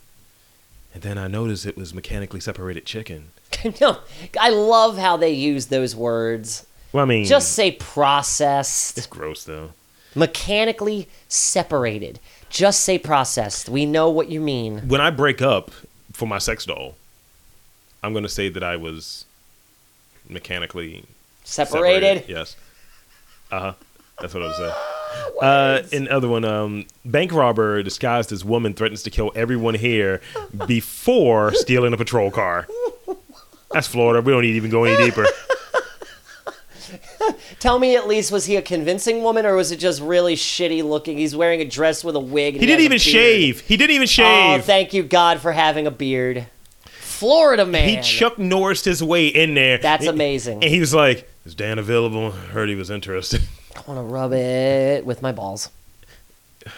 Speaker 1: And then I noticed it was mechanically separated chicken.
Speaker 2: <laughs> no, I love how they use those words.
Speaker 1: Well, I mean,
Speaker 2: Just
Speaker 1: just
Speaker 2: say processed,
Speaker 1: it's gross though.
Speaker 2: mechanically separated. Just say processed. We know what you mean.
Speaker 1: When I break up for my sex doll, I'm gonna say that I was mechanically
Speaker 2: Separated.
Speaker 1: Yes. Uh huh. That's what I was
Speaker 2: <laughs>
Speaker 1: saying. Uh, and other one, um, bank robber disguised as woman threatens to kill everyone here
Speaker 2: <laughs>
Speaker 1: before stealing a patrol car. That's Florida. We don't need to even go any
Speaker 2: <laughs>
Speaker 1: deeper.
Speaker 2: Tell me at least, was he a convincing woman or was it just really shitty looking? He's wearing a dress with a wig. And
Speaker 1: He didn't even
Speaker 2: has a beard.
Speaker 1: shave. He didn't even
Speaker 2: Oh,
Speaker 1: shave.
Speaker 2: thank you God for having a beard. Florida man.
Speaker 1: he Chuck Norris his way in there.
Speaker 2: That's
Speaker 1: And-
Speaker 2: amazing.
Speaker 1: And he was like, "Is Dan available?" Heard he was interested. <laughs>
Speaker 2: I want to rub it with my balls.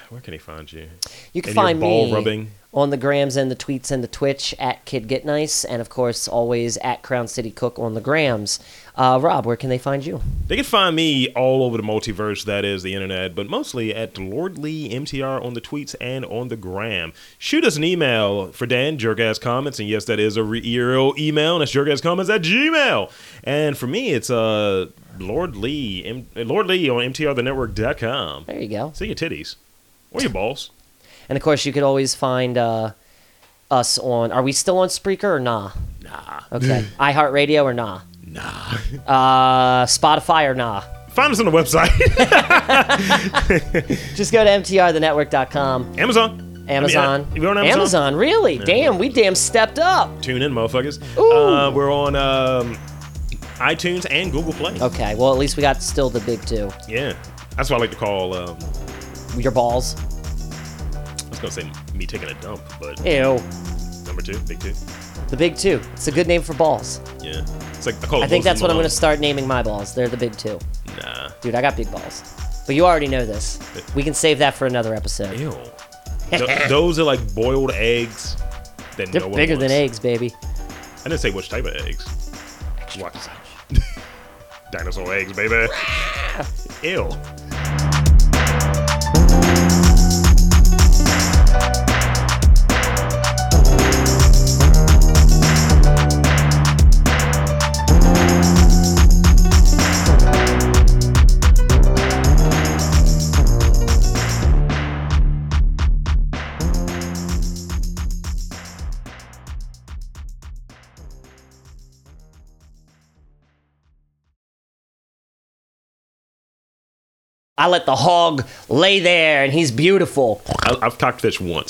Speaker 1: Where can he find you?
Speaker 2: You can
Speaker 1: And your
Speaker 2: find
Speaker 1: ball
Speaker 2: me
Speaker 1: rubbing.
Speaker 2: on the grams and the tweets and the Twitch at Kid Get Nice, and of course always at Crown City Cook on the grams. Uh, Rob, where can they find you?
Speaker 1: They can find me all over the multiverse, that is the internet, but mostly at Lordly MTR on the tweets and on the gram. Shoot us an email for Dan, jerkass comments, and yes, that is a real email, and that's jerkasscomments at gmail. And for me, it's uh, Lord Lee, M- Lord Lee on MTRthenetwork.com.
Speaker 2: There you go.
Speaker 1: See your titties or your balls.
Speaker 2: And of course you could always find uh, us on. Are we still on Spreaker or nah?
Speaker 1: Nah,
Speaker 2: Okay, iHeartRadio or nah?
Speaker 1: nah.
Speaker 2: Uh, Spotify or nah?
Speaker 1: Find us on the website, <laughs>
Speaker 2: Just go to mtrthenetwork.com.
Speaker 1: Amazon. I mean,
Speaker 2: Amazon.
Speaker 1: uh, we're on Amazon.
Speaker 2: really? Damn, we damn stepped up.
Speaker 1: Tune in, motherfuckers.
Speaker 2: Ooh.
Speaker 1: Uh, we're on um, iTunes and Google Play.
Speaker 2: Okay, well at least we got still the big two.
Speaker 1: Yeah, that's what I like to call. Um, I
Speaker 2: Your balls.
Speaker 1: was gonna say me taking a dump, but
Speaker 2: Ew.
Speaker 1: number two, big two.
Speaker 2: The big two. It's a good name for balls.
Speaker 1: Yeah, it's like I call. It
Speaker 2: I think that's what I'm going to
Speaker 1: Moses
Speaker 2: start naming my balls. They're the big two.
Speaker 1: Malone.
Speaker 2: Dude, I got big balls. But you already know this. We can save that for another episode.
Speaker 1: Nah, ew.
Speaker 2: <laughs>
Speaker 1: Th- those are like boiled eggs. That
Speaker 2: They're
Speaker 1: no one
Speaker 2: bigger than
Speaker 1: wants.
Speaker 2: eggs, baby.
Speaker 1: I didn't say which type of eggs. What? <laughs> Dinosaur eggs,
Speaker 2: <laughs>
Speaker 1: baby. ew.
Speaker 2: I let the hog lay there and he's beautiful.
Speaker 1: I- I've cocked fish once.